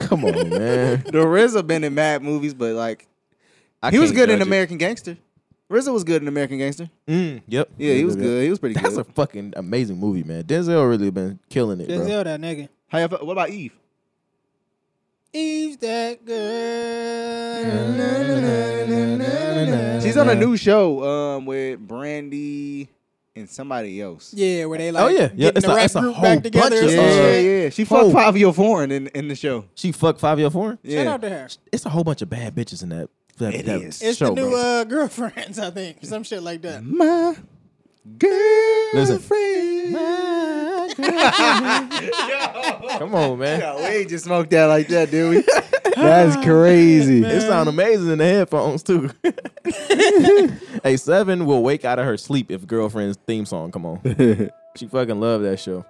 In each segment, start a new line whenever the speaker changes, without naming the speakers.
Come on, man.
The RZA been in mad movies, but like
I
he was
can't
good in
judge it.
American Gangster. RZA was good in American Gangster.
Mm, yep.
Yeah, he was
Yeah.
good. He was pretty
That's a
good.
fucking amazing movie, man. Denzel really been killing it, bro.
Denzel, that nigga.
How y'all feel- what about Eve?
Eve's that girl.
She's on a new show um, with Brandy and somebody else.
Yeah, where they like.
Oh, yeah. Yeah,
getting
it's
the
a-
rap
it's a
group
whole
back together.
bunch
and
of- uh,
some
Yeah, yeah,
shit.
yeah. She fucked
oh.
Fabio Foreign in, in the show.
She fucked five year foreign.
Yeah.
Shout out to her.
It's a whole bunch of bad bitches in that. that,
It
that
is.
It's
show,
the new
bro.
uh, girlfriends, I think, some shit like that.
My girlfriend.
Come on, man.
Yeah, we ain't Oh, just smoked that like that, did we? That's crazy.
It sound amazing in the headphones too. hey, seven will wake out of her sleep if girlfriend's theme song come on. she fucking love that show.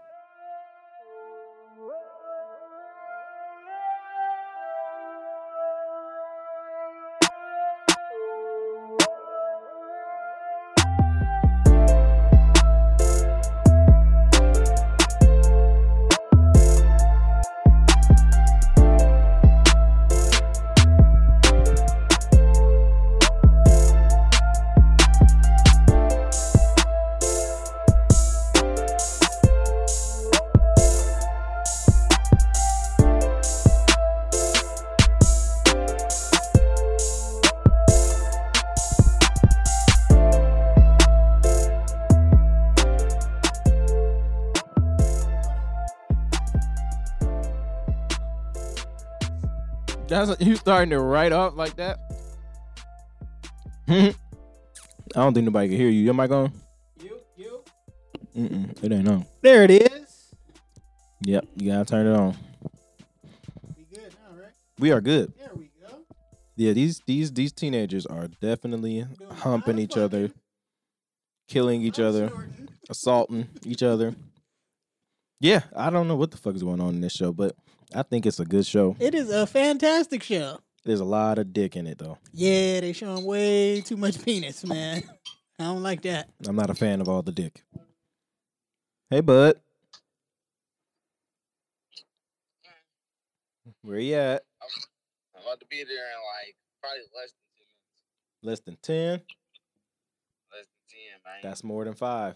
That's you starting to write off like that. I don't think nobody can hear you. Your mic on?
You, you.
Mm-mm, it ain't on.
There it is.
Yep, you gotta turn it on.
We good now, right?
We are good.
There we go.
Yeah, these these these teenagers are definitely humping each other, killing each other. assaulting each other. Yeah, I don't know what the fuck is going on in this show, but I think it's a good show.
It is a fantastic show.
There's a lot of dick in it though.
Yeah, they showing way too much penis, man. I don't like that.
I'm not a fan of all the dick. Hey, bud. Where you at?
I'm about to be there in like probably less than ten minutes.
Less than 10?
Less than ten, man.
That's more than 5.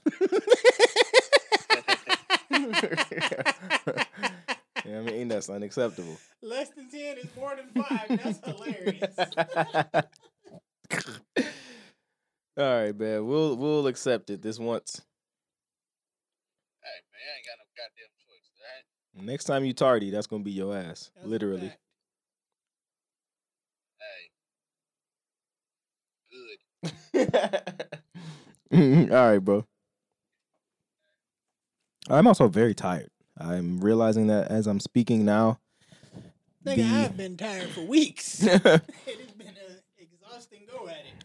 yeah, I mean, that's unacceptable.
Less than ten is more than five. That's hilarious.
All right, man. We'll we'll accept it this once.
hey man, I ain't got no goddamn choice, right?
Next time you tardy, that's gonna be your ass.
That's a
literally.
fact.
Hey. Good.
Mhm. All right, bro. I'm also very tired. I'm realizing that as I'm speaking now.
Nigga, I've been tired for weeks.
The-
it has been an exhausting go at it.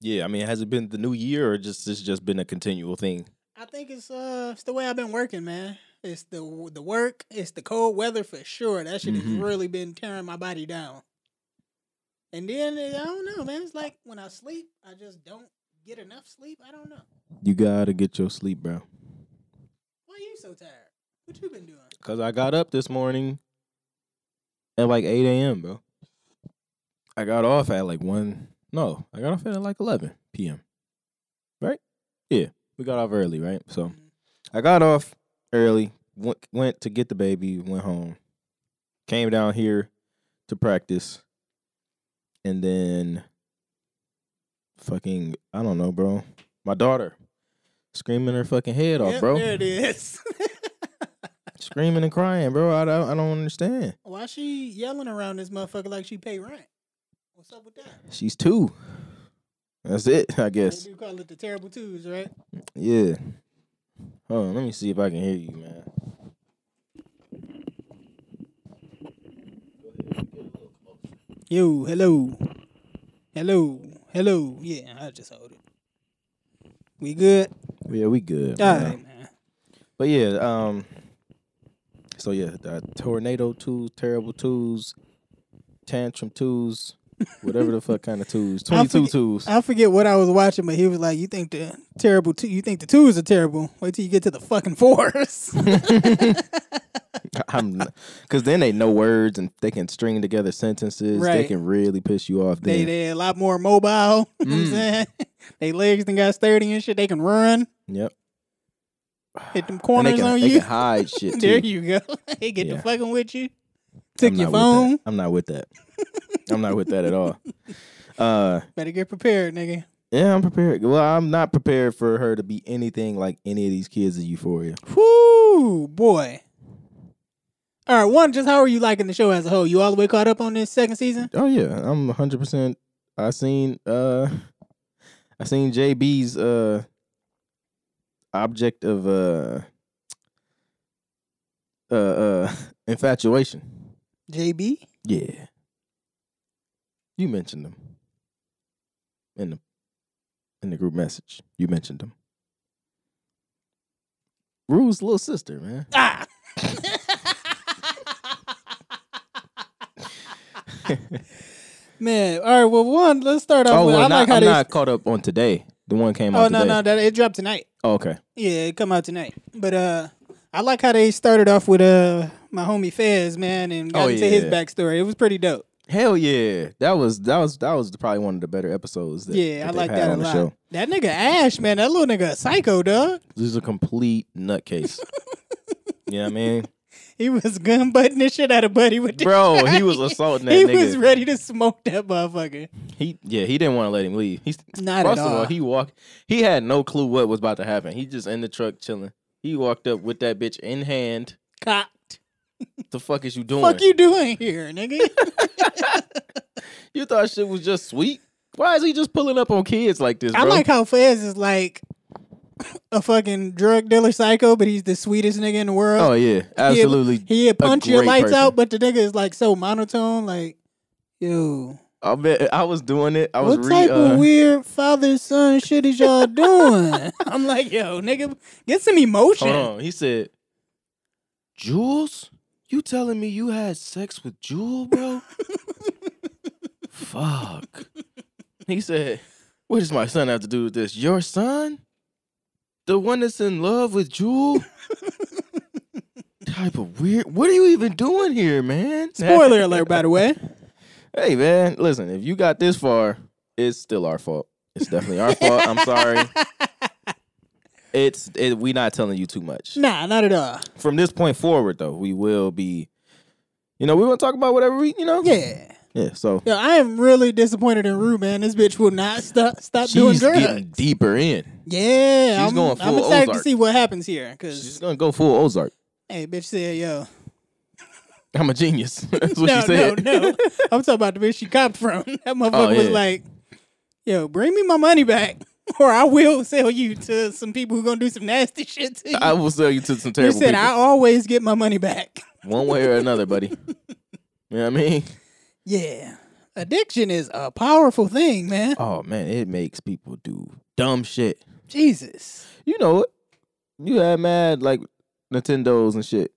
yeah, I mean, has it been the new year or just it's just been a continual thing?
I think it's uh it's the way I've been working, man. It's the the work. It's the cold weather for sure. That shit has
Mhm.
really been tearing my body down. And then I don't know, man. It's like when I sleep, I just don't get enough sleep. I don't know.
You gotta get your sleep, bro.
Why you so tired? What you been doing?
Cause I got up this morning at like 8 a.m., bro. I got off at like one. No, I got off at like 11 p.m. Right? Yeah, we got off early, right? So
Mhm.
I got off early. Went went to get the baby. Went home. Came down here to practice, and then fucking I don't know, bro. My daughter screaming her fucking head off,
Yep,
bro.
There it is.
Screaming and crying, bro. I don't, I don't understand.
Why she yelling around this motherfucker like she pay rent? What's up with that?
She's two. That's it, I guess.
They do call it the terrible twos, right?
Yeah. Hold on, let me see if I can hear you, man.
Yo, hello. Hello. Hello. Yeah, I just hold it. We good?
Yeah, we good.
All
man.
right, man.
But yeah, um, so yeah, the tornado twos, terrible twos, tantrum twos, whatever the fuck kind of twos,
I
twenty two
forget-
twos.
I forget what I was watching, but he was like, "You think the terrible two? You think the twos are terrible? Wait till you get to the fucking fours."
I'm because then they know words and they can string together sentences. They
Right.
can really piss you off.
They
Then
they a lot more mobile. you know what I'm
Mm.
saying? they legs and got sturdy and shit. They can run,
yep.
hit them
And
corners
they can,
on
they
you.
can hide shit
there
too.
you go. they get
Yeah.
to fucking with you.
I'm
Took
not
your
with that.
phone.
I'm not with that. I'm not with that at all. Uh,
Better get prepared, nigga.
yeah, I'm prepared. Well, I'm not prepared for her to be anything like any of these kids in Euphoria.
Whoo, boy. All right, one, just how are you liking the show as a whole? You all the way caught up on this second season?
Oh yeah, I'm 100. percent I seen uh, I seen JB's uh, object of uh, uh, uh infatuation.
JB?
Yeah, you mentioned them in the in the group message. You mentioned them. Rue's little sister, man.
Ah! Man, all right, well, one, let's start off
oh
with
well,
I
not,
like how
I'm
they.
not caught up on today. The one came
oh,
out
no,
today.
no, that, it dropped tonight.
Oh, okay.
Yeah, it come out tonight. But uh I like how they started off with uh my homie Fez, man, and got
Oh,
into his
yeah.
backstory. It was pretty dope.
Hell yeah, that was that was that was probably one of the better episodes. That,
yeah, I
they've
like
had
that a
on the
lot.
Show.
That nigga Ash, man, that little nigga a psycho, dog.
This is a complete nutcase. you know what I mean,
He was gun butting the shit out of Buddy with this
bro?
guy.
He was assaulting that
He
nigga.
was ready to smoke that motherfucker.
he yeah, he didn't want to let him leave. He's
Not
first
at
of
all.
all, he walked. He had no clue what was about to happen. He just in the truck chilling. He walked up with that bitch in hand.
cocked.
The fuck is you doing?
Fuck you doing here, nigga?
You thought shit was just sweet. Why is he just pulling up on kids like this, bro?
I like how Fez is like a fucking drug dealer psycho, but he's the sweetest nigga in the world.
oh yeah,
He a-
absolutely.
He had punch your
great
lights
person.
out, but the nigga is like so monotone, like, yo,
I bet I was doing it. I was
what
re,
type
uh,
of weird father son shit is y'all doing? I'm like, yo, nigga, get some emotion.
Hold on. He said, Jules? You telling me you had sex with Jewel, bro? Fuck. He said, What does my son have to do with this? Your son? The one that's in love with Jewel? type of weird. What are you even doing here, man?
Spoiler alert, by the way.
Hey, man, listen, if you got this far, it's still our fault. It's definitely our fault. I'm sorry. It's it, we not telling you too much
Nah, not at all.
from this point forward though we will be you know we want to talk about whatever we you know
Yeah.
yeah so
Yo, I am really disappointed in Rue, man. This bitch will not stop stop doing
she's
drugs.
getting deeper in
Yeah,
She's
I'm,
going
I'm
full
excited to
Ozark.
see what happens here.
she's
Cause
gonna go full ozark
hey, bitch said, yo,
i'm a genius that's what
no,
she said Oh,
no, no. I'm talking about the bitch she copped from. That motherfucker was
yeah.
like, yo, bring me my money back, or I will sell you to some people who gonna do some nasty shit to you.
i will sell you to some
you
terrible
said
people
I always get my money back.
one way or another buddy you know what i mean
Yeah, addiction is a powerful thing, man.
oh man it makes people do dumb shit
Jesus,
you know it you had mad like nintendos and shit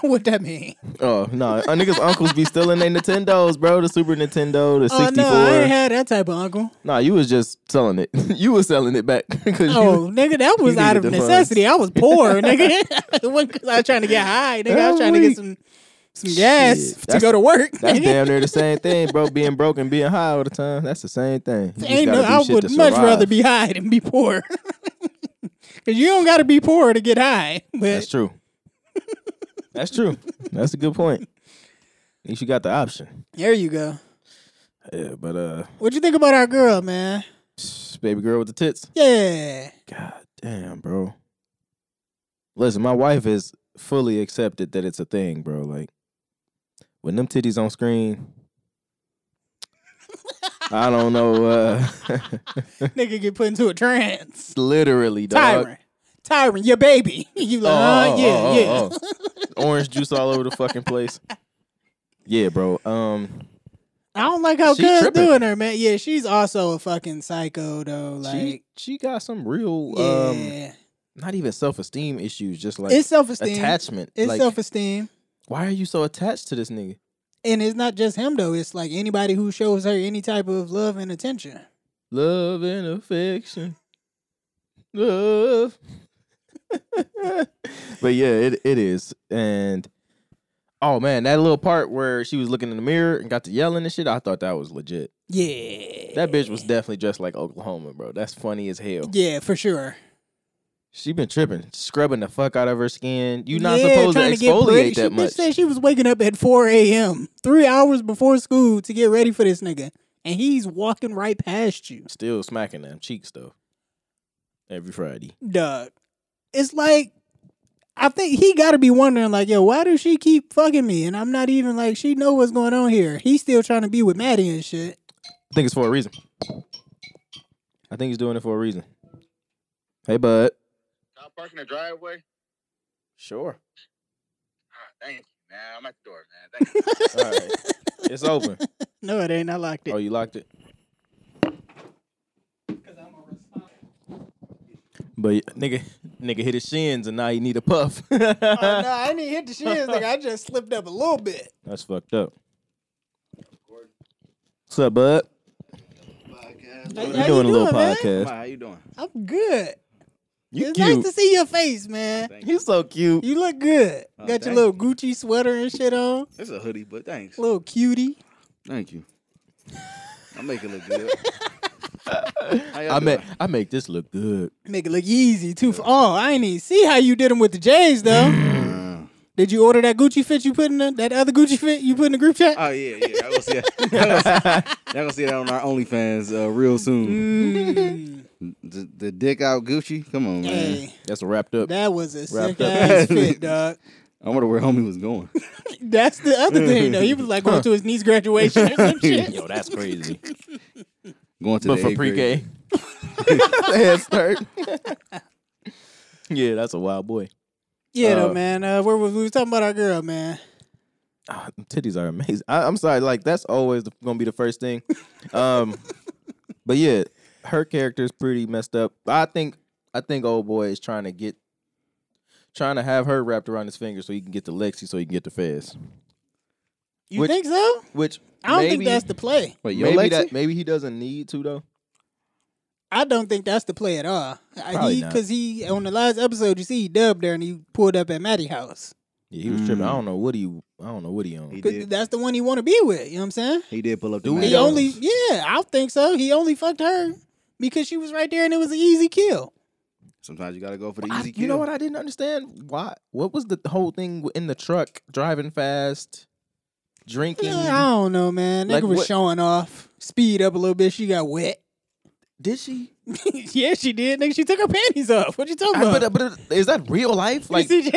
what that mean?
oh no our niggas uncles be stealing their nintendos bro the super nintendo the
Oh
64
no, I ain't had that type of uncle.
Nah, you was just selling it. you was selling it back because
Oh, nigga, that was
you
out of
needed the funds.
necessity. I was poor, nigga. it wasn't 'cause I was trying to get high, nigga. I was trying to get some some gas
Shit,
to
that's-
go to work.
that's
nigga.
damn near the same thing, bro. Being broke and being high all the time. That's the same thing. You just
Ain't
gotta
no,
do
I
shit
would
to
much
survive.
rather be high than be poor. Cause you don't gotta be poor to get high.
That's
But
true. That's true. That's a good point. At least you got the option.
there you go.
Yeah, but uh,
What you think about our girl, man?
baby girl with the tits.
Yeah.
God damn, bro. Listen, my wife has fully accepted that it's a thing, bro. Like when them titties on screen, I don't know. Uh,
Nigga get put into a trance.
literally, dog.
Tyron. Tyron, your baby. You like, huh?
oh,
Uh-huh, yeah,
oh,
yeah.
oh, oh. orange juice all over the fucking place. Yeah, bro. Um,
I don't like how
She
Cuz
tripping.
doing her, man. Yeah, she's also a fucking psycho though. Like
she she got some real um,
Yeah.
not even self esteem issues, just like
it's self esteem.
attachment.
It's
like,
self esteem.
why are you so attached to this nigga?
And it's not just him though. It's like anybody who shows her any type of love and attention.
Love and affection, love. but yeah, it it is, and Oh man, that little part where she was looking in the mirror and got to yelling and shit, I thought that was legit.
Yeah.
That bitch was definitely dressed like Oklahoma, bro. That's funny as hell.
Yeah, for sure.
She been tripping, scrubbing the fuck out of her skin. You not
Yeah,
supposed to
trying get
exfoliate
pretty.
that
she,
much.
She said she was waking up at 4 a.m., three hours before school to get ready for this nigga. And he's walking right past you.
Still smacking them cheeks though. Every Friday.
Doug. It's like, I think he got to be wondering, like, yo, why does she keep fucking me? And I'm not even like, she know what's going on here. He's still trying to be with Maddie and shit.
I think it's for a reason. I think he's doing it for a reason. Hey, bud.
Can I park in the driveway?
Sure.
Ah, thank you, man. I'm at the door, man. Thank you.
All right. It's open.
No, it ain't. I locked it.
Oh, you locked it. But yeah, nigga, nigga hit his shins and now you need a puff.
Oh, no, I didn't hit the shins. Like, I just slipped up a little bit.
That's fucked up. What's up, bud?
Hey,
We
how you
doing a little
man?
podcast.
Why, how you doing?
I'm good.
You
it's
cute.
nice to see your face, man.
Thank
you so cute.
You look good.
Oh,
Got your
thank
little Gucci sweater and shit on.
It's a hoodie, but thanks.
Little cutie.
Thank you. I make it look good. How y'all
I make
doing?
I make this look good.
Make it look easy too. For, oh, I ain't even see how you did them with the J's though.
Uh,
did you order that Gucci fit you put in the, that other Gucci fit you put in the group chat?
Uh,
oh yeah, yeah. I gonna see that. I gonna see- I gonna see that on our OnlyFans uh, real soon.
Mm,
The, the dick out Gucci. Come on, man.
hey,
That's wrapped up.
that was a sick
Wrapped up.
ass fit, dog.
I wonder where homie was going.
That's the other thing though. He was like going to his niece graduation or some shit.
Yo, that's crazy.
Going to
but
the
for
eighth
pre-K.
grade.
Head start. yeah, that's a wild boy.
Yeah,
Uh,
though, man. Uh, where was we was talking about our girl, man?
Ah, them titties are amazing. I, I'm sorry, like that's always the, gonna be the first thing. Um, but yeah, her character is pretty messed up. I think I think old boy is trying to get trying to have her wrapped around his finger so he can get to Lexi so he can get to Fez.
You
which-
think so?
Which
I don't
maybe-
think that's the play.
Wait, yo,
maybe
Lexi?
that maybe he doesn't need to though.
I don't think that's the play at all.
Probably not.
Because he, on the last episode, you see he dubbed there and he pulled up at Maddie house.
Yeah, he was tripping.
Mm.
I don't know what he I don't know what he on.
He
'Cause
did.
That's the one he want to be with. You know what I'm saying?
He did pull up the
Do we
man.
He
Yeah.
only, yeah, I think so. He only fucked her because she was right there and it was an easy kill.
Sometimes you gotta go for the
I-
easy kill.
you know what I didn't understand? Why? What was the whole thing in the truck? Driving fast, drinking.
Yeah, Uh, I don't know, man. Nigga
Like
was
what-
showing off. Speed up a little bit. She got wet.
Did she?
yeah, she did. Nigga, she took her panties off. What you talking
I-
about?
but, but is that real life? Like
You see-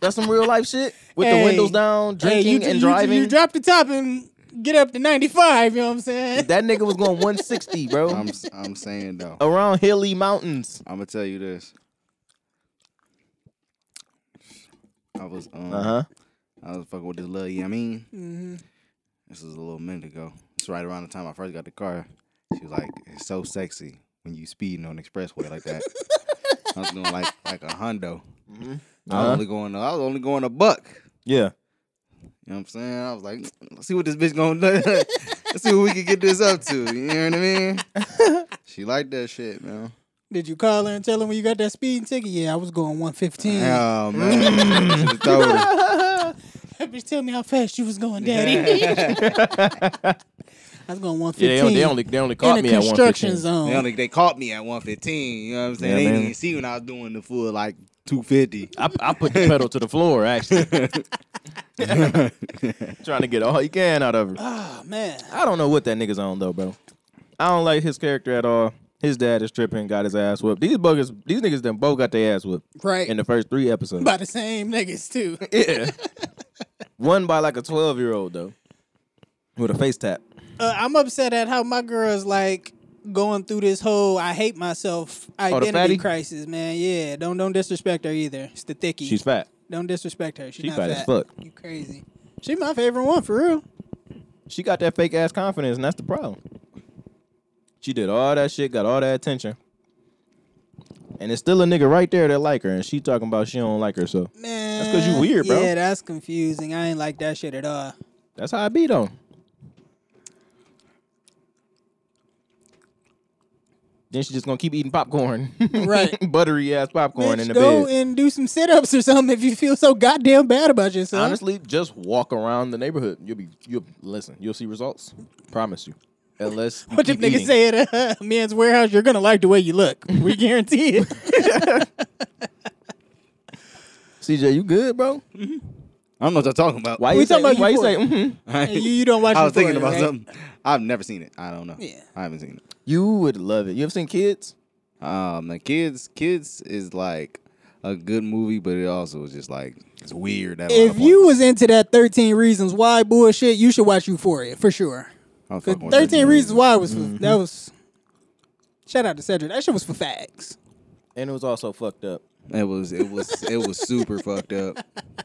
that's some real life shit with
Hey.
the windows down,
Hey,
drinking
you,
and
you-
driving.
You, drop the top and get up to 95. You know what I'm saying?
that nigga was going 160, bro,
I'm s- I'm saying though.
around hilly mountains.
I'm gonna tell you this. I was um,
Uh huh.
I was fucking with this little yeah, I mean,
Mhm.
this was a little minute ago. It's right around the time I first got the car. She was like, "It's so sexy when you speeding on the expressway like that." I was doing like like a hundo. I was
Uh-huh.
only going, I was only going a buck.
Yeah.
You know what I'm saying? I was like, let's see what this bitch gonna do. let's see what we can get this up to. You know what I mean? she liked that shit, man.
Did you call her and tell her when you got that speeding ticket? Yeah, I was going 115.
Oh man, Should've told her.
That bitch tell me how fast you was going, daddy. I was going 115.
Yeah, they, on- they only they only caught
in a
me at
construction
115.
zone.
They only they caught me at 115. You know what I'm saying?
Yeah,
they didn't
man.
even see when I was doing the full like 250.
I, I put the pedal to the floor actually, trying to get all you can out of her.
oh, man.
I don't know what that nigga's on though, bro. I don't like his character at all. His dad is tripping, got his ass whooped. These buggers, these niggas done both got their ass whooped
Right.
in the first three episodes.
By the same niggas, too.
yeah. One by like a twelve year old though. With a face tap.
Uh, I'm upset at how my girl's like going through this whole I hate myself identity
Oh, fatty?
crisis, man. Yeah, don't don't disrespect her either. It's the thickie.
She's fat.
Don't disrespect her. She's
She
not
fat
fat
as fuck.
You crazy. She my favorite one for real.
She got that fake ass confidence, and that's the problem. She did all that shit, got all that attention. And it's still a nigga right there that like her, and she talking about she don't like her, so
Man,
'cause you weird, bro.
Yeah, that's confusing. I ain't like that shit at all.
that's how I be though. Then she's just gonna keep eating popcorn,
Right.
Buttery ass popcorn
Bitch,
in the
go
bed.
and do some sit ups or something if you feel so goddamn bad about yourself.
Honestly, just walk around the neighborhood. You'll be you'll listen. You'll see results. Promise you. Unless you
what them
keep eating.
niggas say at uh, men's warehouse, you're gonna like the way you look. We guarantee it.
CJ, you good, bro?
I don't know what y'all talking about.
Why
We
you say,
talking about
why
you
you
for- Mm-hmm.
say mhm.
I,
And you, you don't watch.
I was thinking
Euphoria,
about
right?
something. I've never seen it. I don't know.
Yeah.
I haven't seen it.
You would love it. You ever seen kids?
Um, the kids, kids is like a good movie, but it also is just like it's weird. At a lot of
If you
points.
was into that 13 reasons why bullshit, you should watch Euphoria for sure.
I don't
'Cause
fuck with
13 reasons why was for,
Mm-hmm.
that was. Shout out to Cedric. That shit was for facts.
And it was also fucked up.
it was it was it was super fucked up.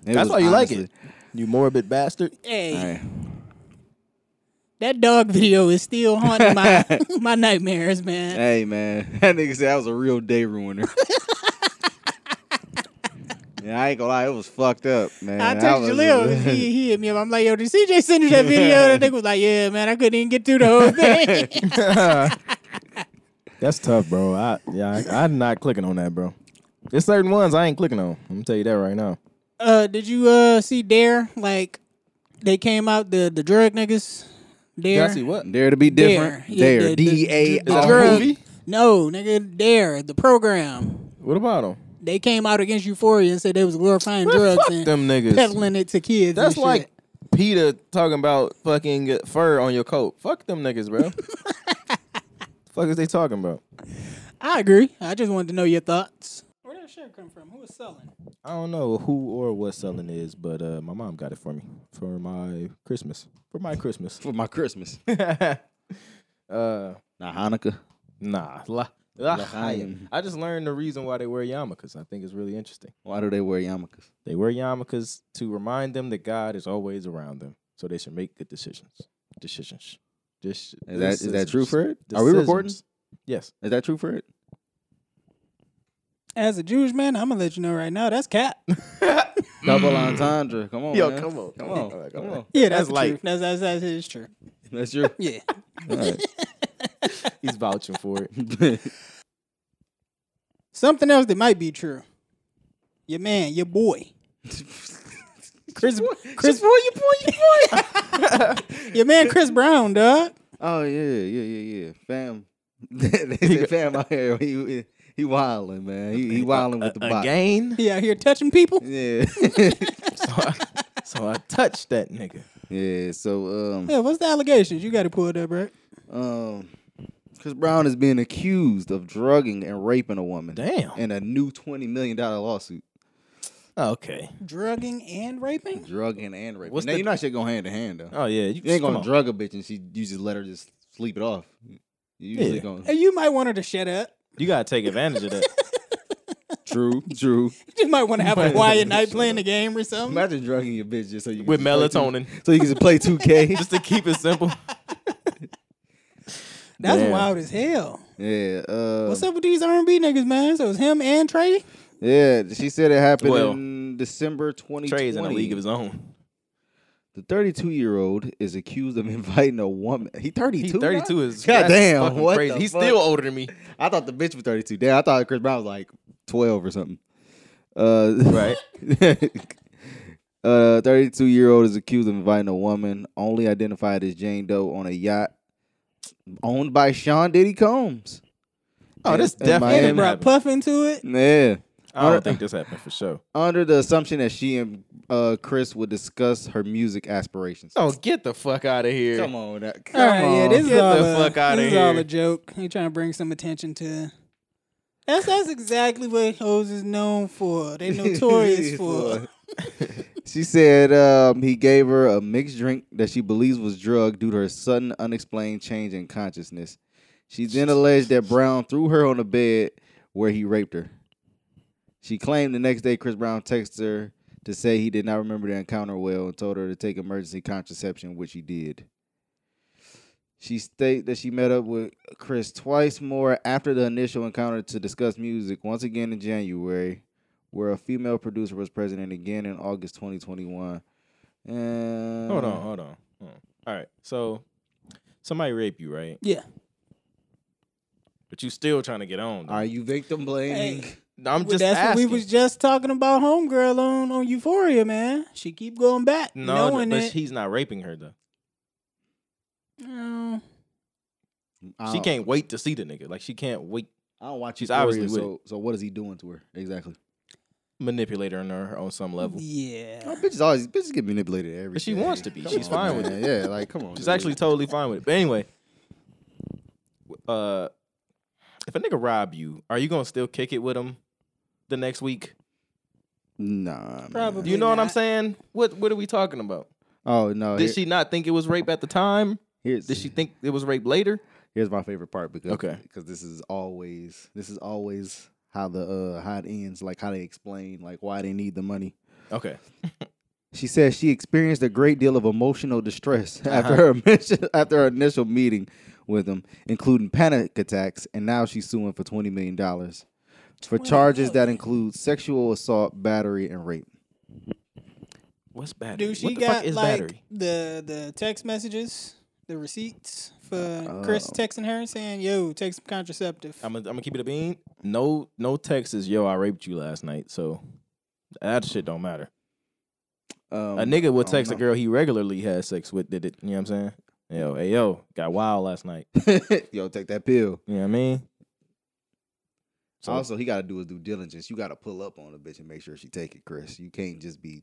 That's why you like it. You morbid bastard.
Hey,
Right.
that dog video is still haunting my my nightmares, man.
Hey man, that nigga said that was a real day ruiner. yeah, I ain't gonna lie, it was fucked up, man.
I
That
texted
was-
Jaleel. and He, he hit me up. I'm like, yo, did CJ send you that video? That nigga was like, yeah, man, I couldn't even get through the whole thing.
That's tough, bro. I yeah, I, I'm not clicking on that, bro. There's certain ones I ain't clicking on. I'm gonna tell you that right now.
uh, did you uh see Dare? Like, they came out the the drug niggas.
Did
Dare.
I see what?
Dare to be different.
Yeah,
Dare.
the- the-
D A
the
R.
drug-
movie?
No, nigga, Dare the program.
What about them?
They came out against Euphoria and said they was glorifying drugs
Fuck
and
them niggas.
peddling it to kids. and
That's
shit.
like Peter talking about fucking fur on your coat. Fuck them niggas, bro. Fuck is they talking about?
I agree. I just wanted to know your thoughts. Where did that shirt come from? Who was selling?
I don't know who or what selling is, but uh, my mom got it for me for my Christmas. For my Christmas.
For my Christmas.
uh,
Not Hanukkah.
nah. La, la
L'chaim.
I just learned the reason why they wear yarmulkes. I think it's really interesting.
Why do they wear yarmulkes?
They wear yarmulkes to remind them that God is always around them, so they should make good decisions. Decisions. Dis-
Is that is that true
decisions.
for it? Are we recording?
Decisions. Yes.
Is that true for it?
As a Jewish man, I'm gonna let you know right now. That's cat.
Double entendre. Come on,
Yo,
man.
come on.
Mm. come on,
All right,
come
all
on.
right.
Yeah, that's,
That's
the
like-
truth. That's that's that's it's true.
That's your.
Yeah.
He's vouching for it.
Something else that might be true. Your man, your boy, Chris. Chris, boy, your boy, your boy. your man, Chris Brown, dog.
oh yeah, yeah, yeah, yeah. Fam, they say fam out here. He he wilding, man. He, he wilding with the box.
Again?
He out here touching people.
Yeah,
so, I, so I touched that nigga.
yeah. So um,
Yeah, what's the allegations? You got to pull it up, right?
um, Chris Brown is being accused of drugging and raping a woman.
Damn.
In a new twenty million dollar lawsuit,
Okay.
Drugging and raping.
drugging and raping.
What's
now
the-
you know that shit go hand to hand though.
Oh yeah. You,
You ain't
come
gonna
on.
drug a bitch and she you just let her just sleep it off. You usually
Yeah.
gonna
Hey, you might want her to shut up.
You gotta take advantage of that.
true, true.
You might want to have a quiet night playing the game or something.
Imagine drugging your bitch just so you can
With
just play two-
melatonin.
so you can just play two K.
Just to keep it simple.
That's
Damn.
wild as hell.
yeah, uh,
What's up with these R&B niggas, man? So it's him and Trey.
yeah. She said it happened
Well,
in December twenty
Trey's in a league of
twenty.
his own.
The thirty two year old is accused of inviting a woman. He thirty
He
two.
32 is
God
that's
damn,
fucking
what
crazy.
the
He's
fuck?
still older than me.
I thought the bitch was thirty two. Damn, I thought Chris Brown was like twelve or something. Uh,
Right.
uh, 32 year old is accused of inviting a woman only identified as Jane Doe on a yacht owned by Sean Diddy Combs.
Oh, this
In- in
definitely
And
Miami.
they
didn't
brought
happen.
Puff into it.
Yeah.
I don't think this happened for sure.
Under the assumption that she and uh, Chris would discuss her music aspirations.
Oh, get the fuck out of here.
Come on, that, come
All right, yeah,
on.
this is
Get
all
the
a,
fuck outta
this is all
here.
a joke. He trying to bring some attention to. That's that's exactly what hoes is known for. They notorious for.
she said um, he gave her a mixed drink that she believes was drug due to her sudden unexplained change in consciousness. She then alleged that Brown threw her on the bed where he raped her. She claimed the next day Chris Brown texted her to say he did not remember the encounter well and told her to take emergency contraception, which she did. She stated that she met up with Chris twice more after the initial encounter to discuss music, once again in January, where a female producer was present, and again in August 2021. And
Hold on, hold on. hold on. All right. So somebody rape you, right?
Yeah.
but you still trying to get on.
Are you victim blaming?
Hey.
I'm
Well,
just
that's
asking.
what we was just talking about, homegirl on on Euphoria, man. She keep going back,
no,
knowing
but
it.
he's not raping her though.
Mm,
I
Oh.
She
don't-
can't wait to see the nigga. Like she can't wait
I don't watch.
She's
She's
obviously
obviously
with
so. So what is he doing to her exactly?
manipulating her on some level.
Yeah,
Oh, bitches always bitches get manipulated every.
But she
day.
wants to be.
Come
She's
on,
fine with
man. Yeah, like come on.
She's
dude.
actually totally fine with it. But anyway, uh, if a nigga rob you, are you gonna still kick it with him the next week?
nah. man.
Probably.
Do you know what I'm
not.
saying? What What are we talking about?
Oh no.
Did she not think it was rape at the time?
Here's
Did she think it was rape later?
Here's my favorite part because
Okay.
because this is always this is always how the uh how it ends like how they explain like why they need the money.
Okay.
She says she experienced a great deal of emotional distress
Uh-huh.
after her initial- after her initial meeting with him, including panic attacks, and now she's suing for twenty million dollars for
20
charges that
million.
include sexual assault, battery, and rape.
What's battery?
Dude, she
what the
got
fuck is
like
battery?
the the text messages, the receipts for
Uh,
Chris texting her and saying, "Yo, take some contraceptive."
Oh. I'm gonna I'm keep it a bean. No, no text is yo. I raped you last night, so that shit don't matter.
Um,
A nigga will
I don't
text a
know.
girl he regularly has sex with. Did it? You know what I'm saying? Yo, hey yo, got wild last night.
Yo, take that pill.
You know what I mean? So-
also, he got to do his due diligence. You got to pull up on a bitch and make sure she take it, Chris. You can't just be, you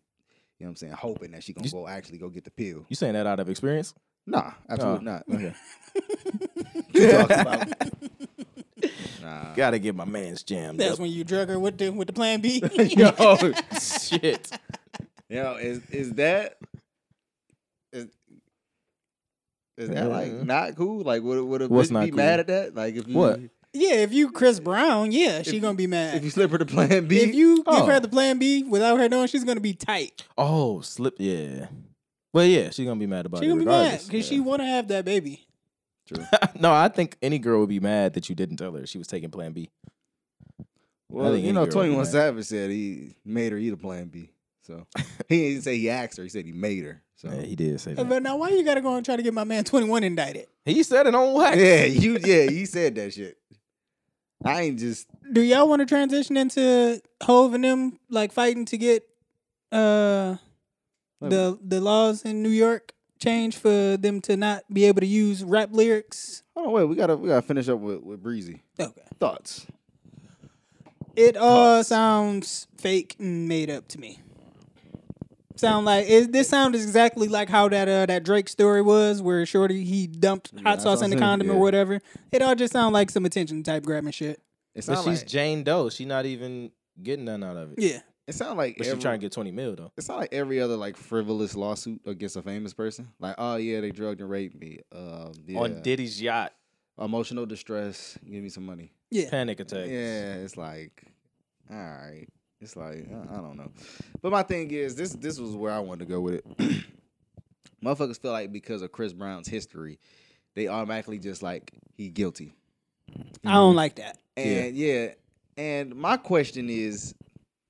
know what I'm saying, hoping that she gonna
You-
go actually go get the pill.
You saying that out of experience?
Nah, absolutely
Oh,
not.
Okay.
You talking about? Nah.
Gotta get my man's jammed
That's
up.
when you drug her with the with the plan B.
Yo,
Shit.
yo, is is that is, is that like
Yeah.
not cool? Like, would would a
Uh-huh. What's
bitch
not
be
cool?
mad at that? Like, if you,
What?
yeah, if you Chris Brown, yeah, she
If-
gonna be mad.
if you slip her to Plan B,
If you give
Oh.
her the plan B without her knowing, she's gonna be tight.
Oh, slip. Yeah. Well, yeah, she's gonna be mad about
She
it.
gonna be mad
regardless.
because she wanna have that baby.
True.
she. no, I think any girl would be mad that you didn't tell her she was taking Plan B.
Well,
think any
you
girl
know,
would be
Twenty One
mad.
Savage said he made her eat a Plan B. So he didn't say he asked her; he said he made her. So
Yeah, he did say that.
But now, why you gotta go and try to get my man twenty one indicted?
He said it on wax.
yeah, you yeah, he said that shit. I ain't just
Do y'all want to transition into Hove and them like fighting to get uh the the laws in New York changed for them to not be able to use rap lyrics?
Oh wait, we gotta we gotta finish up with, with Breezy
Okay.
thoughts.
It all sounds fake and made up to me. Sound like it, this sound is exactly like how that uh, that Drake story was, where Shorty he dumped hot
I
sauce
saw
in the
some-
condom or
yeah.
whatever. It all just sound like some attention type grabbing shit.
But
It sounds
she's
like
Jane Doe. She's not even getting none out of it.
Yeah,
it sound like
But
every,
she's trying to get 20 mil, though.
it sound like every other like frivolous lawsuit against a famous person. Like oh yeah, they drugged and raped me. Um, yeah.
On Diddy's yacht.
emotional distress. Give me some money.
yeah.
Panic attack.
Yeah, it's like, all right. It's like I I don't know, but my thing is this. This was where I wanted to go with it. Motherfuckers feel like because of Chris Brown's history, they automatically just like he guilty.
Mm-hmm.
I
Mm-hmm.
don't like that.
And yeah, and my question is,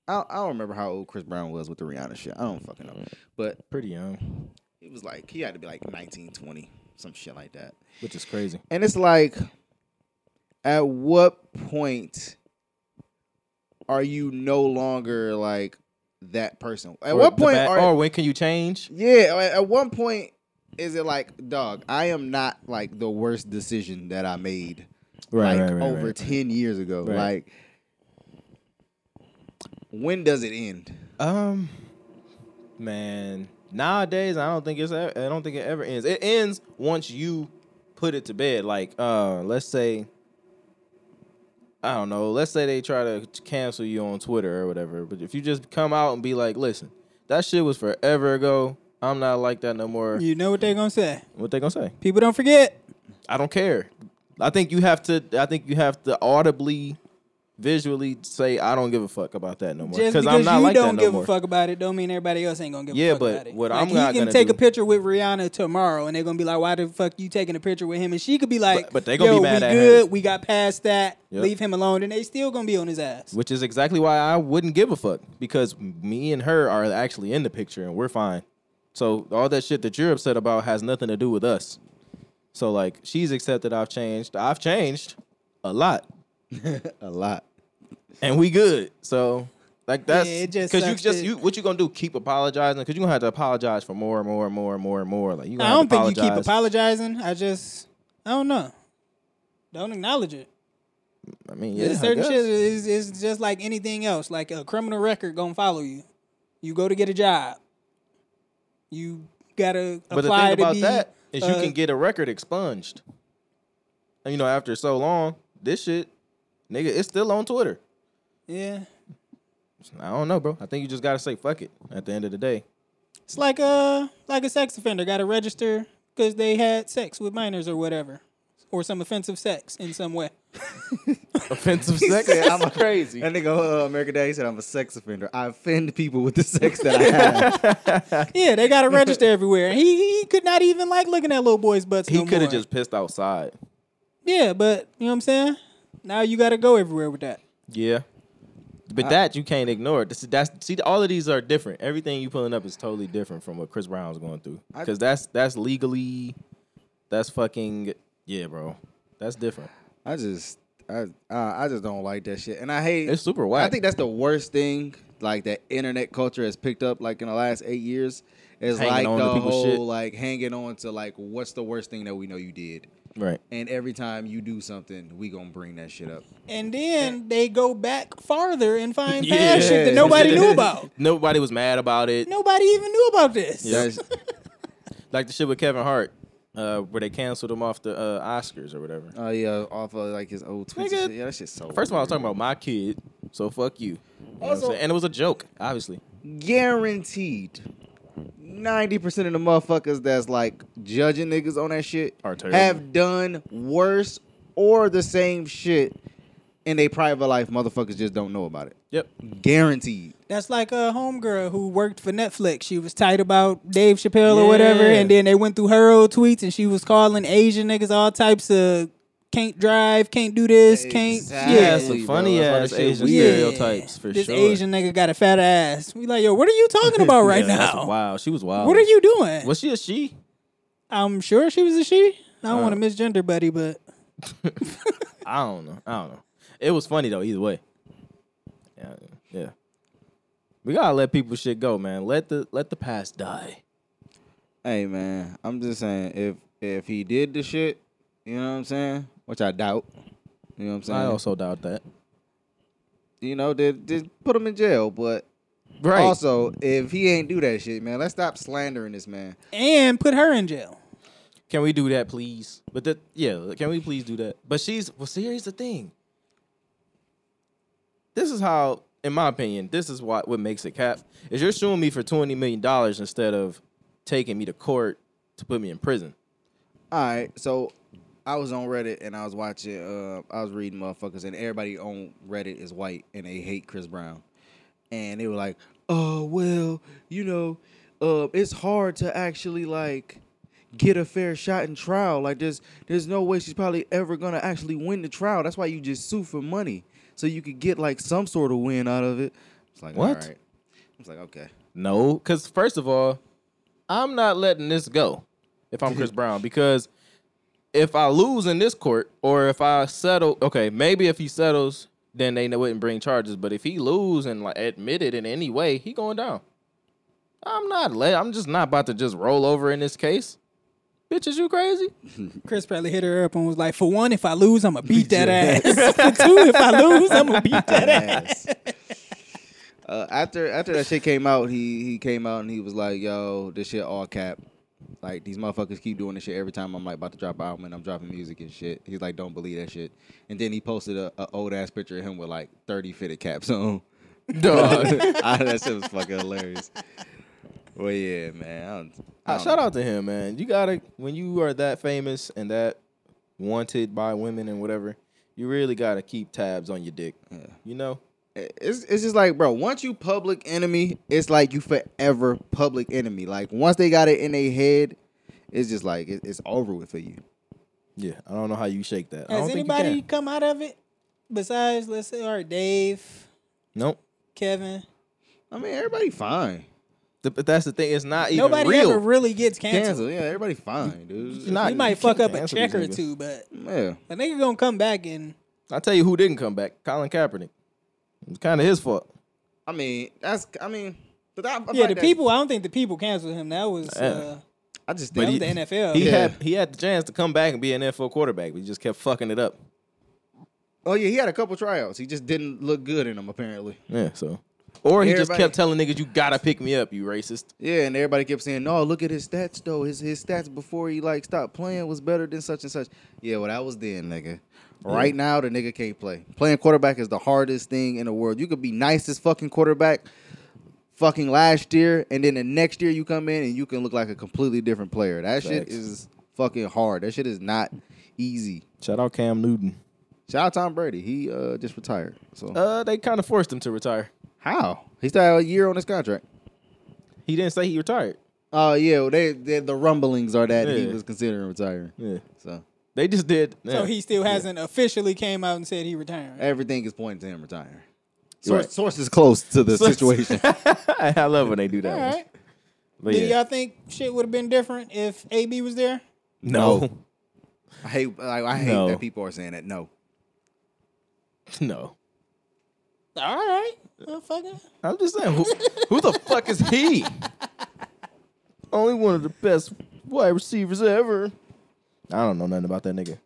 I, I don't remember how old Chris Brown was with the Rihanna shit. I don't fucking know, but
Pretty young,
he was like he had to be like 19, 20, some shit like that.
which is crazy.
And it's like, at what point are you no longer like that person? At
Or
what
the
point
ba-
are
or when can you change?
yeah? At at one point is it like, dog? I am not like the worst decision that I made
Right,
like
right, right,
over
right.
ten years ago.
Right.
Like, when does it end?
Um, man, nowadays I don't think it's. e- I don't think it ever ends. It ends once you put it to bed. Like, uh, let's say, I don't know. Let's say they try to cancel you on Twitter or whatever. But if you just come out and be like, listen, that shit was forever ago. I'm not like that no more.
You know what they gonna say?
What they gonna say?
People don't forget.
I don't care. I think you have to. I think you have to audibly, visually say, I don't give a fuck about that no more.
Just because
I'm not
you
like
don't
that no
give
more.
a fuck about it, don't mean everybody else ain't gonna give
Yeah,
a fuck
but
about it.
what
like,
I'm
he
not
can
gonna
take a
do-
picture with Rihanna tomorrow, and they're gonna be like, "Why the fuck you taking a picture with him?" And she could be like,
But- but they gonna be
"Yo,
mad
we
at her."
good. We got past that.
Yep.
Leave him alone." And they still gonna be on his ass.
which is exactly why I wouldn't give a fuck because me and her are actually in the picture and we're fine. So all that shit that you're upset about has nothing to do with us. So like she's accepted I've changed. I've changed. a lot,
a lot.
and we good. So like that's
Yeah, it just
because you
sucks
just
that-
you what you gonna do? Keep apologizing because you are gonna have to apologize for more and more and more and more and more. Like you. Gonna
I
have
don't
to
think you keep
apologize.
apologizing. I just, I don't know. Don't acknowledge it.
I mean, yeah,
There's
I
certain
guess.
shit is is just like anything else. Like a criminal record gonna follow you. You go to get a job. You gotta
But the
apply
thing
to
about
be.
that is you
uh,
can get a record expunged. And you know, after so long, this shit, nigga, it's still on Twitter.
yeah,
I don't know, bro. I think you just gotta say fuck it at the end of the day.
it's like a like a sex offender gotta register because they had sex with minors or whatever, or some offensive sex in some way.
Offensive
He
sex.
said, I'm a,
Crazy.
that nigga uh, American Dad he said I'm a sex offender. I offend people with the sex that I have.
Yeah, they gotta register everywhere. And he he could not even like looking at little boys' butts.
He
no
could
more.
have just pissed outside.
yeah, but you know what I'm saying. Now you gotta go everywhere with that.
Yeah. But that you can't ignore. This, that's see, all of these are different. Everything you pulling up is totally different from what Chris Brown's going through.
I-
Because that's that's legally, that's fucking yeah, bro. That's different.
I just I uh, I just don't like that shit, and I hate.
It's super
I
whack.
think that's the worst thing like that internet culture has picked up like in the last eight years is
Hanging
like
on to
the
people's
whole
shit.
like hanging on to like what's the worst thing that we know you did,
right.
and every time you do something, we gonna bring that shit up.
And then they go back farther and find
Yeah.
past shit that nobody knew about.
Nobody was mad about it.
Nobody even knew about this.
That's,
like the shit with Kevin Hart, uh, where they canceled him off the uh, Oscars or whatever.
oh yeah, off of like his old
Nigga,
tweets. and shit. Yeah, that shit's so.
First of all, I was talking about my kid, so fuck you. You know what I'm
Also-
saying? and it was a joke, obviously.
guaranteed 90% of the motherfuckers that's like judging niggas on that shit
Are terrible.
have done worse or the same shit in their private life. Motherfuckers just don't know about it.
Yep.
Guaranteed.
That's like a homegirl who worked for Netflix. She was tight about Dave Chappelle or whatever,
Yeah.
and then they went through her old tweets and she was calling Asian niggas all types of can't drive, can't do this, can't
Exactly.
Yeah,
yeah.
some
bro.
funny
That's
ass
why that shit
Asian
weird.
stereotypes for
this
sure.
Asian nigga got a fat ass. We like, yo, what are you talking about
Yeah,
right
that's
now?
Wow, she was wild.
What are you doing?
Was she a she?
I'm sure she was a she. I don't
Uh.
want to misgender buddy, but
I don't know. I don't know. It was funny though. Either way. Yeah. Yeah. We gotta let people shit go, man. Let the let the past die.
Hey man, I'm just saying if if he did the shit, you know what I'm saying? Which I doubt. You know what I'm saying?
I also doubt that.
you know, they just put him in jail, but
Right.
also if he ain't do that shit, man, let's stop slandering this man.
and put her in jail.
Can we do that, please? But that, yeah, can we please do that? But she's well. See, here's the thing. This is how, in my opinion, this is what what makes it cap is you're suing me for twenty million dollars instead of taking me to court to put me in prison.
All right, so I was on Reddit and I was watching. Uh, I was reading motherfuckers, and everybody on Reddit is white and they hate Chris Brown, and they were like, "Oh well, you know, uh, it's hard to actually like." Get a fair shot in trial. Like there's there's no way she's probably ever gonna actually win the trial. That's why you just sue for money. So you could get like some sort of win out of it. It's like
What?
all right. It's like okay.
No, because first of all, I'm not letting this go if I'm Chris Brown because if I lose in this court or if I settle, okay, maybe if he settles, then they wouldn't bring charges. But if he lose and like admit it in any way, he going down. I'm not let. I'm just not about to just roll over in this case. Bitch, is you crazy?
Chris probably hit her up and was like, for one, if I lose, I'm going to beat that ass. for two, if I lose, I'm going to beat that ass.
ass. Uh, after after that shit came out, he he came out and he was like, "Yo, this shit all cap. Like these motherfuckers keep doing this shit every time I'm like about to drop an album and I'm dropping music and shit." He's like, "Don't believe that shit." And then he posted a, a old ass picture of him with like thirty fitted caps on. I, that shit was fucking hilarious. Well, yeah, man. I don't, I
Uh,
don't
shout out to him, man. You gotta when you are that famous and that wanted by women and whatever, you really gotta keep tabs on your dick. You know,
it's it's just like, bro. Once you public enemy, it's like you forever public enemy. Like once they got it in their head, it's just like it, it's over with for you.
Yeah, I don't know how you shake that. I
Has
don't
anybody
Think
come out of it besides, let's say, all right, Dave,
you can. Nope.
Kevin?
I mean, everybody fine.
Th- But that's the thing. It's not even
Nobody
real.
ever really gets canceled.
Cancel, yeah, everybody fine, dude.
You're not-
You might
you
fuck
can't
up a
cancel
check
these
or
niggas.
two, but
yeah.
a nigga going to come back and
I tell you who didn't come back: Colin Kaepernick. It's kind of his fault.
I mean, that's. I mean, but I, I
yeah,
like
the
that.
people. I don't think the people canceled him. That was
Yeah.
uh,
I just
that
think.
was the NFL.
He
Yeah.
had he had the chance to come back and be an NFL quarterback, but he just kept fucking it up.
oh yeah, he had a couple tryouts. He just didn't look good in them apparently.
Yeah, so or he just
Everybody-
kept telling niggas, "You gotta pick me up, you racist."
Yeah, and everybody kept saying, "No, look at his stats though. His his stats before he like stopped playing was better than such and such." Yeah, well, that was then, nigga. Right now, the nigga can't play. Playing quarterback is the hardest thing in the world. You could be nicest fucking quarterback, fucking last year, and then the next year you come in and you can look like a completely different player. That shit
Facts.
is fucking hard. That shit is not easy.
Shout out Cam Newton.
Shout out Tom Brady. He uh, just retired. So
Uh, they kind of forced him to retire.
how he still had a year on his contract.
He didn't say he retired.
Oh yeah, well, they, they the rumblings are that he
Yeah.
was considering retiring.
Yeah,
So
they just did.
so
yeah.
he still hasn't officially came out and said he retired.
everything is pointing to him retiring.
Right.
Source, source is close to the
Source-
situation.
I love when they do that.
All
one.
right.
But
Do
yeah.
y'all think shit would have been different if AB was there?
No,
I hate, I, I hate
No.
that people are saying that. No,
no.
All right, well, fuck it.
I'm just saying, who, who the fuck is he? Only one of the best wide receivers ever. I don't know nothing about that nigga.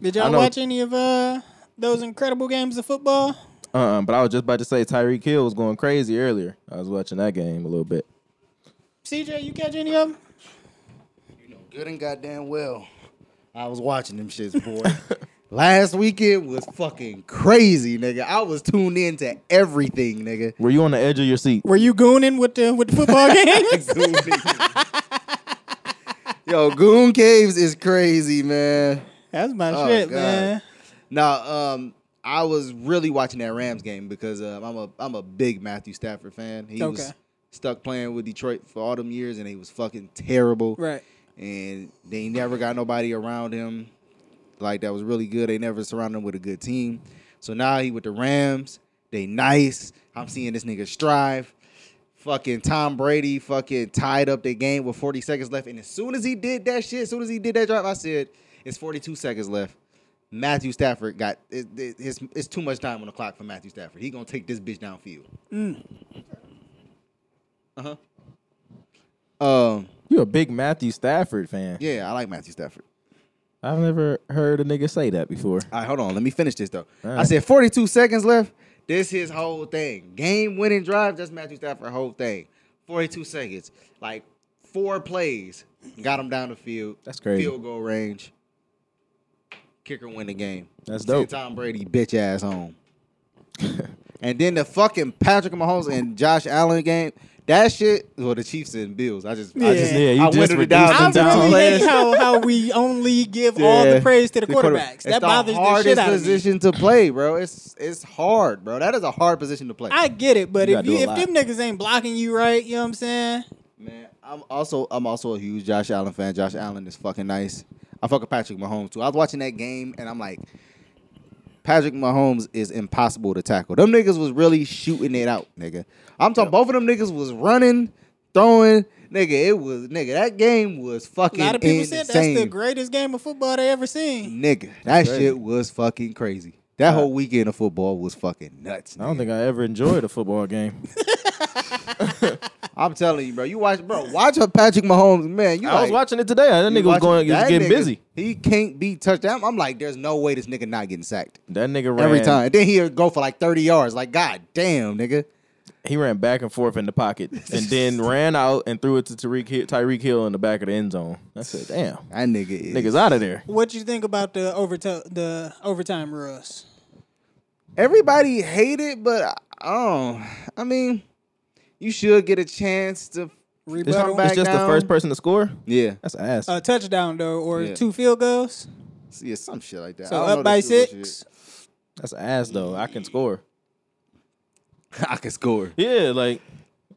Did
I
y'all
know-
watch any of uh those incredible games of football?
Uh-uh, but I was just about to say Tyreek Hill was going crazy earlier. I was watching that game a little bit.
CJ, you catch any of them?
you know good and goddamn well. I was watching them shits, boy. Last weekend was fucking crazy, nigga. I was tuned in to everything, nigga.
Were you on the edge of your seat?
Were you gooning with the with the football games?
Yo, Goon Caves is crazy, man.
That's my
Oh,
shit,
God.
man.
Now, um, I was really watching that Rams game because um, I'm a I'm a big Matthew Stafford fan. He was
Okay.
stuck playing with Detroit for all them years, and he was fucking terrible.
Right.
And they never got nobody around him like that was really good. They never surrounded him with a good team. So now he with the Rams. They nice. I'm seeing this nigga strive. Fucking Tom Brady fucking tied up the game with 40 seconds left. And as soon as he did that shit, as soon as he did that drive, I said, it's 42 seconds left. Matthew Stafford got it, it- it's, it's too much time on the clock for Matthew Stafford. He gonna take this bitch downfield. Uh huh. Um.
You're a big Matthew Stafford fan.
Yeah, I like Matthew Stafford.
I've never heard a nigga say that before.
All right, hold on. Let me finish this though.
All
I
right.
said 42 seconds left. This his whole thing. Game winning drive. That's Matthew Stafford whole thing. 42 seconds. Like four plays. Got him down the field.
That's crazy.
Field goal range. Kicker win the game.
That's dope.
Send Tom Brady bitch ass home. and then the fucking Patrick Mahomes and Josh Allen game. That shit. Well, the Chiefs and Bills. I just. I
Yeah.
just.
Yeah, you
I
just
wintered it
reduced
down.
I
them
to
down.
two
really hate
players.
how, how we only give all the
Yeah.
praise to the,
quarterback.
quarterbacks.
It's
That
the
bothers the
hardest
shit out of me.
position to play, bro. It's it's hard, bro. That is a hard position to play.
I get it, but
You
if
gotta
you
do
if
a
them niggas ain't blocking you right, you know what I'm saying?
Man, I'm also I'm also a huge Josh Allen fan. Josh Allen is fucking nice. I fuck with Patrick Mahomes too. I was watching that game and I'm like, Patrick Mahomes is impossible to tackle. Them niggas was really shooting it out, nigga. I'm talking both of them niggas was running, throwing, nigga. It was nigga. That game was
A
fucking
lot of people
insane,
said that's the greatest game of football they ever seen.
nigga. That
Crazy.
shit was fucking crazy. That whole weekend of football was fucking nuts.
I don't
nigga.
think I ever enjoyed a football game.
I'm telling you, bro. You watch, bro. Watch a Patrick Mahomes, man. You
I was
like-
watching it today. That
you
nigga was
watch-
going, he was
that
getting
nigga,
busy.
He can't be touched down. I'm like, there's no way this nigga not getting sacked
That nigga ran
every time. And then he'll go for like 30 yards. Like, god damn, nigga.
He ran back and forth in the pocket, and then ran out and threw it to Tyreek Hill, Tyreek Hill in the back of the end zone. I said, "Damn,
That nigga is.
niggas out of there."
What you think about the overtime the overtime rules?
Everybody hate it, but I- I don't. I mean, you should get a chance to.
It's,
Rebuttal,
back
it's just the
down. Uh,
first person to score.
Yeah,
That's ass.
a touchdown though, or
Yeah.
two field goals.
yeah, some shit like that.
So
I don't know
up by
the field goal
six.
That's ass though. I can score.
shit. I can score.
Yeah, like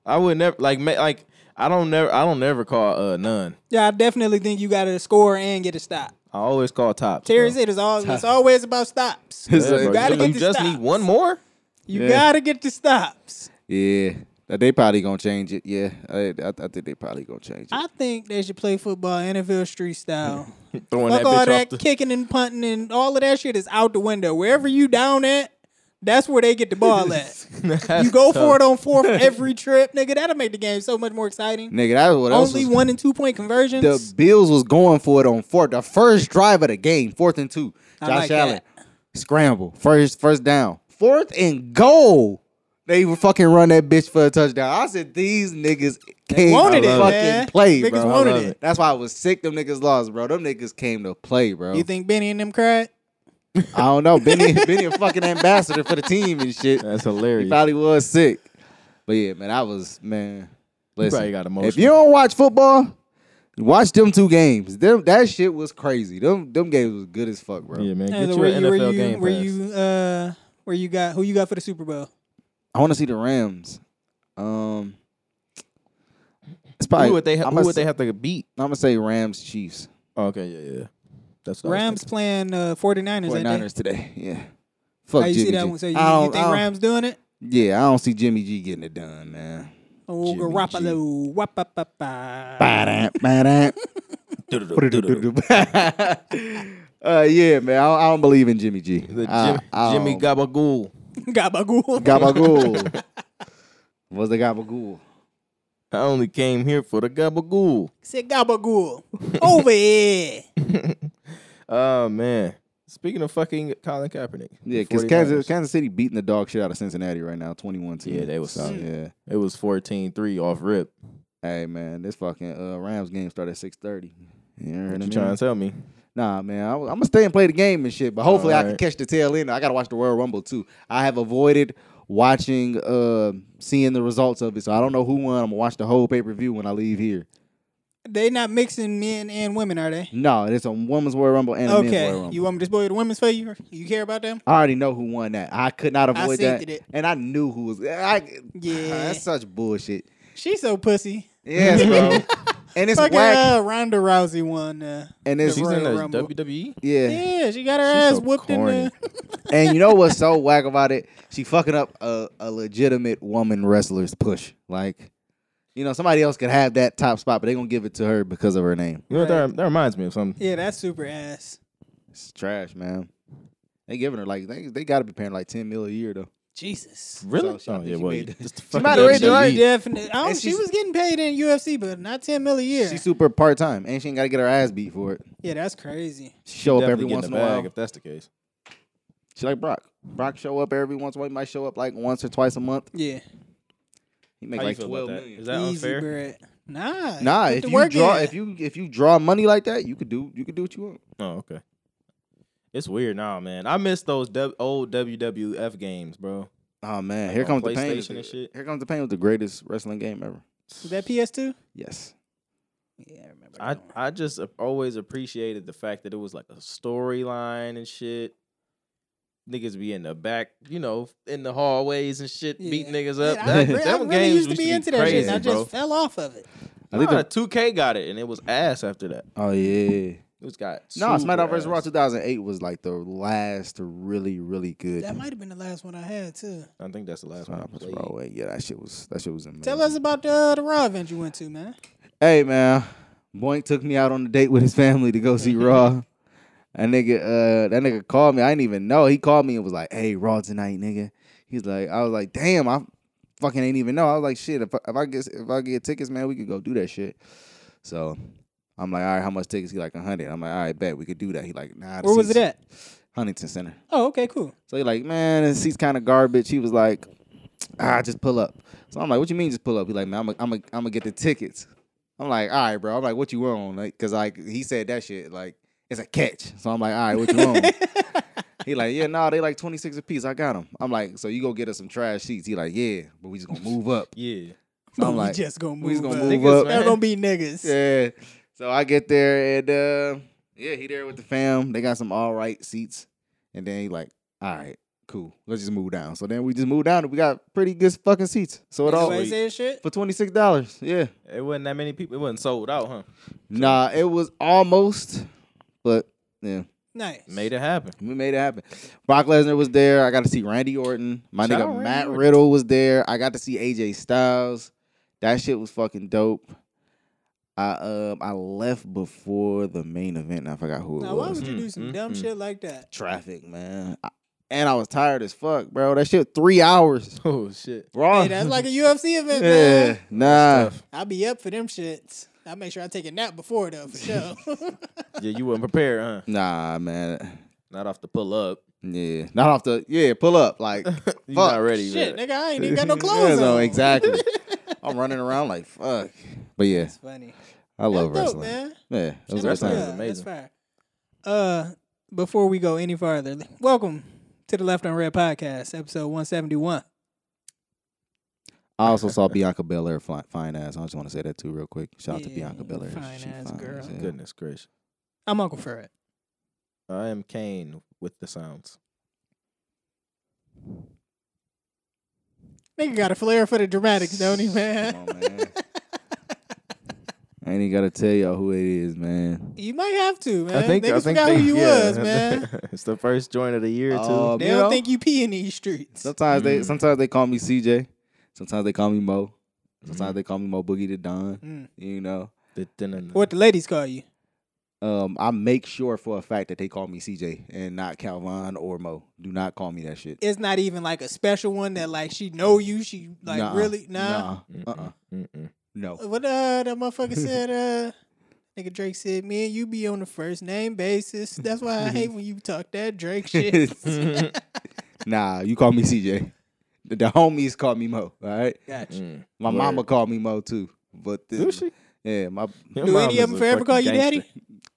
I would never like ma- like I don't never I don't never call uh none.
Yeah, I definitely think you got to score and get a stop.
I always call tops.
Terry
bro.
said it's all it's always about stops.
It's
Yeah,
like-
bro,
gotta
you
get
you
the
just
stops.
need one more.
You
Yeah.
gotta get the stops.
Yeah, Uh, They probably gonna change it. Yeah, I, I, I think they probably gonna change it.
I think they should play football NFL street style.
Throwing
Fuck
that
all
bitch off
that
the
kicking and punting and all of that shit is out the window. Wherever you down at, that's where they get the ball at.
That's
you go
tough.
for it on fourth every trip, nigga. That'll make the game so much more exciting.
Nigga, that was what else
Only
was-
one and two point conversions.
The Bills was going for it on fourth, the first drive of the game, fourth and two.
I
Josh
like
Allen
that.
scramble, first first down, fourth and goal. They were fucking run that bitch for a touchdown. I said these niggas came
wanted
to
it,
fucking
man.
play,
Niggas
bro.
wanted
I love
it.
That's why I was sick. Them niggas lost, bro. Them niggas came to play, bro.
you think Benny and them cried?
I don't know. Benny, Benny, a fucking ambassador for the team and shit.
That's
He
hilarious.
probably was sick. But yeah, man, I was man. Listen,
probably got emotional.
if you don't watch football, watch them two games. Them that shit was crazy. Them them games was good as fuck, bro.
yeah, man. Get
Taylor,
you an
Uh, where
NFL
you,
game
where
pass.
you, uh, where you got who you got for the Super Bowl?
I want to see the Rams. Um, it's probably
who would they? Ha-
I'm
who
gonna
would they
s-
have to beat?
I'm gonna say Rams Chiefs
Oh, okay, yeah, yeah. That's what I was
Rams playing uh, 49ers, 49ers.
49ers today. Yeah,
How
fuck
you
Jimmy
see that
G.
one? So you,
I
you
don't- I
think
don't-
Rams doing it?
Yeah, I don't see Jimmy G getting it done, man.
Oh,
Jimmy
Garoppolo. Wapapapa.
Ba-dam, ba-dam. uh, yeah, man. I don't, I don't believe in Jimmy G.
thinking. The
I-
Jim-
I
Jimmy
don't-
Gabagool.
Gabagool.
Gabagool. What's the Gabagool?
I only came here for the Gabagool.
Say Gabagool. Over here.
Oh man. Speaking of fucking Colin Kaepernick.
Yeah, because
49ers.
Kansas, Kansas City beating the dog shit out of Cincinnati right now, 21 10.
Yeah, they was
so,
solid.
Yeah.
it was 14-3 off rip.
Hey, man, this fucking uh, Rams game started at 6.30.
What
You heard what I
you
mean?
trying to tell me?
Nah, man, I, am gonna stay and play the game and shit, but hopefully I can
Alright.
catch the tail end. I gotta watch the Royal Rumble too. I have avoided watching, uh, seeing the results of it, so I don't know who won. I'm gonna watch the whole pay per view when I leave here.
They not mixing men and women, are they?
No, it's a women's Royal Rumble and a men's Royal
Okay.
Rumble.
You want me to spoil the women's for you? You care about them?
I already know who won that. I could not
I
avoid that,
seen it.
and I knew who was. I,
Yeah.
that's such bullshit.
She's so pussy.
Yes, bro. and it's
Fucking
whack.
uh, Ronda Rousey won. Uh,
And it's
She's in
Royal
the E?
Rumble.
WWE.
yeah.
yeah, she got her
She's
ass
so
whooped in
corny.
the.
and you know what's so whack about it? She fucking up a, a legitimate woman wrestler's push. Like, you know, somebody else could have that top spot, but they gonna give it to her because of her name.
You know what that, that reminds me of something.
Yeah, that's super ass.
It's trash, man. They giving her like they they gotta be paying like ten mil a year though.
Jesus.
Really?
So, I
oh
think
yeah,
she
well,
made
you-
it.
just the
might
fucking
have raised her
WWE.
right
Definitely. I don't,
And
she
she's-
was getting paid in UFC, but not ten mil a year.
She's super part time and she ain't gotta get her ass beat for it.
yeah, that's crazy.
She show up every
Definitely
once
getting
in
the
a while.
bag if that's the case.
She like Brock. Brock show up every once in a while. He might show up like once or twice a month.
Yeah.
He make
How
like
you feel
twelve
about that?
million.
Is that
Easy,
unfair?
Brett. Nah.
Nah,
put
if
the
you
work
draw
in.
if you if you draw money like that, you could do you could do what you want.
Oh, okay. It's weird now, man. I miss those w- old WWF games, bro.
Oh man,
Like
here
on
comes the pain.
PlayStation and shit.
Here comes the pain with the greatest wrestling game ever.
Was that PS2?
Yes.
Yeah, I remember.
I I just a- always appreciated the fact that it was like a storyline and shit. Niggas be in the back, you know, in the hallways and shit, beat
Yeah.
niggas up.
Yeah, I,
that
re- I
them
really
games
used to
used
be into that
crazy,
shit. and I
bro.
just fell off of it.
I think
Nah,
the-
2K got it, and it was ass after that.
Oh yeah.
It was got
No, SmackDown vs. Raw
ass.
2008 was like the last really really good.
That might have been the last one I had too.
I think that's the last one. I
SmackDown vs.
played.
Raw. Yeah, that shit was that shit was amazing.
Tell us about the uh, the Raw event you went to, man.
Hey man, Boink took me out on a date with his family to go see Raw. That nigga, uh, that nigga called me. I didn't even know. He called me and was like, "Hey, Raw tonight, nigga." He's like, I was like, "Damn, I fucking ain't even know." I was like, "Shit, if I, if I get if I get tickets, man, we could go do that shit." So I'm like, "All right, how much tickets?" He like, "A hundred. I'm like, "All right, bet we could do that." He like, "Nah." the
Where was it
seats-
at?
Huntington Center.
Oh, okay, cool.
So he like, man, this seat's kind of garbage. He was like, ah, just pull up. So I'm like, what you mean just pull up? He like, man, I'm gonna I'm I'm get the tickets. I'm like, all right, bro. I'm like, what you on? Like, cause like he said that shit like it's a catch. So I'm like, all right, what you on? he like, yeah, nah, they like 26 a piece. I got them. I'm like, so you go get us some trash seats? He like, yeah, but we just gonna move up.
Yeah.
So I'm
We
like,
just gonna move.
we just gonna
up.
move
Niggas,
up.
There gonna be niggas.
Yeah. So I get there and uh yeah, he there with the fam. They got some all right seats. And then he like, all right, cool. Let's just move down. So then we just moved down and we got pretty good fucking seats. So it all
Nobody saying shit.
for twenty six dollars. Yeah.
It wasn't that many people. It wasn't sold out, huh?
Nah, it was almost, but yeah.
Nice.
Made it happen.
We made it happen. Brock Lesnar was there. I got to see Randy Orton. My
Shout out
nigga
Randy
Matt
Orton.
Riddle was there. I got to see AJ Styles. That shit was fucking dope. I um I left before the main event. and I forgot who it
Now, why
was.
would you do
Mm,
some
mm,
dumb
mm.
shit like that?
Traffic, man. I- and I was tired as fuck, bro. That shit three hours.
Oh shit.
Raw.
Hey, that's like a UFC event,
yeah,
man.
nah.
I'll be up for them shits. I make sure I take a nap before though, for sure.
Yeah, you wasn't prepared, huh?
Nah, man.
Not off the pull up.
Yeah. Not off the yeah, pull up. Like
you not
Fuck.
ready.
Shit,
yet.
nigga, I ain't even got no
Yeah,
clothes
no,
on.
exactly. I'm running around like fuck. But yeah,
That's funny.
I love
That's dope,
wrestling.
man.
Yeah, that was
Shout out
our
to
wrestling
time.
is
y'all.
amazing.
That's fire. Uh, before we go any farther, welcome to the Left on Red podcast, episode one seventy one.
I also saw Bianca Belair fly, fine ass. I just want to say that too, real quick. Shout out to
Yeah,
Bianca Belair.
fine
She
ass girl.
yeah.
Goodness gracious.
I'm Uncle Fred.
I am Kane with the sounds.
Nigga got a flair for the dramatics, don't he, man?
Come on, man. I ain't even gotta tell y'all who it is, man.
You might have to, man.
I think
Niggas
I think
forgot
they,
who you
yeah.
was, man. Uh,
it's the first joint of the year too.
Um,
They
you
don't
know,
think you pee in these streets.
sometimes they
Mm.
sometimes they call me CJ. Sometimes they call me Mo. Sometimes
Mhm.
they call me Mo Boogie the Don.
Mm.
You know.
The- dun- dun- dun.
What the ladies call you?
Um, I make sure for a fact that they call me CJ and not Calvin or Mo. Do not call me that shit.
It's not even like a special one that like she know you. She like
Nuh-uh.
really nah.
Nuh-uh.
Mm-mm,
Uh-uh.
mm-mm.
No.
What uh that motherfucker said uh. Nigga Drake said, "Me and you be on the first name basis. That's why I hate when you talk that Drake shit."
nah, you call me CJ. The, the homies call me Mo. All right.
Gotcha.
Mm.
My
Word.
mama called me Mo too. But the,
Do she?
Yeah, my
Your
Do
mom
any
is
of them
a
forever
fucking
call you
gangster.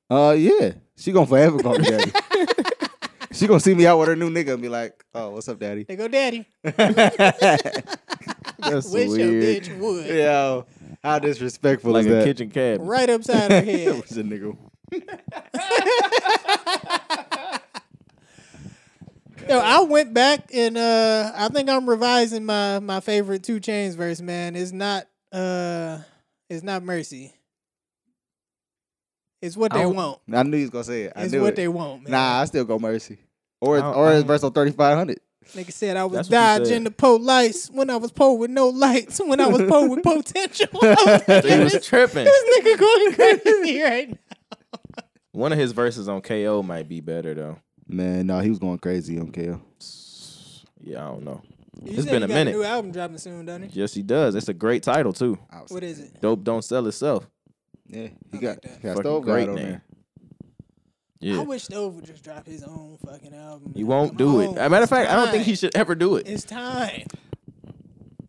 daddy?
uh yeah. She gonna forever call me daddy. she gonna see me out with her new nigga and be like, Oh, what's up, daddy?
They go, daddy.
That's
Wish
weird.
your bitch would.
Yo, how disrespectful
Like
is
a
that?
kitchen cat.
Right upside her head.
What's a nigga?
Yo, I went back and uh I think I'm revising my my favorite two chains verse, man. It's not uh it's not mercy. It's what
I
they
don't-
want.
I knew he was gonna say it. I
It's
knew
what
it.
they want, man.
Nah, I still go mercy. Or
I don't-
or
I
it's
don't-
verse on thirty five hundred.
Nigga said I was
That's what you
dodging
said.
the police when I was poor with no lights, when I was poor with potential. I was
He
thinking,
was
this,
tripping.
this nigga going crazy right now.
One of his verses on KO might be better though.
Man, no, he was going crazy on KO.
Yeah, I don't know.
You
It's
said
been
you
a
got
minute.
new album dropping soon, don't it?
Yes, he does. It's a great title too.
What is it?
Dope don't sell itself.
Yeah, he
I
got,
like
got
that.
Fucking
stove
great
great on
name.
there.
Yeah.
I wish Stove would just drop his own fucking album.
He
man.
won't
Come
do it.
on.
As a matter of
It's
fact, I don't think
time.
he should ever do it.
It's time.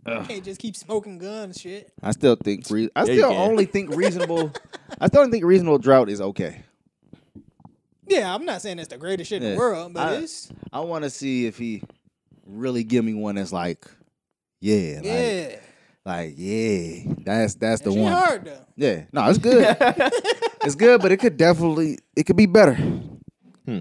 Can't just keep smoking guns, shit.
I still think re- I
Yeah, you
still
can.
only think reasonable. I still only think reasonable drought is okay.
Yeah, I'm not saying it's the greatest shit in
Yeah.
the world, but
I-
it's
I want to see if he really give me one that's like, yeah, like,
yeah.
like yeah, that's that's
The
the one.
hard though.
Yeah, no, it's good. it's good, but it could definitely it could be better.
Hmm.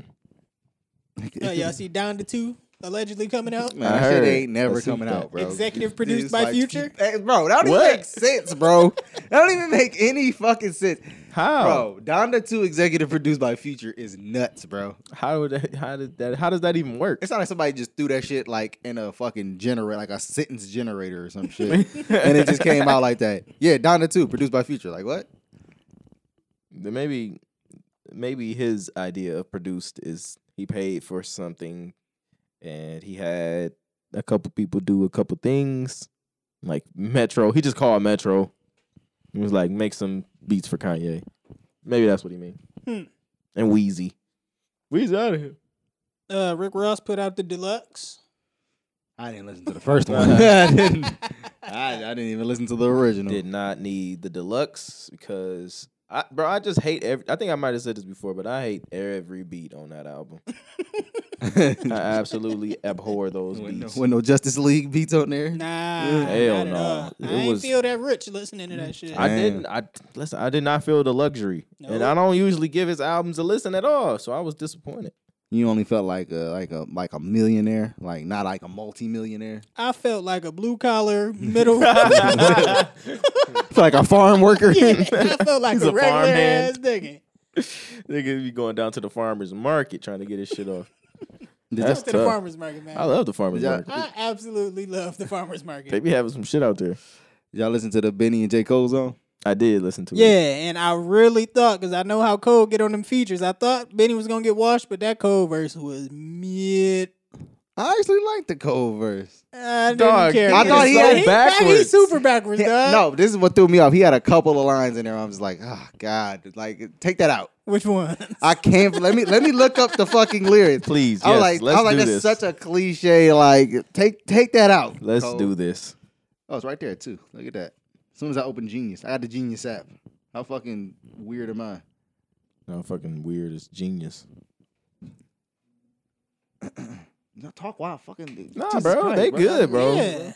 No, Oh, y'all see Down to Two allegedly coming out.
Man,
I
that shit
heard.
ain't never
Let's see
coming
that.
out, bro.
Executive
It's
produced
just
by Future?
Hey, bro, that don't
What?
even make sense, bro. that don't even make any fucking sense,
How?
Oh.
bro. Donda Two executive produced by Future is nuts, bro.
How would that, how did that how does that even work?
It's not like somebody just threw that shit like in a fucking generator, like a sentence generator or some shit, and it just came out like that. Yeah, Donda Two produced by Future. Like what?
maybe maybe his idea of produced is he paid for something and he had a couple people do a couple things like metro he just called metro he was like make some beats for kanye maybe that's what he mean
Hmm.
and wheezy wheezy out of here
Uh, Rick Ross put out the deluxe.
I didn't listen to the first one. I didn't. I, I didn't even listen to the original.
did not need the deluxe because I, bro, I just hate every. I think I might have said this before, but I hate every beat on that album. I absolutely abhor those
With no,
beats.
with no Justice League beats on there.
Nah,
Hell
not at
no.
all.
It
I ain't
was-
feel that rich listening to that shit.
I
Damn.
didn't. I listen. I did not feel the luxury, and I
Nope.
don't usually give his albums a listen at all. So I was disappointed.
You only felt like a like a like a millionaire, like not like a multi-millionaire.
I felt like a blue collar middle.
I
like a farm worker.
I felt like
He's
a,
a
regular
farmhand.
ass nigga.
Nigga be going down to the farmer's market trying to get his shit off.
That's
to the
tough.
farmers market, man.
I
I,
love the farmer's
Yeah.
market.
absolutely love the farmers
They
market.
be having some shit out there.
Y'all listen to the Benny and J. Cole song?
I did listen to
Yeah,
it.
and I really thought because I know how Cole get on them features. I thought Benny was gonna get washed, but that Cole verse was mid.
I actually like the Cole verse.
I didn't
Dog,
care.
I thought he had-
He's
backwards.
super backwards,
He-
dog.
no, this is what threw me off. He had a couple of lines in there. I was like, oh God, like take that out.
Which one?
I can't. let me let me look up the fucking lyrics.
Please,
I
yes,
was like,
let's
I was like,
do this.
that's such a cliche. Like, take take that out.
let's
Cole.
do this.
Oh, it's right there too. Look at that. As soon as I open Genius, I got the Genius app. How fucking weird am I?
No, fucking weird. It's genius.
No, talk wild, fucking.
Nah,
Jesus
bro,
Christ,
they good, bro.
yeah.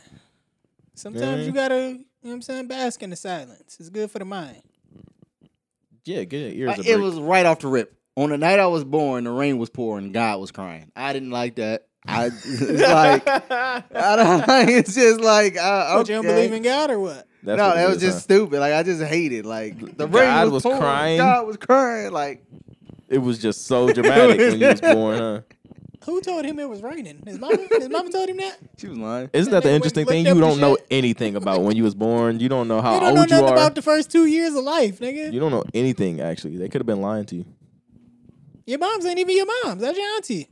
Sometimes
Yeah.
you gotta, you know what I'm saying, bask in the silence. It's good for the mind.
Yeah, get your
I-
ears a
it
break.
was right off the rip. On the night I was born, the rain was pouring, God was crying. I didn't like that. I it's like I don't. It's just like uh,
But
okay.
you don't believe in God or what?
That's
no,
what it
that was
is,
just
huh?
stupid. Like I just hated. Like the
God
rain
was
was, pouring,
crying.
God was crying. Like
It was just so dramatic when you was born, huh?
Who told him it was raining? His mama, his mama told him that.
she was lying.
Isn't that the
When-
interesting
when
thing?
they
You
put
don't know
shit-
anything about when you was born. You don't know how
You don't know
old
nothing
you are.
about the first two years of life, nigga.
you don't know anything actually. They could have been lying to you.
Your moms ain't even your moms. That's your auntie.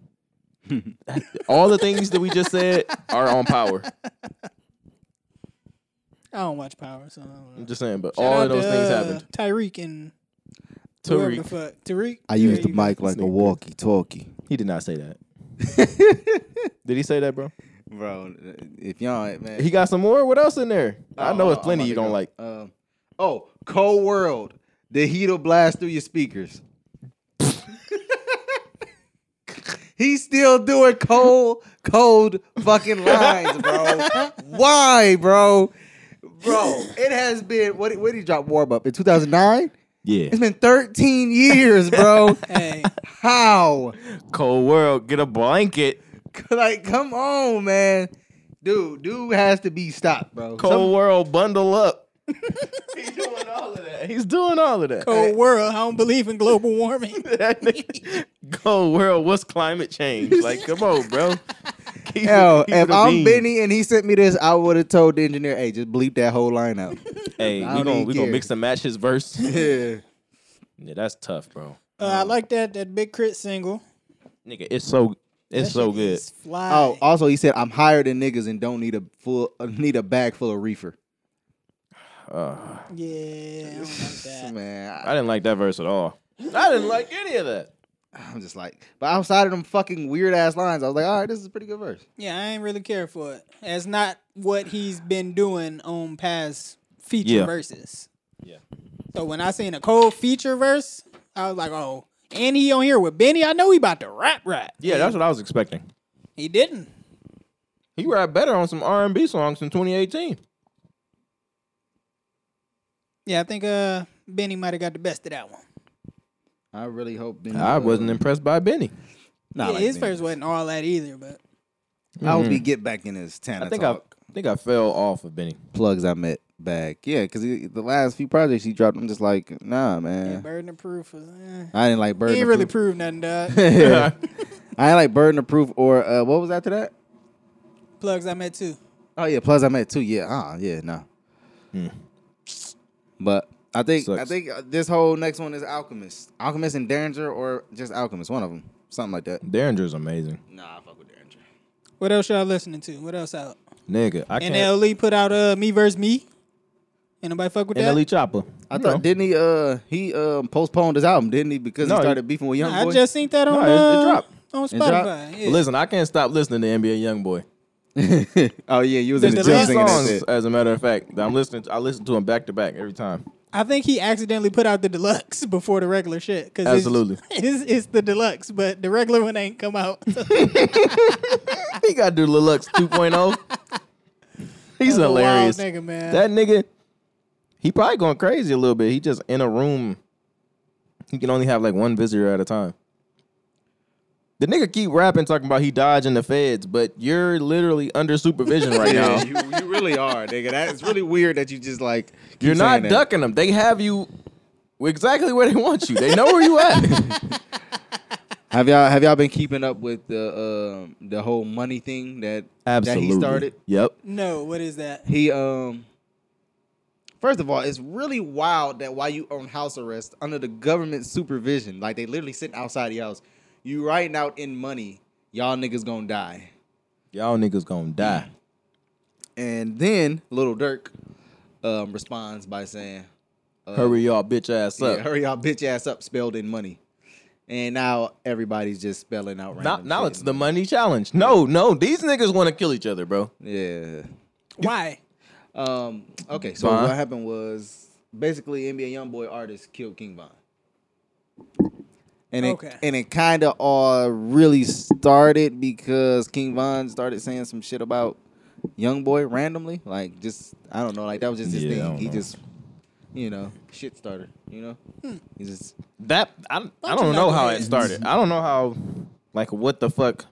All the things that we just said are on power.
I don't watch Power, so I don't know.
I'm just saying, but
Shout
all of
out
those
to,
things
uh,
happened.
Tyreek and uh, whoever the
Tariq,
fuck. Tariq.
I used
Yeah,
the
you-
mic like a
sneakers.
walkie-talkie.
he did not say that. Did he say that, bro?
Bro, if y'all man,
He got some more. What else in there? I know it's
Oh,
plenty
I'm
you
about
don't
to
like.
go. Um, oh, cold world. The heat'll blast through your speakers. He's still doing cold, cold fucking lines, bro. Why, bro? Bro, it has been what? Where did he drop warm up in 2009?
Yeah,
It's been 13 years, bro.
Hey,
How?
cold world. Get a blanket.
Like, come on, man. Dude, dude has to be stopped, bro.
Cold world. Bundle up. He's doing all of that. He's doing all of that.
cold world. I don't believe in global warming. Uh,
that nigga, go world. What's climate change? Like, come on, bro. Keep it-
Hell,
keep
if
it a
I'm
bean.
Benny and he sent me this, I would have told the engineer, "Hey, just bleep that whole line out."
hey,
I
we
don't
gonna
even
we gonna
care.
mix and match his verse. yeah,
yeah,
that's tough, bro.
Uh, I like that that Big Crit single.
Nigga, it's so it's
That
so
shit
good.
is Fly.
Oh, also he said, "I'm higher than niggas and don't need a full uh, need a bag full of reefer."
Uh,
yeah. I don't like that.
Man,
I didn't like that verse at all. I didn't like any of that.
I, I'm just like, but outside of them fucking weird ass lines, I was like, "All right, this is a pretty good verse."
Yeah, I ain't really care for it. That's not what he's been doing on past feature
Yeah.
verses.
Yeah.
So when I seen a cold feature verse, I was like, oh, and he on here with Benny. I know he about to rap rap.
Yeah, that's what I was expecting.
He didn't.
He rap better on some R and B songs in 2018.
Yeah, I think uh Benny might have got the best of that one.
I really hope. Benny,
I
uh,
wasn't impressed by Benny.
Nah,
yeah,
like
his
Benny.
verse wasn't all that either, but
I hope he get back in his ten.
Mm-hmm. I think I, I think I fell off of Benny.
plugs I met back. Yeah, because the last few projects he dropped, I'm just like, nah, man.
yeah, burden of proof was eh.
I didn't like Bird.
He
in
ain't
the
really
Proof.
proved nothing, dog.
I ain't like burden of proof or uh, what was after that?
Plugs I met too.
Oh yeah, plus I met two. Yeah, uh, yeah, no. But I think I
Hmm. Sucks.
think uh, this whole next one is Alchemist, Alchemist and Derringer, or just Alchemist, one of them, something like that.
Derringer's amazing,
Nah, I fuck with Derringer.
What else y'all listening to? What else out?
nigga. I
And
can't.
NLE put out uh Me vs. Me. Ain't nobody fuck with that?
NLE E Chopper.
I
You
thought
know.
didn't he uh he um postponed his album didn't he because
No,
he
he-
started beefing with Young
I
Boy.
just seen that on
it- it
uh,
dropped.
on
dropped?
Spotify. Yeah.
Listen, I can't stop listening to NBA Youngboy.
oh yeah, you was in
The
the gym
last
singing that
Songs,
shit.
as a matter of fact, that I'm listening. To, I listen to them back to back every time.
I think he accidentally put out the deluxe before the regular shit. Cause it's-
Absolutely.
it's, it's the deluxe, but the regular one ain't come out.
He got to do Lilux 2.0. oh. He's
That's a wild
hilarious.
nigga, man.
That nigga, he probably going crazy a little bit. He just in a room. He can only have like one visitor at a time. The nigga keep rapping, talking about he dodging the feds, but you're literally under supervision right now.
Yeah, you, you really are, nigga. That it's really weird that you just like keep
You're not
saying that.
ducking them. They have you exactly where they want you. They know where you at.
Have y'all have y'all been keeping up with the um the whole money thing that that he started?
Yep.
No, what is that?
He um First of all, it's really wild that while you on house arrest under the government supervision, like they literally sitting outside the house, you writing out in money, y'all niggas gonna die.
Y'all niggas
Mm.
gonna die.
And then Little Dirk um, responds by saying,
Hurry y'all bitch ass
Uh, yeah,
up.
"Hurry y'all bitch ass up," spelled in money. And now everybody's just spelling out
Now,
random.
now
shit
it's
in
the money challenge. No, no, these niggas want to kill each other, bro.
Yeah.
Why?
Um. Okay. So
Von.
what happened was basically NBA YoungBoy artist killed King Von. And it
Okay.
and it kind of all really started because King Von started saying some shit about YoungBoy randomly, like just I don't know, like that was just his
Yeah, I
thing.
don't
He
know.
just, you know, shit starter. You know,
Hmm.
he just
That I, I
of
don't know how it
knuckleheads.
started. I don't know how, like, what the fuck?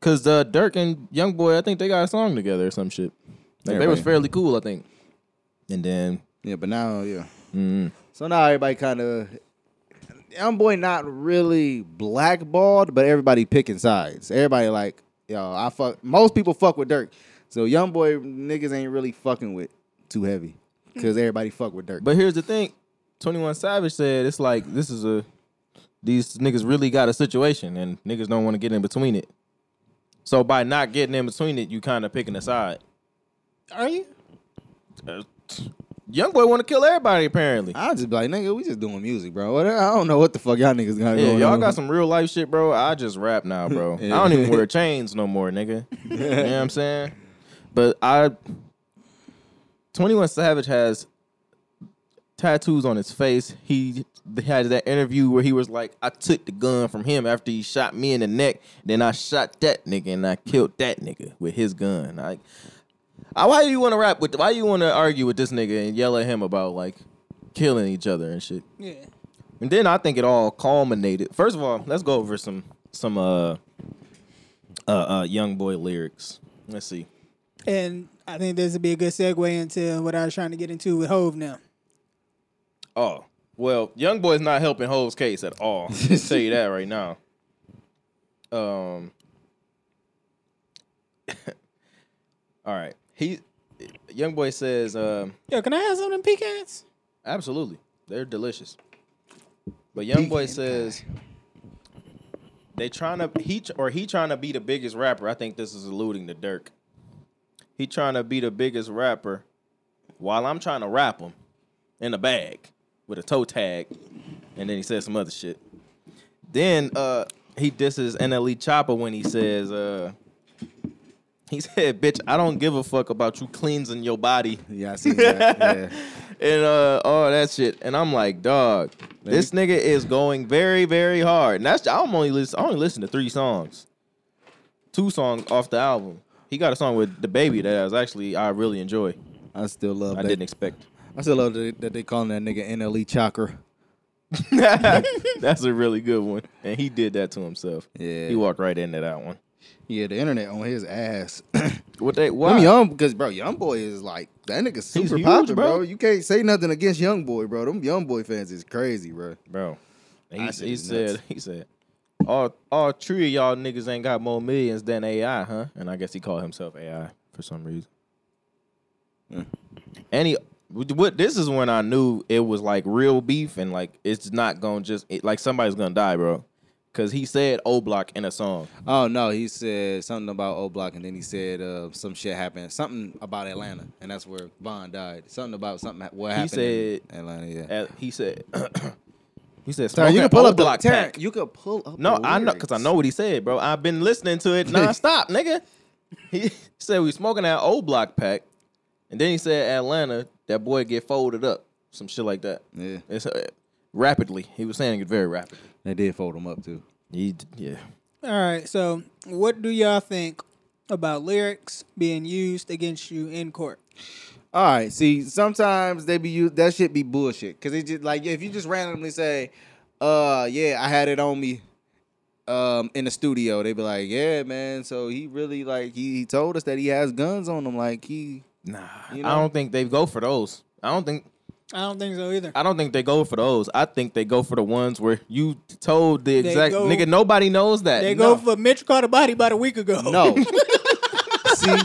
Cause uh, Dirk and Young Boy, I think they got a song together or some shit. Like, they was
Everybody.
fairly cool, I think. And then
yeah. But now yeah.
mm,
So now everybody kind of young boy not really blackballed, but everybody picking sides. Everybody like, yo, I fuck. Most people fuck with Dirk, so young boy niggas ain't really fucking with too heavy because everybody fuck with Dirk.
But here's the thing: Twenty One Savage said it's like this is a these niggas really got a situation, and niggas don't want to get in between it. So by not getting in between it, you kind of picking a side. Uh,
Are you?
Young boy want to kill everybody apparently.
I just be like, nigga, we just doing music, bro. What- I don't know what the fuck y'all niggas got
Yeah,
going
y'all
on.
got some real life shit, bro. I just rap now, bro. I don't even wear chains no more, nigga. you know what I'm saying? But I 21 Savage has tattoos on his face. He had that interview where he was like, I took the gun from him after he shot me in the neck. Then I shot that nigga and I killed that nigga with his gun. Like, I- why do you want to rap with, why do you want to argue with this nigga and yell at him about like killing each other and shit?
Yeah.
And then I think it all culminated. First of all, let's go over some some uh uh, uh young boy lyrics. Let's see.
And I think this would be a good segue into what I was trying to get into with Hove now.
Oh well, young boy's not helping Ho's case at all. I can tell you that right now. Um. all right, he young boy says um,
Yo, can I have some of them pecans?
absolutely they're delicious, but young boy says. They trying to he or he trying to be the biggest rapper. I think this is alluding to Dirk. He trying to be the biggest rapper, while I'm trying to rap him in a bag with a toe tag, and then he says some other shit. Then uh, he disses NLE Chopper when he says, uh, he said, "Bitch, I don't give a fuck about you cleansing your body."
Yeah, I seen that. yeah.
and uh, all that shit. And I'm like, dog, this nigga is going very, very hard. And that's I'm only listen, I only listen to three songs, two songs off the album. He got a song with the baby that I was actually I really enjoy.
I still love
I
that.
didn't expect.
I still love that that they calling that nigga NLE Chakra.
that's a really good one, and he did that to himself.
Yeah.
he walked right into that one.
Yeah, the internet on his ass.
What they?
I'm
Why?
young because bro, young boy is like that nigga super
huge,
popular, bro.
bro.
You can't say nothing against young boy, bro. Them young boy fans is crazy, bro.
bro. He,
I said
he
it's nuts.
said, he said, all all three of y'all niggas ain't got more millions than AI, huh? And I guess he called himself AI for some reason.
Hmm.
And he, what this is when I knew it was like real beef and like it's not gonna just it, like somebody's gonna die, bro. Cause he said O Block in a song.
Oh no, he said something about O Block, and then he said uh, some shit happened, something about Atlanta, and that's where Von died. Something about something ha- what
He
happened. in
said-
Atlanta, yeah.
And he said, he said,
Taryn, you
"Smoke
can
an
pull up
O-Block
the
pack."
Taryn, You could pull up.
No,
the
I know because I
lyrics.
know what he said, bro. I've been listening to it nonstop, nigga. He said we smoking that old block pack, and then he said Atlanta, that boy get folded up, some shit like that.
Yeah,
It's uh, rapidly. He was saying it very rapidly.
they did fold him up too.
He, d- yeah.
All right. So, what do y'all think about lyrics being used against you in court?
All right. See, sometimes they be use that shit be bullshit because it just like if you just randomly say, "Uh, yeah, I had it on me," um, in the studio, they be like, "Yeah, man." So he really like he, he told us that he has guns on him. Like he,
Nah,
You know?
I don't think they go for those. I don't think.
I don't think so either.
I don't think they go for those. I think they go for the ones where you told the
They
exact
go-
nigga. Nobody knows that.
They
No.
go for Mitch caught a body about a week ago.
No. See,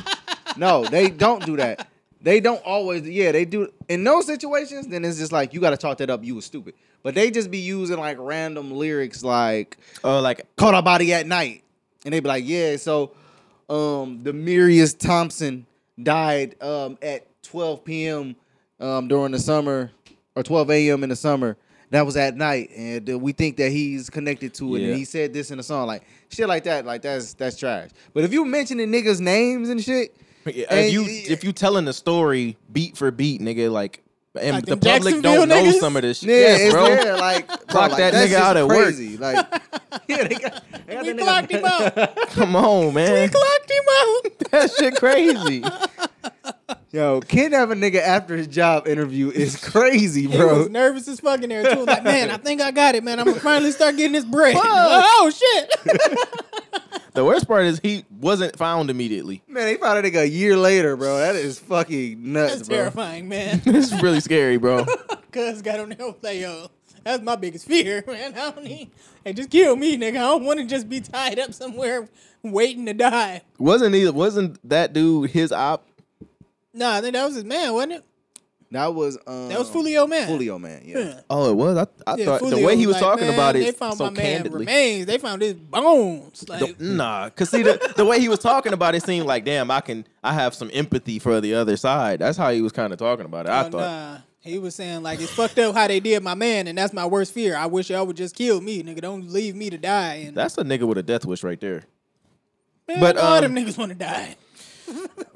no, they don't do that. They don't always. Yeah, they do. In those situations, then it's just like you got to talk that up. You was stupid. But they just be using like random lyrics, like
Oh, like
"caught a body at night," and they be like, "Yeah, so um, Demarius Thompson died um at 12 p.m. um during the summer or 12 a.m. in the summer." That was at night, and uh, we think that he's connected to it.
Yeah.
And he said this in the song, like shit, like that, like that's that's trash. But if you mentioning niggas' names and shit,
if
And-
you if you telling the story beat for beat, nigga, like and
Like
the
them
public
Jacksonville
don't know
niggas?
some of this shit,
Yeah,
yes,
it's
bro.
there. Like, bro,
Clock
like,
that
that's
nigga
just
out at work.
crazy. Like, yeah, they got, they got
We
that nigga-
clocked him out.
Come on, man.
Clocked him out.
that shit crazy.
Yo, kidnap a nigga after his job interview is crazy,
He
bro.
was nervous as fuck in there too. Like, man, I think I got it, man. I'm gonna finally start getting this bread. oh shit.
The worst part is he wasn't found immediately.
Man, they found a nigga a year later, bro. That is fucking nuts,
That's
bro.
terrifying, man.
This is really scary, bro.
Cuz got on there was like, yo, that's my biggest fear, man. I don't need hey, just kill me, nigga. I don't wanna just be tied up somewhere waiting to die.
Wasn't he? Wasn't that dude his op?
Nah, I think that was his man, wasn't it?
That was um,
That was Fulio Man.
Fulio man, yeah.
Yeah.
Oh, it was. I, Oh. I
Yeah,
thought the
Fulio
way he was
like,
talking
man,
about it
They found
so
my man
candidly.
remains. They found his bones.
The-
Like
nah, cause see the, the way he was talking about it seemed like, damn, I can, I have some empathy for the other side. That's how he was kind of talking about it. I
Oh,
thought,
Nah. He was saying like it's fucked up how they did my man, and that's my worst fear. I wish y'all would just kill me, nigga. Don't leave me to die. And
That's a nigga with a death wish right there.
man,
but,
all
um,
them niggas want to die.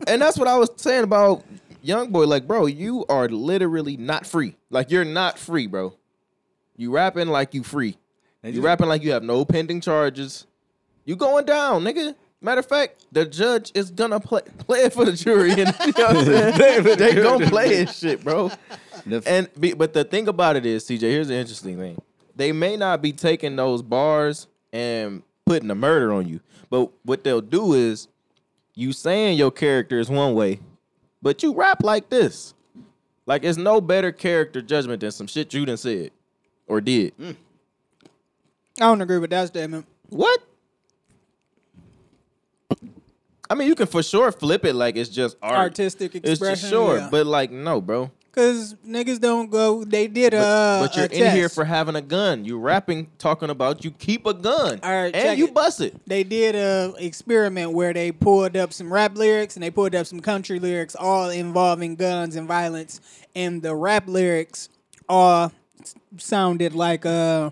And that's what I was saying about Young Boy. Like, bro, you are literally not free. Like, you're not free, bro. You rapping like you free. You
just-
rapping like you have no pending charges. You going down, nigga. Matter of fact, the judge is gonna play play it for the jury, and you know what I'm saying? they gonna play his shit, bro.
The f-
And be, but the thing about it is, CJ, here's the interesting thing. They may not be taking those bars and putting a murder on you, but what they'll do is you saying your character is one way, but you rap like this. Like it's no better character judgment than some shit you done said or did.
Mm. I don't agree with that statement.
What? I mean, you can for sure flip it like it's just art.
Artistic
It's just
expression,
sure,
yeah.
but like no, bro.
Cause niggas don't go. They did
But,
uh, a.
but you're in
test.
here for having a gun. You rapping, talking about you keep a gun,
All right, check
and you
it.
bust it.
They did a experiment where they pulled up some rap lyrics and they pulled up some country lyrics, all involving guns and violence. And the rap lyrics all s- sounded like uh,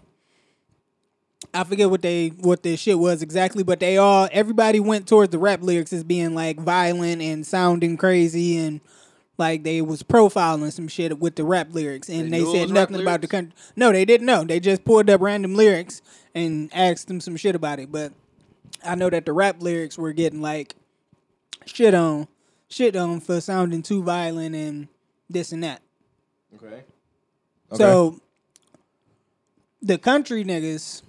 I forget what they what their shit was exactly, but they all everybody went towards the rap lyrics as being like violent and sounding crazy and like they was profiling some shit with the rap lyrics and
They
they,
knew it
said
was rap
nothing about the
lyrics?
country. No, they didn't know. They just pulled up random lyrics and asked them some shit about it. But I know that the rap lyrics were getting like shit on, shit on for sounding too violent and this and that.
Okay.
So the country niggas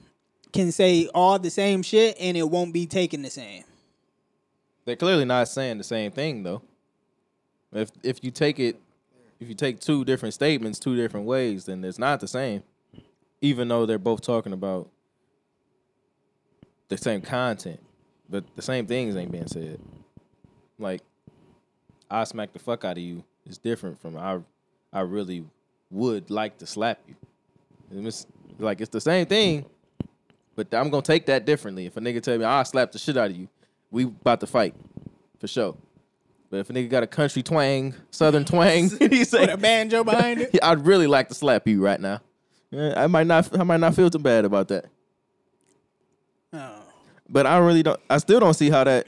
can say all the same shit and it won't be taken the same.
They're clearly not saying the same thing though. If if you take it, if you take two different statements two different ways, then it's not the same. Even though they're both talking about the same content, but the same things ain't being said. Like, I smack the fuck out of you is different from I. I really would like to slap you. And it's like it's the same thing, but I'm gonna take that differently. If a nigga tell me I slap the shit out of you, we about to fight for sure. But if a nigga got a country twang, southern twang, and he
Put
say,
a banjo behind it.
"I'd really like to slap you right now," Yeah, I might not. I might not feel too bad about that.
Oh.
But I really don't. I still don't see how that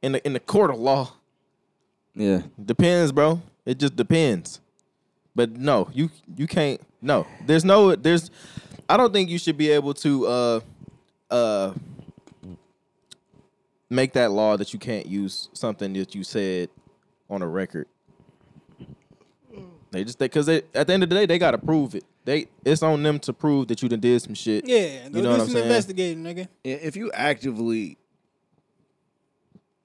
in the in the court of law
yeah.
depends, bro. It just depends. But no, you you can't. No, there's no there's. I don't think you should be able to uh uh make that law that you can't use something that you said on a record. They just because they at the end of the day they gotta prove it. They it's on them to prove that you done did some shit.
Yeah, go
you know
do
what I'm
some
saying.
investigating, nigga.
I- If you actively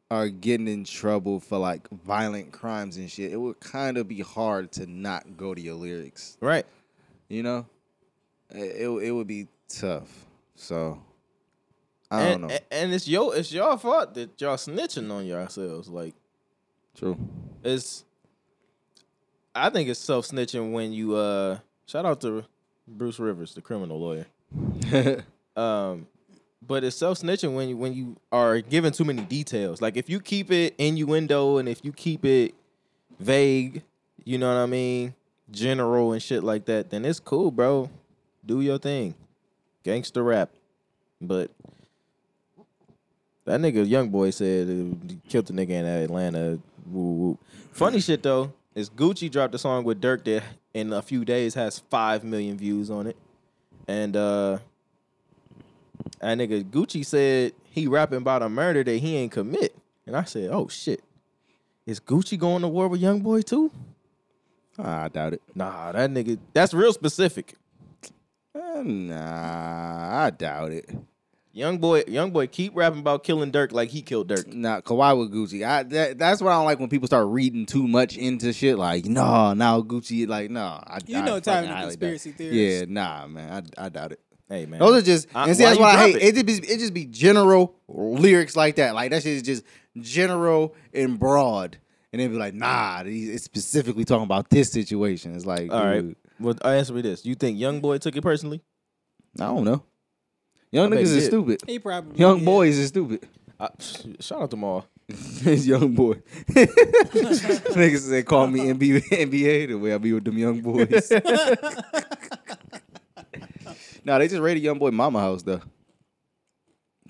are getting in trouble for like violent crimes and shit, it would kind of be hard to not go to your lyrics.
Right.
You know, it it, it would be tough. So I don't
and,
know.
and- And it's yo, it's y'all fault that y'all snitching on yourselves. Like
True.
it's, I think it's self snitching when you uh shout out to Bruce Rivers, the criminal lawyer. Um, but it's self snitching when you when you are given too many details. Like if you keep it innuendo and if you keep it vague, you know what I mean, general and shit like that, then it's cool, bro. Do your thing, gangster rap. But that nigga, young boy, said uh, killed the nigga in Atlanta. Woo, woo. Funny shit though is Gucci dropped a song with Dirk that in a few days has five million views on it, and uh, that nigga Gucci said he rapping about a murder that he ain't commit, and I said, oh shit, is Gucci going to war with Young Boy too?
Ah, I doubt it.
Nah, that nigga, that's real specific.
Eh, Nah, I doubt it.
Young boy, young boy, keep rapping about killing Dirk like he killed Dirk.
Nah, Kawhi with Gucci. I that, that's what I don't like when people start reading too much into shit. Like, nah, now Gucci. Like, nah. I,
You
I
know,
fucking
Tyron, the
highly doubt-
conspiracy theorist.
Yeah, nah, man. I, I doubt it.
Hey man,
Those are just
Uh,
and see
why
that's
you
why I
drop
hate it. It just, be, it just be general lyrics like that. Like that shit is just general and broad. And then be like, nah, these- it's specifically talking about this situation. It's like,
All right.
dude,
Well, I answer me this: You think Young Boy took it personally?
I don't know. Young
I bet
niggas
he
is
did.
stupid.
He probably
Young
did.
boys is stupid.
I, psh, shout out to Maul.
It's young boy. niggas they call me NBA, NBA the way I be with them young boys. nah, they just raided young boy mama house though.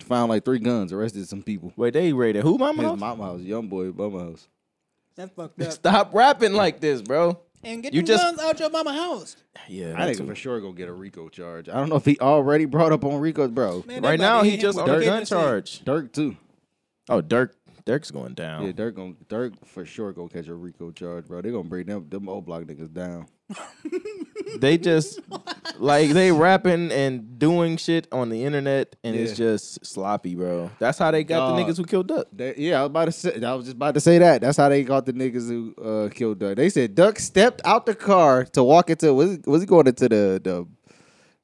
Found like three guns, arrested some people.
Wait, they rated who? Mama.
His
House?
mama house, young boy, mama house.
That fucked up.
Stop rapping like this, bro.
And get
You
them
just-
guns out your mama house.
Yeah,
I think for sure gonna get a Rico charge. I don't know if he already brought up on Rico's bro.
Man, they
right
about
now
to
he
hit him
just
with
on a
the
gun
business end.
charge.
Dirk too.
Oh, Dirk, Dirk's going down.
Yeah, Dirk gonna Dirk for sure gonna catch a Rico charge, bro. They gonna bring them them old block niggas down.
They just like they rapping and doing shit on the internet, and it's
Yeah.
just sloppy, bro. That's how they got the
Dog.
niggas who killed Duck.
They, yeah, I was about to say. I was just about to say that. That's how they got the niggas who uh, killed Duck. They said Duck stepped out the car to walk into. Was was he going into the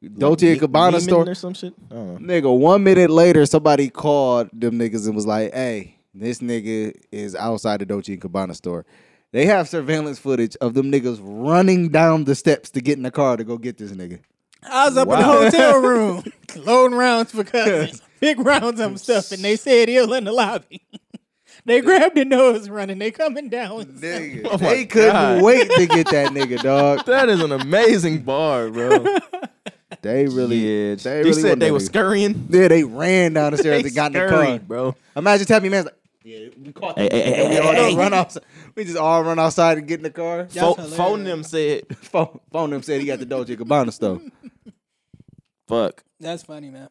the Dolce and
Ne-
Gabbana
Neiman
store?
or some shit. I don't know.
Nigga, one minute later, somebody called them niggas and was like, "Hey, this nigga is outside the Dolce and Gabbana store." They have surveillance footage of them niggas running down the steps to get in the car to go get this nigga.
I was up
Wow.
in the hotel room loading rounds for cousins, big rounds of stuff, and they said ill in the lobby. they grabbed the nose running. They coming down. with something.
Nigga,
Oh my
they couldn't
God.
wait to get that nigga, dog.
That is an amazing bar, bro.
They really,
yeah,
they
they
really
said
want
they
that
were
nigga.
scurrying.
Yeah, they ran down the stairs
They
and got in the car.
scurried, bro.
Imagine Tappy Man's like, yeah, we caught that.
hey,
we, all just run outside. we just all run outside and get in the car.
That's
Pho-
hilarious.
phone them said,
Phone, phone him said he got the Dolce Gabbana stuff.
"Fuck,
That's funny, man.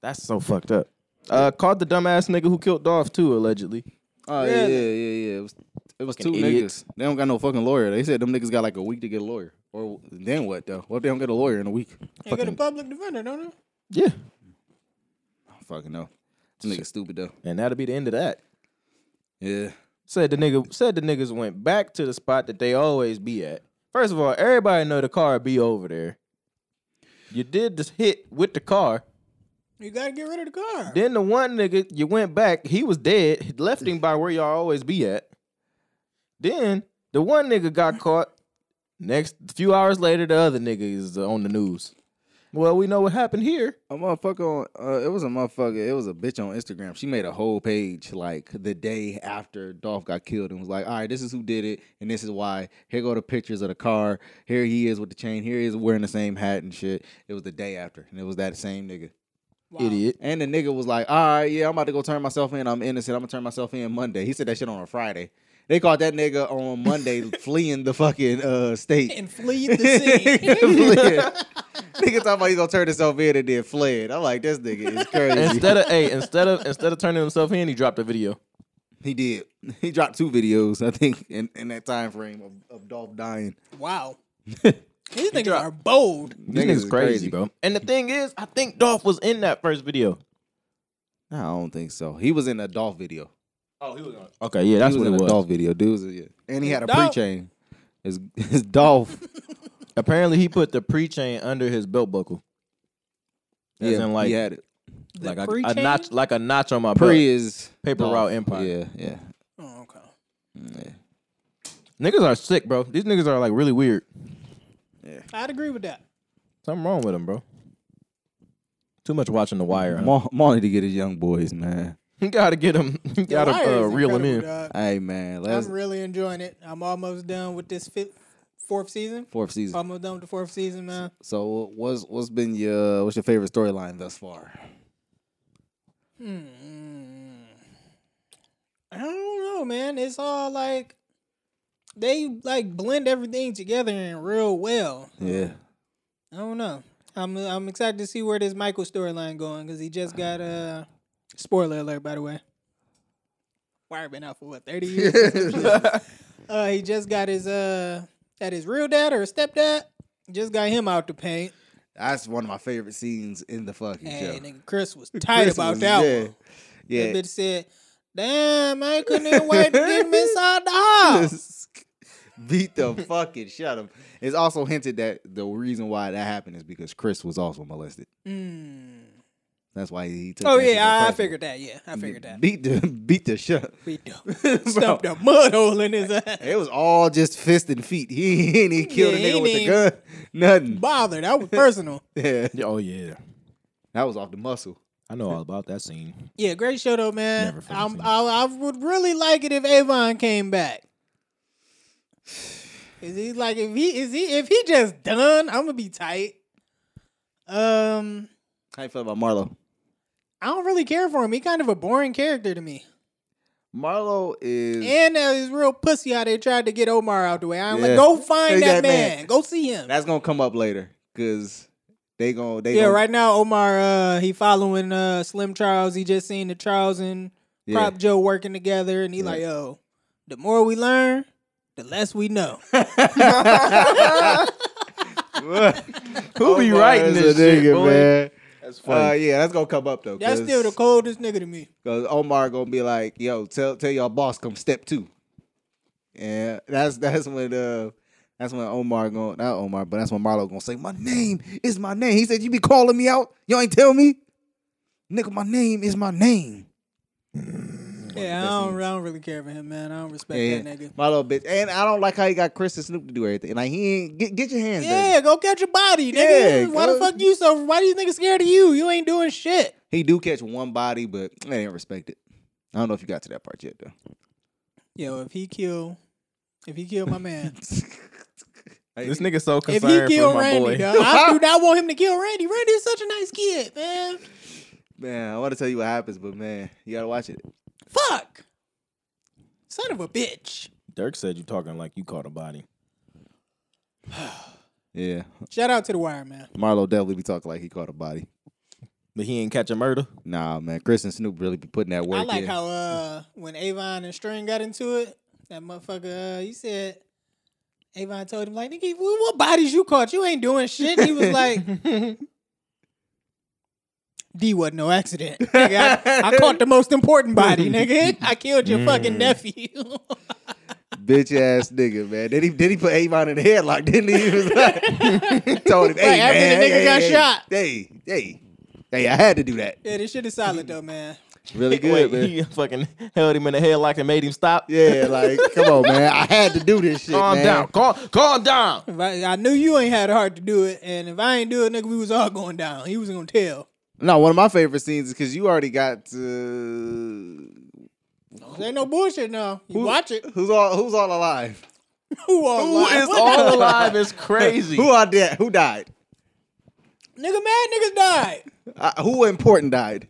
that's so fucked up." Uh, caught the dumbass nigga who killed Dolph too, allegedly.
Oh yeah, yeah, yeah, yeah. It was, it was two
Fucking idiots.
niggas. They don't got no fucking lawyer. They said them niggas got like a week to get a lawyer. Or then what though? What if they don't get a lawyer in a week?
They got a
Fucking-
public defender, don't they?
Yeah,
I don't fucking know. Them niggas stupid though.
and that'll be the end of that.
Yeah.
Said the nigga. Said the niggas went back to the spot that they always be at. First of all, everybody know the car be over there. You did this hit with the car.
You gotta get rid of the car.
Then the one nigga you went back. He was dead. Left him by where y'all always be at. Then the one nigga got caught. Next few hours later, the other nigga is on the news. Well, we know what happened here.
A motherfucker on uh, it was a motherfucker, it was a bitch on Instagram. She made a whole page like the day after Dolph got killed and was like, all right, this is who did it, and this is why. Here go the pictures of the car. Here he is with the chain. Here he is wearing the same hat and shit. It was the day after, and it was that same nigga.
Wow.
Idiot.
And the nigga was like, all right, yeah, I'm about to go turn myself in. I'm innocent. I'm gonna turn myself in Monday. He said that shit on a Friday. They caught that nigga on Monday fleeing the fucking uh state.
And flee the scene.
Fled. nigga talking about he gonna turn himself in and then fled. I'm like, this nigga is crazy.
Instead of hey, instead of instead of turning himself in, he dropped a video.
he did. He dropped two videos, I think, in, in that time frame of, of Dolph dying.
wow. These niggas are bold.
This
Niggas
nigga's
is
crazy,
crazy.
bro. And the thing is, I think Dolph was in that first video.
Nah, I don't think so. He was in a Dolph video.
Oh, he was on. Okay, yeah,
He
that's
was
what it
in a
was.
Dolph video, dude. Was, yeah. And he had a
Dolph.
pre-chain. It's, it's Dolph.
Apparently, he put the pre chain under his belt buckle. As
yeah,
in like
he had it.
The
like
free
a, a
chain?
notch, like a notch on my
Pre
belt.
is
Paper
Dolph.
route empire.
Yeah, yeah.
Oh, okay.
Niggas are sick, bro. These niggas are like really weird.
I'd agree with that.
Something wrong with them, bro. Too much watching The Wire. Huh?
Ma- Ma need to get his young boys, man.
You gotta get them. You
The
gotta
Wire
uh,
is
reel them in.
incredible, dog.
Hey, man. Last
I'm really enjoying it. I'm almost done with this fifth, fourth season.
fourth season.
Almost done with the fourth season, man.
So what's what's been your what's your favorite storyline thus far?
Mm. I don't know, man. It's all like they like blend everything together and real well.
Yeah.
I don't know. I'm I'm excited to see where this Michael storyline going because he just got uh spoiler alert by the way. Wire been out for what thirty years? uh, he just got his uh that his real dad or his stepdad just got him out the paint.
That's one of my favorite scenes in the fucking
Hey,
show.
nigga, Chris was tight
Chris
about
was-
that
yeah.
one.
Yeah.
That bitch said, "Damn, I couldn't even wait to get him inside the house."
Beat the fucking shut him. It's also hinted that the reason why that happened is because Chris was also molested.
Mm.
That's why he took
Oh
that shit so
yeah, I, I
personal.
figured that. Yeah, I figured that.
Beat the beat the shut.
Beat the stumped a mud hole in his ass.
It was all just fist and feet. He, he ain't even killed
Yeah,
a
he
nigga with the
ain't
gun. Nothing.
Bother, that was personal.
Yeah.
Yeah, Oh yeah,
That was off the muscle.
I know all about that scene.
Yeah, great show though, man.
Never fucking
I'm,
seen it.
I, I would really like it if Avon came back. Is he like if he is he if he just done? I'm gonna be tight. Um,
How you feel about Marlo?
I don't really care for him. He kind of a boring character to me.
Marlo is
And uh, he's real pussy how they tried to get Omar out the way. I'm like,
Yeah.
go find
Take
that,
that
man.
man.
Go see him.
That's gonna come up later, cause they gon' they
yeah,
gon-
right now Omar uh he following uh Slim Charles. He just seen the Charles and
Yeah.
Prop Joe working together and he like, yo, the more we learn, the less we know.
Who be
Omar
writing
is
this
a
shit,
nigga,
boy?
man.
That's
Uh, yeah, that's gonna come up though.
That's
cause,
still the coldest nigga to me.
'cause Omar gonna be like, yo, tell tell your boss come step two. Yeah, that's that's when uh that's when Omar gonna not Omar, but that's when Marlo gonna say, My name is my name. He said, You be calling me out? You ain't tell me? Nigga, my name is my name.
Yeah, I
best
don't,
scenes.
I don't really care for him, man. I don't respect
Yeah,
that nigga.
my little bitch. And I don't like how he got Chris and Snoop to do everything. Like he ain't get get your hands dirty.
Yeah, go catch a body, nigga.
Yeah,
why the
go-
fuck you so? Why do you niggas scared of you? You ain't doing shit.
He do catch one body, but I didn't respect it. I don't know if you got to that part yet though.
Yo, if he kill, if he kill my man,
This nigga so
if
concerned
he kill
for my
Randy,
boy.
dog, I do not want him to kill Randy. Randy is such a nice kid, man.
Man, I want to tell you what happens, but man, you gotta watch it.
Fuck, son of a bitch.
Dirk said you talking like you caught a body.
Yeah,
Shout out to the wire, man.
Marlo definitely be talking like he caught a body.
But he ain't catch a murder.
Nah, man, Chris and Snoop really be putting that work.
I like
in.
how uh when Avon and String got into it, that motherfucker uh, he said Avon told him like nigga, wh- what bodies you caught? You ain't doing shit. And he was like. D wasn't no accident. Nigga, I, I caught the most important body, nigga. I killed your
Mm.
fucking nephew.
bitch ass nigga, man. Then he then he put Avon in the headlock. Didn't he? he was like, told him, hey,
Right, after
man,
the nigga
hey,
got
hey,
shot."
Hey, hey, hey, I had to do that.
yeah, this shit is solid though, man.
Really
Wait,
good, man.
he fucking held him in the headlock and made him stop.
Yeah, like, come on, man. I had to do this shit.
calm
man.
down, calm, calm down.
If I, I knew you ain't had the heart to do it, and if I ain't do it, nigga, we was all going down. He was gonna tell.
No, one of my favorite scenes is because you already got to
There ain't no bullshit now. You watch it.
Who's all Who's all alive?
Who all
Who
lying?
is
What the
all alive is crazy.
Who are dead? Who died?
Nigga, mad niggas died.
Uh, who important died?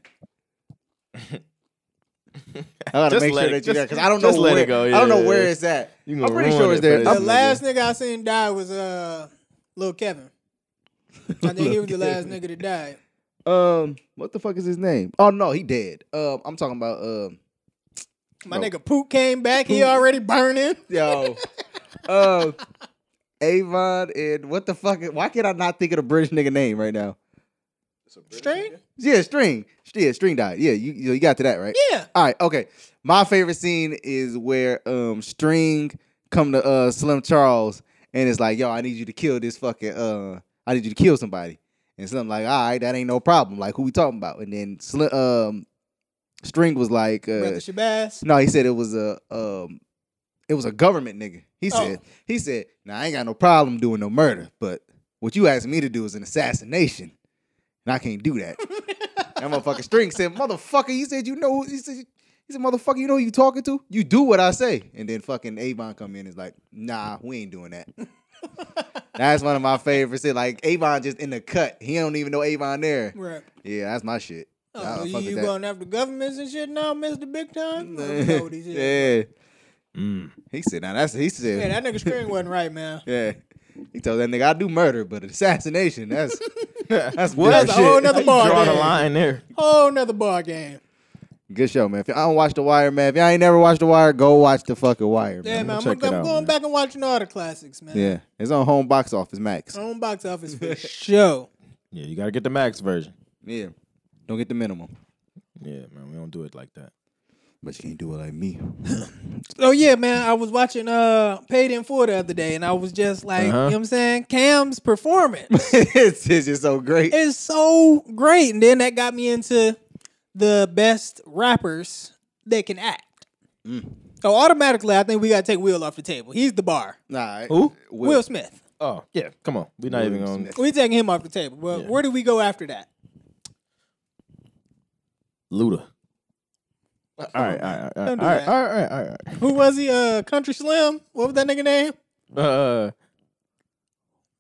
I gotta
Just
make
let
sure
it-
that you got
just-
because I don't know
just let
where
it go,
I don't know
yeah,
where
yeah.
it's at.
You
I'm
gonna
pretty
ruin
sure
it
it's there.
for
The
nigga.
last nigga I seen die was uh Lil Kevin. I think he was the last nigga to die.
Um, what the fuck is his name? Oh no, he dead. Um, I'm talking about um,
My
No.
nigga Poot came back. He already burning.
yo, um, Avon and what the fuck? Why can I not think of the British nigga name right now?
String?
Yeah, string. Yeah, string died. Yeah, you you got to that right.
Yeah.
All right, okay. My favorite scene is where um String come to uh Slim Charles and it's like, yo, I need you to kill this fucking uh I need you to kill somebody. And Slim like, all right, that ain't no problem. Like who we talking about? And then Slim um String was like uh,
Brother Shabazz.
no, he said it was a um, it was a government nigga. He
Oh.
said he said, "Now I ain't got no problem doing no murder, but what you asked me to do is an assassination, and I can't do that." that motherfucker string said, "Motherfucker, you said you know." He said, "He said, motherfucker, you know who you talking to? You do what I say." And then fucking Avon come in and is like, "Nah, we ain't doing that." that's one of my favorites. It Like Avon just in the cut. He don't even know Avon there.
Right.
Yeah, that's my shit. I
Oh,
fuck
you,
with
you
that.
going after governments and shit now, Mister Big Time? I don't know what he said.
yeah.
Mm.
He said, "Now that's he said."
Yeah, that nigga string wasn't right, man.
Yeah. He told that nigga, I do murder, but assassination, that's that's what
That's a whole nother
You
bar
draw the
game.
line there.
Whole nother ball game.
Good show, man. If y'all don't watch The Wire, man, if y'all ain't never watched The Wire, go watch the fucking Wire,
Yeah,
man.
man. I'm,
check
gonna-
it
I'm
out,
going
man.
back and watching all the classics, man.
Yeah. It's on home box office max.
Own box office for show.
Yeah, you gotta get the max version.
Yeah. Don't get the minimum.
Yeah, man, we don't do it like that.
But you can't do it like me.
Oh yeah, man. I was watching uh Paid in Full the other day, and I was just like,
Uh-huh.
you know what I'm saying? Cam's performance
it's, it's just so great.
is so great. And then that got me into the best rappers that can act.
Mm.
So automatically, I think we gotta take Will off the table. He's the bar.
Nah.
Who?
Will, Smith.
Oh, yeah. Come on. We're not even going to
We taking him off the table. But
Yeah.
where do we go after that?
Luda. All right, all right, all right, all
Don't do
right,
that.
all right, all right, all
Who was he? Uh, Country Slim. What was that nigga name?
right. Uh,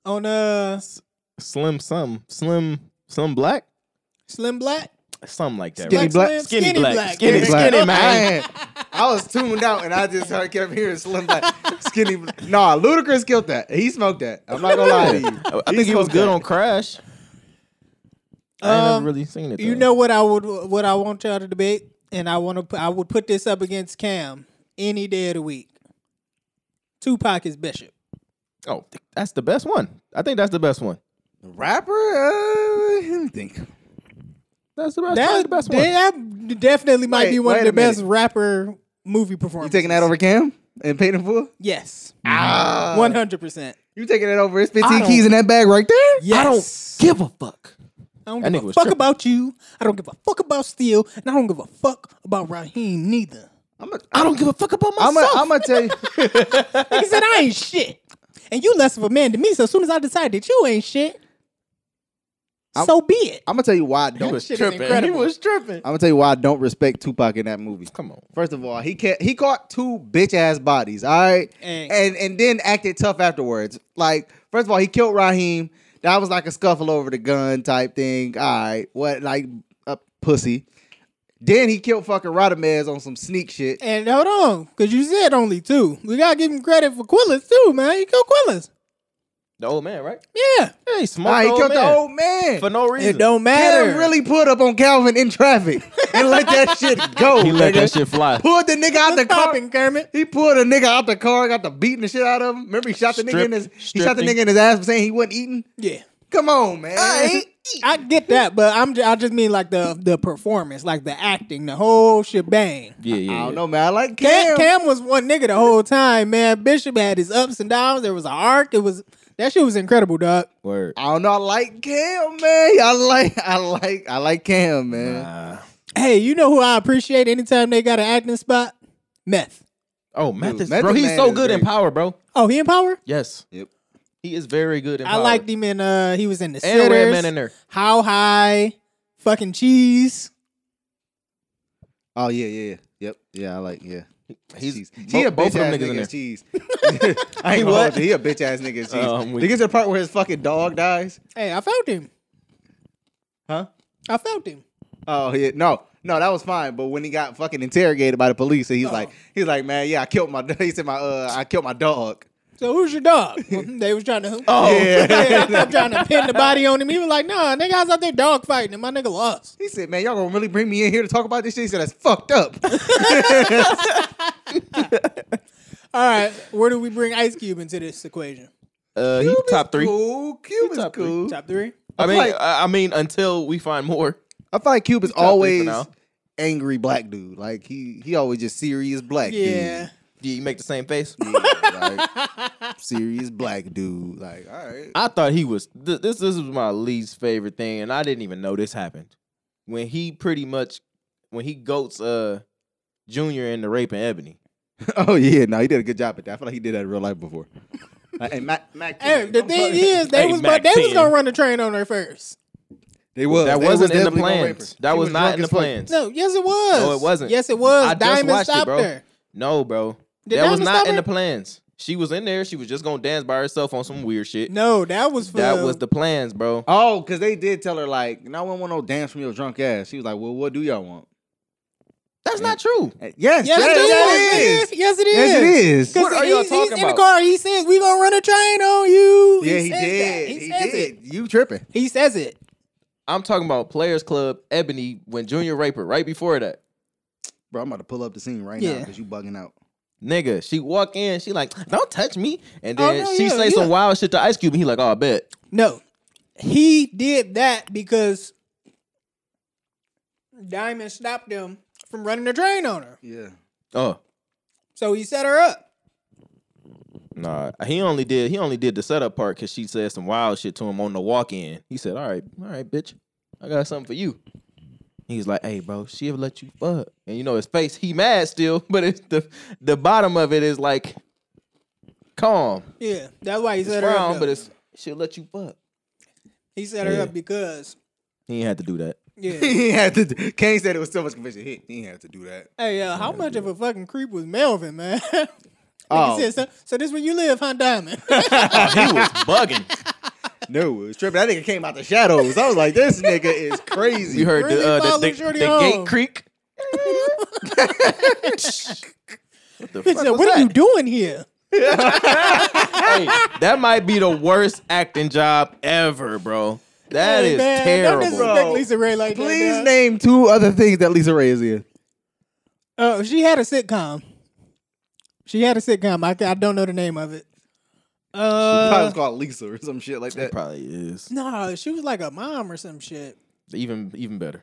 On uh,
slim, some, slim, some black,
Slim Black.
something like that.
Skinny
right?
black?
Slim?
skinny, black, skinny,
Skinny
skinny,
Black.
man.
Man, "Oh, I was tuned out and I just heard, kept hearing Slim Black. Skinny Black. Nah, Ludacris killed that. He smoked that. I'm not gonna lie to you.
I think he was
smoked
good
that.
on Crash. I ain't never really seen it.
You
though.
know what I would what I want y'all to debate, and I want to I would put this up against Cam any day of the week. Tupac is Bishop.
Oh, th- that's the best one. I think that's the best one.
rapper. Uh, let me think.
That's the best. probably
That,
the best one.
that definitely might
Wait,
be one
wait
of
a
the
minute.
best rapper movie
You
performances.
taking that over Cam and Payton in full?
Yes,
Ah,
one hundred percent.
you taking that over? It's
I
15
don't-
keys in that bag right there.
Yes, I don't
Give a fuck.
I don't
That
give
nigga
a
was
fuck
tripping.
about you. I don't give a fuck about Steel, and I don't give a fuck about Raheem neither.
I'm a,
I don't give a fuck about
I'm
myself.
a, I'm gonna tell you.
He said I ain't shit, and you less of a man than me. So as soon as I decide that you ain't shit,
I'm-
so be it.
I'm gonna tell you why I don't.
he was
shit is
tripping. He
incredible.
was tripping.
I'm gonna tell you why I don't respect Tupac in that movie.
Come on.
First of all, he can't. He caught two bitch ass bodies. All right,
Hey.
and and then acted tough afterwards. Like first of all, he killed Raheem. That was like a scuffle over the gun type thing. All right, what like a pussy. Then he killed fucking Rodamez on some sneak shit.
And hold on, because you said only two. We gotta give him credit for Quillis too, man. He killed Quillis.
The old man, right?
Yeah.
Yeah, he smoked
Nah,
the
he
old
killed
man
the old man.
for no reason.
It don't matter.
Cam really put up on Calvin in traffic and let that shit go.
He let
nigga.
that shit fly.
Pulled the nigga out the car.
popping, Kermit.
He pulled a nigga out the car, got the beating the shit out of him. Remember he shot the nigga in his
Stripped-
he shot the
stripping.
nigga in his ass for saying he wasn't eating.
Yeah.
Come on, man.
I get that, but I'm ju- I just mean like the the performance, like the acting, the whole shebang.
Yeah, yeah.
I
yeah.
don't know, man. I like Cam.
Cam, Cam was one nigga the whole time, man. Bishop had his ups and downs. There was an arc. It was that shit was incredible, dog.
Word.
I don't know. I like Cam, man. I like, I like, I like Cam, man.
Uh,
Hey, you know who I appreciate anytime they got an acting spot? Meth.
oh, Mathis,
Method
bro, he's
Man
so
is
good in
great.
power, bro.
Oh, he in power?
Yes.
Yep.
He is very good in
I
power.
liked him in uh he was in the
And
Sitters,
Redman in there.
How high? Fucking cheese.
Oh yeah, yeah, yeah. Yep. Yeah, I like. Yeah.
He's
Cheese.
bo-
he a
both
bitch
of them
ass
niggas in
nigga
there.
as cheese. I ain't gonna hold you. He a bitch ass nigga as cheese.
Uh, I'm
Did
weak.
you get to the part where his fucking dog dies?
Hey, I felt him.
Huh?
I felt him.
Oh yeah, no, no, that was fine. But when he got fucking interrogated by the police, and he's
Oh.
like, he's like, man, yeah, I killed my, he said my, uh, I killed my dog.
So who's your dog? Well, they was trying to.
Oh.
Yeah, they was trying to pin the body on him. He was like, "Nah, nigga, I was out there dog fighting, and my nigga lost."
He said, man, y'all gonna really bring me in here to talk about this shit? He said, that's fucked up.
All right, where do we bring Ice Cube into this equation?
Uh, he top three.
Cool, Cube is
top three.
cool.
Top three.
I mean,
like-
I I mean, until we find more.
I feel like Cube is
three for
always
now.
angry black dude. Like he he always just serious black
yeah.
Do you make the same face?
dude. Yeah, like serious black dude. Like all right.
I thought he was th- this. This was my least favorite thing, and I didn't even know this happened. When he pretty much when he goats uh Junior into raping Ebony.
Oh yeah, no, he did a good job at that. I feel like he did that in real life before. Like, hey, Mac, Mac
Hey, the
I'm
thing
sorry.
is, they
Hey,
was about,
Mac
they was
10.
gonna run the train on her first.
they was
that
they
wasn't in the
definitely gonna rape
plans.
her.
That
She
was,
drunk
not in the
as fuck.
plans.
No, yes, it was.
No, it wasn't.
Yes, it was.
I just
Diamond
watched it,
stopped
bro.
her.
No, bro.
Did
that was
Diamond
not
stop
in
her?
the plans. She was in there. She was just gonna dance by herself on some weird shit.
No, that was for
that was the plans, bro.
Oh, because they did tell her like, no one want no dance from your drunk ass. She was like, well, what do y'all want?
That's not true.
Hey, Uh, Yes,
Yes,
yes,
it is. Yes, it is.
Yes, it is.
Because
What are
he-
y'all
he's
talking
in the
about?
car. He says, "We gonna run a train on you."
Yeah, he
says that.
did.
He,
He
says it.
did. You tripping?
He says it.
I'm talking about Players Club, Ebony, when Junior Raper, right before that.
Bro, I'm about to pull up the scene right now
Yeah.
because you bugging out.
Nigga, she walk in, she like, don't touch me. And then
Oh, no,
she
yeah,
say some
yeah.
wild shit to Ice Cube, and he like, oh, I bet.
No, he did that because Diamond stopped him from running the train on her.
Yeah.
Oh,
So he set her up.
nah. He only did he only did the setup part because she said some wild shit to him on the walk in. He said, all right, all right, bitch, I got something for you. He's like, hey, bro, she ever let you fuck? And you know his face, he mad still, but it's the the bottom of it is like calm.
Yeah, that's why he
It's
set her up.
wrong,
though.
but it's she'll let you fuck.
he set her
Yeah.
up because
He ain't had to do that.
yeah.
he had to. do- Kane said it was so much conviction. He, he had to do that.
hey, uh, how much of a fucking creep was Melvin, man?
Oh.
He said, so, so this where you live, huh, Diamond?
he was bugging.
No, it was tripping. That nigga came out the shadows. I was like, this nigga is crazy.
You heard
Really
the, uh,
follow
the, the,
Shorty
the
home.
gate creak. what the fuck?
He said,
was
what are you
that?
doing here?
Hey, that might be the worst acting job ever, bro. That
Hey,
is
man, Don't
terrible.
disrespect
Bro.
Lisa Ray like
Please
that. dog.
name two other things that Lisa Ray is in.
Oh, she had a sitcom. She had a sitcom. I, I don't know the name of it.
Probably
Uh,
was called Lisa or some shit like that.
It probably is
no, she was like a mom or some shit.
even even better.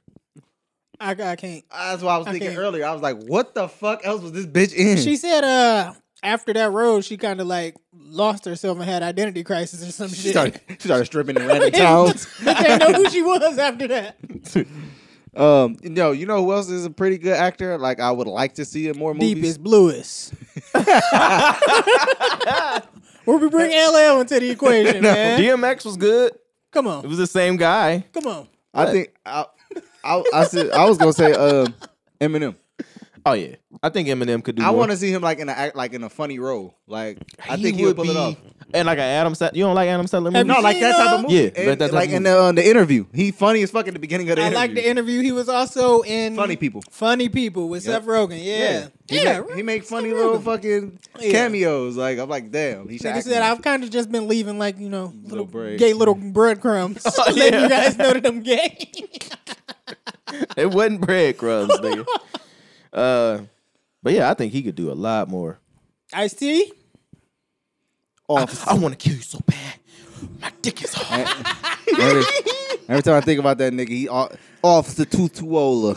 I, I can't.
That's why I was
I
thinking
can't.
earlier. I was like, what the fuck else was this bitch
Hmm.
in?
She said, uh, after that role, she kind of like lost herself and had identity crisis or some
she
shit.
started, she started stripping in random towns.
they didn't know who she was after that.
Um, no, you know who else is a pretty good actor? Like I would like to see in more movies.
Deepest, bluest. Where we bring LL into the equation, man.
DMX was good.
Come
It
on,
was the same guy.
come on.
I think I, I, I said I was gonna say um, Eminem.
Oh yeah, I think Eminem could do.
I
more.
want to see him like in a act, like in a funny role. Like I think he would pull it off.
And like an Adam Sandler. You don't like Adam Sandler
Have
movies?
No,
you
like
seen,
that type of
uh,
movie.
Yeah,
And,
that- that type
like
of
in the, uh, the interview, he funny as fuck at the beginning of the
I
interview.
like the interview. He was also in
Funny people.
Funny People with Seth Rogen. Yeah,
He
yeah.
make,
right.
he make funny
Seth
little
Rogen.
fucking
Yeah.
cameos. Like I'm like, damn. He should
Nigga
act
said
more.
I've kind of just been leaving like you know
Little
little
bread.
gay little breadcrumbs,
Oh,
letting
yeah.
you guys know that I'm gay.
It wasn't breadcrumbs, nigga. Uh, but yeah, I think he could do a lot more.
I see.
off.
I want to kill you so bad. My dick is hard.
every, every time I think about that nigga, he off, off the tutuola.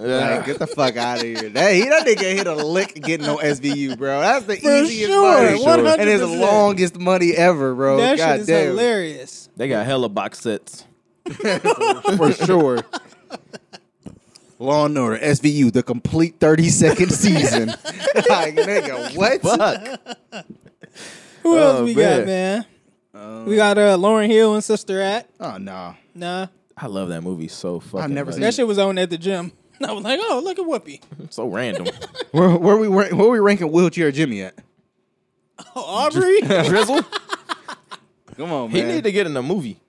Like, get the fuck out of here. That, he, that nigga hit a lick getting on SVU, bro. That's the
For
easiest
sure,
money.
For sure.
And it's the
100%.
longest money ever, bro.
that
God
shit is
damn.
hilarious.
they got hella box sets.
For sure. Law and Order, SVU, the complete 30 second season. like, nigga, what?
Fuck.
Who else
Oh,
we got, man?
man.
Um,
we got uh Lauren Hill and Sister Act.
Oh, no.
Nah,
I love that movie so fucking.
I've never
much.
seen
that shit was on at the gym. I was like, oh look at Whoopi.
So random.
Where, where, we, where, where we ranking Wheelchair Jimmy at?
Oh, Aubrey.
Drizzle.
Come on,
He
man.
need to get in a movie.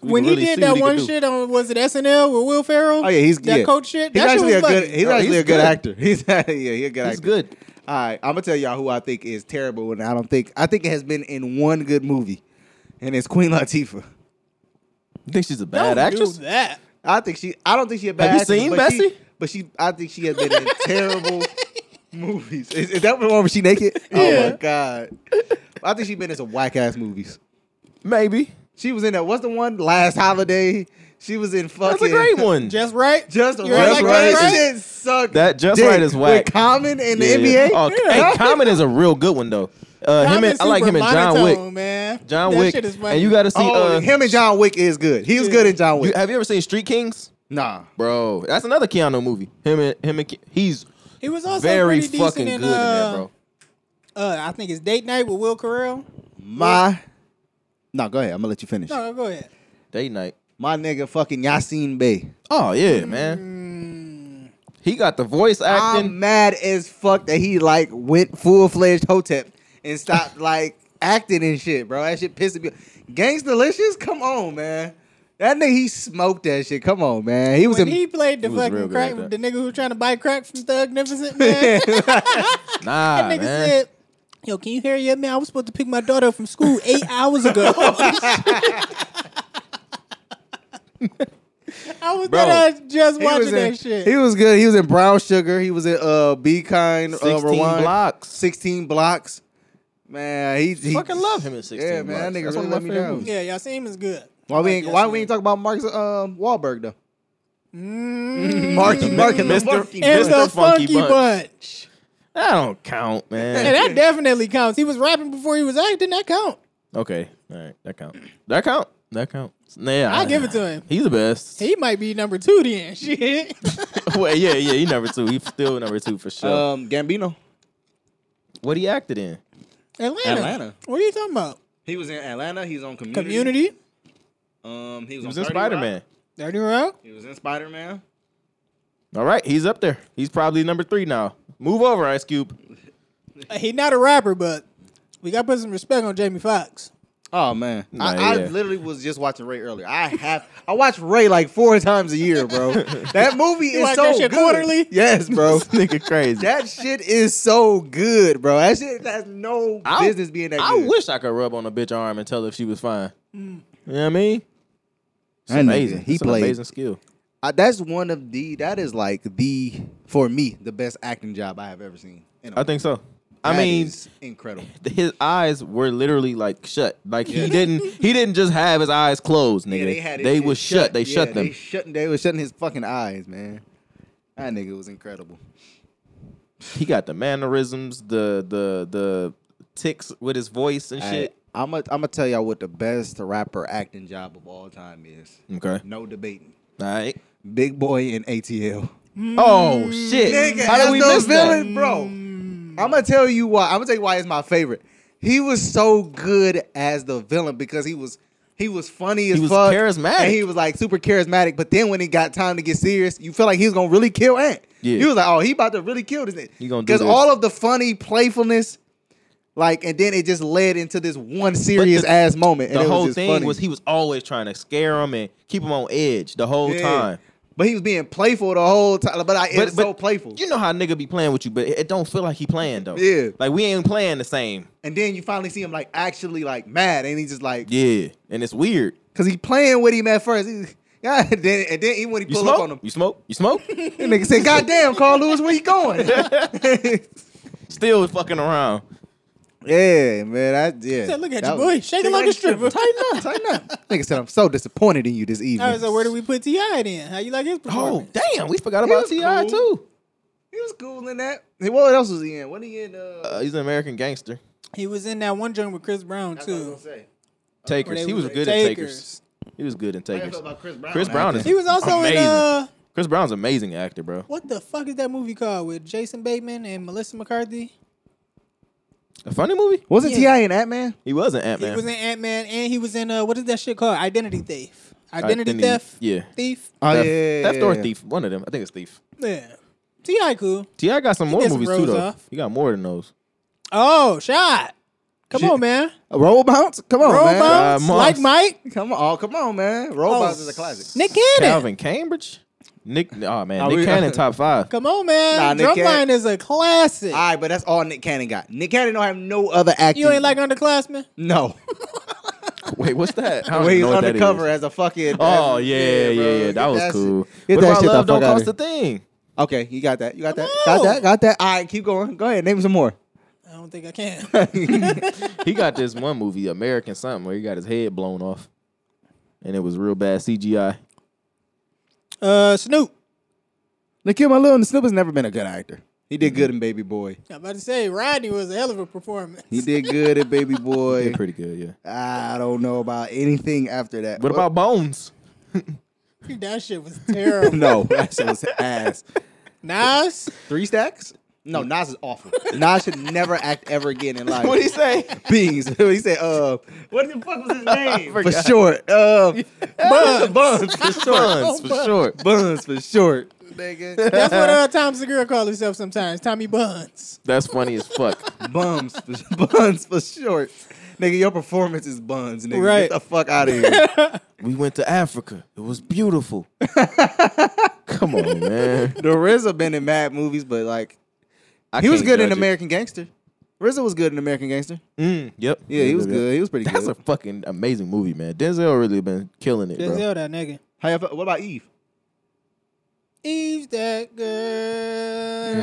We
when
can really
he
see
did
what
that
he
one
can do.
shit on was it SNL with Will Ferrell?
Oh yeah, he's
that
yeah.
coach shit.
He's
that
actually
shally shit
a
was
good. He's
Oh,
actually
he's
a good,
good.
actor. He's yeah, he's a good actor.
He's good.
All right, I'm gonna tell y'all who I think is terrible, and I don't think I think it has been in one good movie, and it's Queen Latifah.
You think she's a
Don't
bad actress?
Do that.
I think she. I don't think she a bad.
you
actress,
seen
but She,
Bessie?
but she. I think she has been in terrible movies. Is, is that the one where she naked? Oh my
Yeah.
god. I think she been in some whack ass movies.
Maybe.
She was in that. What's the one? Last Holiday. She was in fucking.
That's a great one.
Just right.
Just
You
right. Like
ain't like
that
that, right?
shit sucked.
That just
dick.
right is
With
whack.
Common in
Yeah.
the NBA.
Oh, Hey, Common is a real good one though. Uh, him and, I like him and John Wick.
Man.
John
that
Wick.
Shit is funny.
and you got to see.
oh,
uh,
him and John Wick is good. He was good in John
you-
Wick.
have you ever seen Street Kings?
nah.
Bro, that's another Keanu movie. Him and him and Ke- he's
he was also
very
pretty decent
fucking good in
in, uh,
that, bro.
Uh, I think it's date night with Will Carell.
My. No, go ahead. I'm gonna let you finish.
No, go ahead.
Day night.
My nigga, fucking Yasin Bey.
Oh
Mm.
yeah, man. He got the voice
I'm
acting.
Um,
mad as fuck that he like went full fledged Hotep and stopped like acting and shit, bro. That shit pissed me. Gangsta Delicious, come on, man. That nigga, he smoked that shit. Come on, man. He was
When
in.
he played the
was real
fucking
good
crack,
at that.
the nigga who was trying to buy crack from Thugnificent, man.
nah,
That nigga
man.
said, "Yo, can you hear yet, man? I was supposed to pick my daughter up from school eight hours ago. I was
Bro,
that I just
he was
watching
in-
that shit.
He was good. He was in Brown Sugar. He was in uh, Be Kind, uh,
16
Rewind.
blocks.
16 blocks. Man, he, he
Fucking love him in 16
Yeah, man,
blocks.
that nigga
That's
really
one
let
of
me
my favorite
down.
movies.
yeah, y'all see him is good.
Why we ain't,
Like,
why
yes,
we ain't
man.
talk about Mark um, Wahlberg though?
Mm,
Marky, Marky, the
Mr.
Marky.
and
Mr.
the funky,
Funky Bunch.
bunch.
That don't count,
And
man.
that definitely counts. He was rapping before he was acting. That count.
okay, all right, that count. That count. That count. Yeah,
I give it to him.
He's the best.
He might be number two then. Shit.
well, yeah, yeah, he number two. He's still number two for sure.
Um, Gambino.
what he acted in?
Atlanta.
Atlanta. Mm-hmm.
What are you talking about?
He was in Atlanta. He's on Community.
Community.
Um, he was,
He
on
was in
30
Spider
Rock.
Man.
Dirty Rock.
He was in Spider Man.
All right, he's up there. He's probably number three now. Move over, Ice Cube.
He's not a rapper, but we got to put some respect on Jamie Foxx.
Oh man, I,
Nah,
I
yeah.
literally was just watching Ray earlier. I have I watch Ray like four times a year, bro. That movie is
watch
so
that shit
good.
quarterly?
Yes, bro.
This nigga crazy.
that shit is so good, bro. That shit has no
I-
business being that
I
good.
wish I could rub on a bitch arm and tell if she was fine. You know what I mean? It's
Mm. That nigga,
amazing.
he
It's an
played.
amazing skill.
I, that's one of the that is like the for me the best acting job I have ever seen. in a-
I think so. I
That
mean,
is incredible.
th- his eyes were literally like shut. Like he didn't. He didn't just have his eyes closed, nigga.
Yeah,
they
they had it- it
was shut. They
Yeah,
shut them.
They shut. They was shutting his fucking eyes, man. That nigga was incredible.
he got the mannerisms, the the the ticks with his voice and shit.
I'm gonna I'm gonna tell y'all what the best rapper acting job of all time is.
Okay.
No debating.
All right.
Big boy in ATL.
Oh shit! How did we miss that?
bro? I'm gonna tell you why. I'm gonna tell you why it's my favorite. He was so good as the villain because he was he was funny as
was
fuck.
charismatic.
And he was like super charismatic. But then when he got time to get serious, you feel like he was gonna really kill Ant.
Yeah.
You was like, oh, he about to really kill this nigga.
He gonna do
because
this.
all of the funny playfulness, like, and then it just led into this one serious ass moment. And
The
it was
whole
just
thing
funny.
was he was always trying to scare him and keep him on edge the whole
Yeah.
time.
But he was being playful the whole time. But I it
But-
was
but
so playful.
You know how a nigga be playing with you, but it it don't feel like he playing though.
Yeah.
like we ain't playing the same.
And then you finally see him like actually like mad, and he's just like,
Yeah, and it's weird.
cause he playing with him at first. He, God, and then and then even when he
You
pull
smoke?
up on him,
You smoke? You smoke?
the nigga said, "God damn, Carl Lewis, where you going?"
Still fucking around.
yeah, man, I yeah.
He said, look at
That
you,
was-
boy. Shaking like a stripper. Tighten up.
Tighten up. nigga said, "I'm so disappointed in you this evening."
All right, so where do we put Ti then? How you like his
Oh
performance?
damn, we forgot
He
about
was
Ti
cool.
too.
he was cool in that. Hey, What else was he in? What he in? Uh,
Uh, he's an American gangster.
He was in that one joint with Chris Brown
that's what I was
too.
gonna say.
where
Takers.
they
He was
was
good at takers. He was good in
How y'all
takers.
feel about Chris Brown.
Chris Brown is
He was also
amazing.
in uh,
Chris Brown's an amazing actor, bro.
what the fuck is that movie called with Jason Bateman and Melissa McCarthy?
A funny movie?
Wasn't
Yeah.
Ti in that man?
He was an Ant Man.
He was in Ant Man and he was in uh, what is that shit called? Identity Thief. Identity,
Identity-
Theft.
yeah.
Thief.
Oh
Theft,
yeah,
Theft or
yeah.
Thief. One of them. I think it's Thief.
Yeah. Ti cool.
T.I. got some more
did some
movies too,
roles
though.
off.
He got more than those.
Oh, shot. Come on, man.
Roll bounce? Come on,
Roll
man.
bounce.
Uh,
like
Moss.
Mike.
Come on, oh, come on, man. Roll bounce is a classic.
Nick Cannon.
Calvin Cambridge? Nick, oh man,
Are
Nick
we-
Cannon top five.
Come on, man.
Nah, Nick
Drumline
Cannon-
is a classic.
All right, but that's all Nick Cannon got. Nick Cannon don't have no other acting.
you ain't like underclassmen.
no.
Wait, what's that? I
The
don't
way
even
he's
know what that
undercover
is.
as a fucking.
Oh
as-
yeah, yeah, yeah,
bro. Get
That was
shit-
cool.
Get
What
that
about
shit
love
the
don't
fuck out
cost
of
a Oh, thing?
Okay, you got that. You got that.
Come
Got
on.
that. Got that. All right, keep going. Go ahead, name some more.
I don't think I can.
He got this one movie, American something, where he got his head blown off, and it was real bad CGI.
Uh, Snoop.
Nikhil Malone, Snoop has never been a good actor. He did good in Baby Boy.
I'm about to say Rodney was a hell of a performance.
He did good in Baby Boy.
They're pretty good, yeah.
I don't know about anything after that.
What about Bones?
that shit was terrible.
no? That shit was ass.
Nas,
Three stacks? No, Nas is awful. Nas should never act ever again in life.
What do you say?
Beans. what he said? Uh,
What the fuck was his name?
for short. Uh,
Buns.
buns for short.
Buns, for sure.
buns for short.
That's what uh, Tom Segura calls himself sometimes. Tommy Buns.
That's funny as fuck.
Bums. For, buns for short. Nigga, your performance is buns. Nigga,
Right.
get the fuck out of here.
We went to Africa. It was beautiful. Come on, man.
the RZA been in mad movies, but like
I
he was
can't
good in
judge it.
American Gangster. RZA was good in American Gangster.
Mm, yep.
Yeah, he was good. He was pretty
That's
good.
a fucking amazing movie, man. Denzel really been killing it, bro.
Denzel, that nigga.
How y'all feel- what about Eve?
Eve's that girl.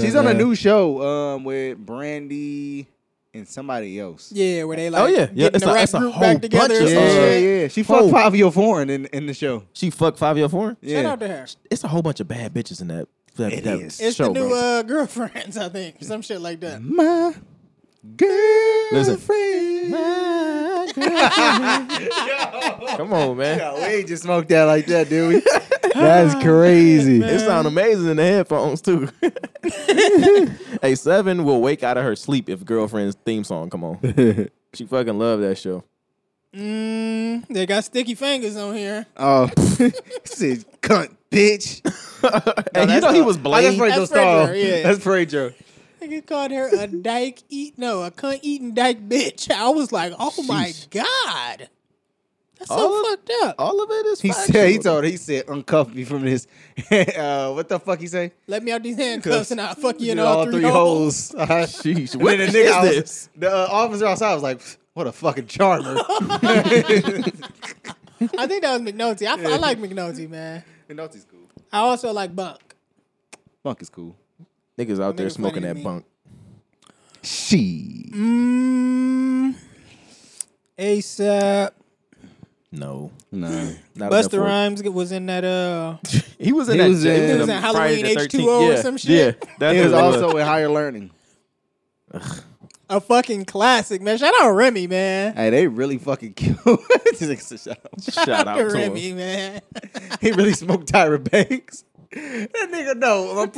She's on a new show um, with Brandy and somebody else.
Yeah, where they like
Oh, yeah. Yeah,
getting
it's
the
a-
rap
it's a
group
whole
back together.
bunch
or
of- uh,
some
Yeah, yeah,
shit.
yeah. She fucked
Oh.
Fabio Foreign in, in the show.
She fucked five year foreign.
Yeah.
Shout out to her.
It's a whole bunch of bad bitches in that. that,
It
that
is.
It's
show, Mm-hmm.
the new
bro.
uh, girlfriends, I think. Some shit like that.
My
Listen.
girlfriend.
uh,
Come on, man.
Yo, we ain't just smoked that like that, dude. That's crazy.
It sound amazing in the headphones too. hey, seven will wake out of her sleep if girlfriend's theme song come on. she fucking love that show.
Mm, they got sticky fingers on here.
Oh, said cunt, bitch.
and you
that's
know he
not-
was
Oh, that's
blamed.
Parade Joe
That's Parade Joe,
Star.
yeah.
That's Parade Joe.
Nigga called her a dyke eat no, a cunt eating dyke bitch. I was like, oh my
Sheesh.
god, that's
All
so
of-
fucked up.
All of it is.
He
factual.
said he told her, he said uncuff me from this. uh, what the fuck he say?
Let me out these handcuffs and I'll fuck you in
Did
all, three, holes.
Sheesh.
And
What
then
is
the nigga, I was-
this?
the uh, officer outside was like, "What a fucking charmer!"
I think that was McNulty. I, I like McNulty, man.
and Naughty's cool.
I also like Bunk.
Funk is cool.
Niggas out there
Niggas
smoking
funny to
that
me.
bunk.
She.
Mm, ASAP.
No.
No.
Not enough
Buster
for it.
Rhymes was in that uh
He was in
He
that.
was in-
jail.
He was
in
Friday
Halloween
the
H2O or
13th. Yeah,
some shit.
Yeah, that
He was
nigga
also in higher learning.
a fucking classic, man. Shout out Remy, man.
Hey, they really fucking killed. Just like, "So shut up."
Shout out to him.
Remy, man.
he really smoked Tyra Banks. That nigga no. When,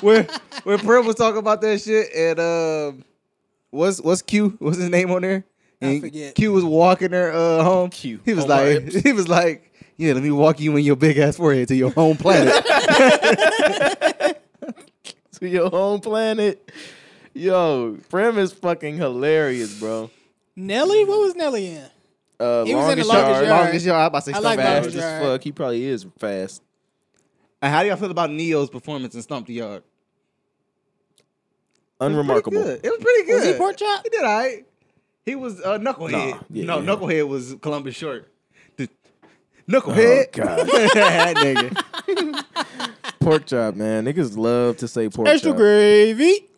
when, when, when Pearl was talking about that shit and um, what's what's Q? What's his name on there?
I
And
forget.
Q was walking her uh, home.
Q.
He was
Omar
like,
Epps.
he was like, yeah, let me walk you in your big ass forehead to your home planet.
to your home planet. Yo, Prem is fucking hilarious, bro.
Nelly, what was Nelly in?
Uh,
He was in the
longest
longest
yard,
yard.
Longest yard, I about to say
I like
Stump
Longest
fast
Yard.
as
Yard.
fuck. He probably is fast.
And how do y'all feel about Neo's performance in Stump the Yard?
Unremarkable.
Pretty good. It was pretty good.
Was he pork chop?
He did all right. He was uh, Knucklehead.
Nah, yeah,
no,
yeah.
Knucklehead was Columbus Short. The-
Oh,
knucklehead.
God.
that nigga.
pork chop, man. Niggas love to say pork
Extra
chop.
gravy.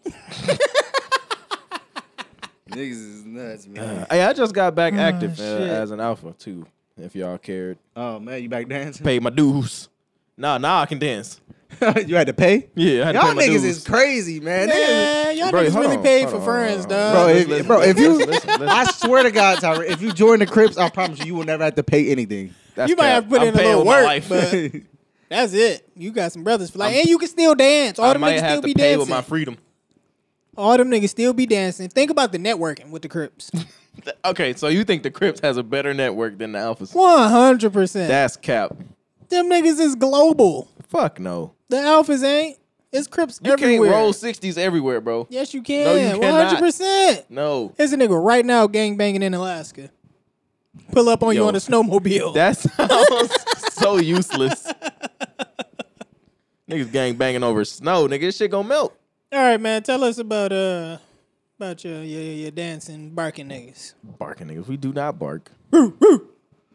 Niggas is nuts, man.
Uh, hey, I just got
Ah,
back active uh,
shit.
as an alpha too. If y'all cared,
Oh man, you back dancing?
pay my dues. Nah, nah, I can dance.
you had to pay?
Yeah, I had to
Y'all
pay my
niggas
dues.
is crazy, man. Niggas-
Man, y'all
Bro,
niggas
hold
really
on,
paid
hold
for
on,
friends,
hold on,
dog.
Bro,
Listen,
if,
listen,
bro, if you,
listen, listen, listen.
I swear to God, Tyra, if you join the Crips, I promise you, you will never have to pay anything.
That's
you might
cap.
have to put
I'm
in a
paying
little
with my
work,
life.
but that's it. You got some brothers for like, and you can still dance. All
I
them
might
niggas still
have to
be
pay with
dancing.
my freedom.
All them niggas still be dancing. Think about the networking with the Crips.
Okay, so you think the Crips has a better network than the Alphas?
One hundred percent.
That's cap.
Them niggas is global.
Fuck no.
The alphas ain't. It's Crips
You
everywhere.
can't roll sixties everywhere, bro.
Yes, you
No, you
can. One
cannot.
hundred percent.
No,
There's a nigga right now gang banging in Alaska. Pull up on you
Yo.
on a snowmobile.
that sounds so useless. Niggas gang banging over snow. Nigga, this shit gonna melt.
All right, man. Tell us about uh about your your, your dancing barking niggas
Barking niggas, we do not bark. wow, you're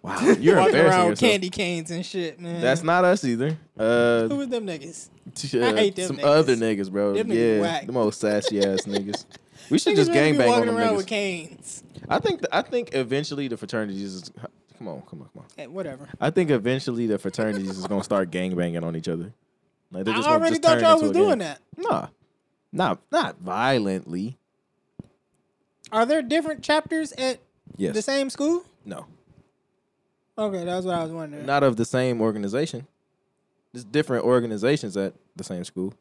walking
embarrassing
around with
yourself.
candy canes and shit, man.
That's not us either. Uh,
who was them niggas.
t-
I
uh,
hate them
some
niggas.
other niggas, bro.
Them niggas
yeah,
whack.
them old sassy ass niggas. We should
Niggas
just
really
gang
be
bang on
walking
them
around with
niggas.
canes.
I think th- I think eventually the fraternities is Come on, come on, come on.
Eh, whatever.
I think eventually the fraternities is gonna start gangbanging on each other. Like they're
I
gonna
already
turn
thought y'all
into
was
a gang.
doing that.
Nah, not not violently.
Are there different chapters at
Yes.
the same school?
no.
Okay, that's what I was wondering.
Not of the same organization. There's different organizations at the same school.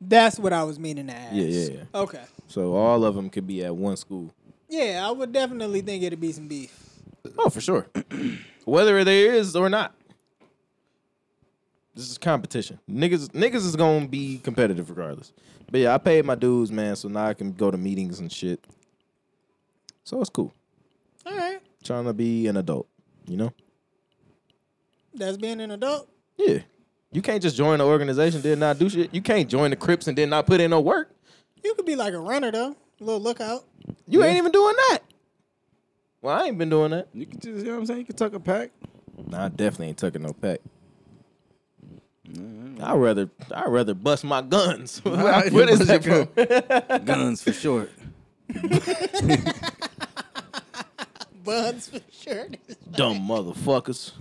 That's what I was meaning to ask.
Yeah, yeah, yeah.
Okay.
So all of them could be at one school.
Yeah, I would definitely think it'd be some beef.
Oh, for sure. Whether there is or not. This is competition. Niggas niggas is gonna be competitive regardless. But yeah, I paid my dues, man, so now I can go to meetings and shit. So it's cool.
All right.
Trying to be an adult, you know?
That's being an adult.
Yeah. You can't just join the organization, then not do shit. You can't join the Crips and then not put in no work.
You could be like a runner though. A little lookout.
You ain't even doing that. Well, I ain't been doing that.
You can just, you know what I'm saying? You can tuck a pack.
Nah, I definitely ain't tucking no pack. I'd rather I'd rather bust my guns.
Right,
what is that
bust your
from?
Guns for short.
Buds for sure.
Dumb motherfuckers.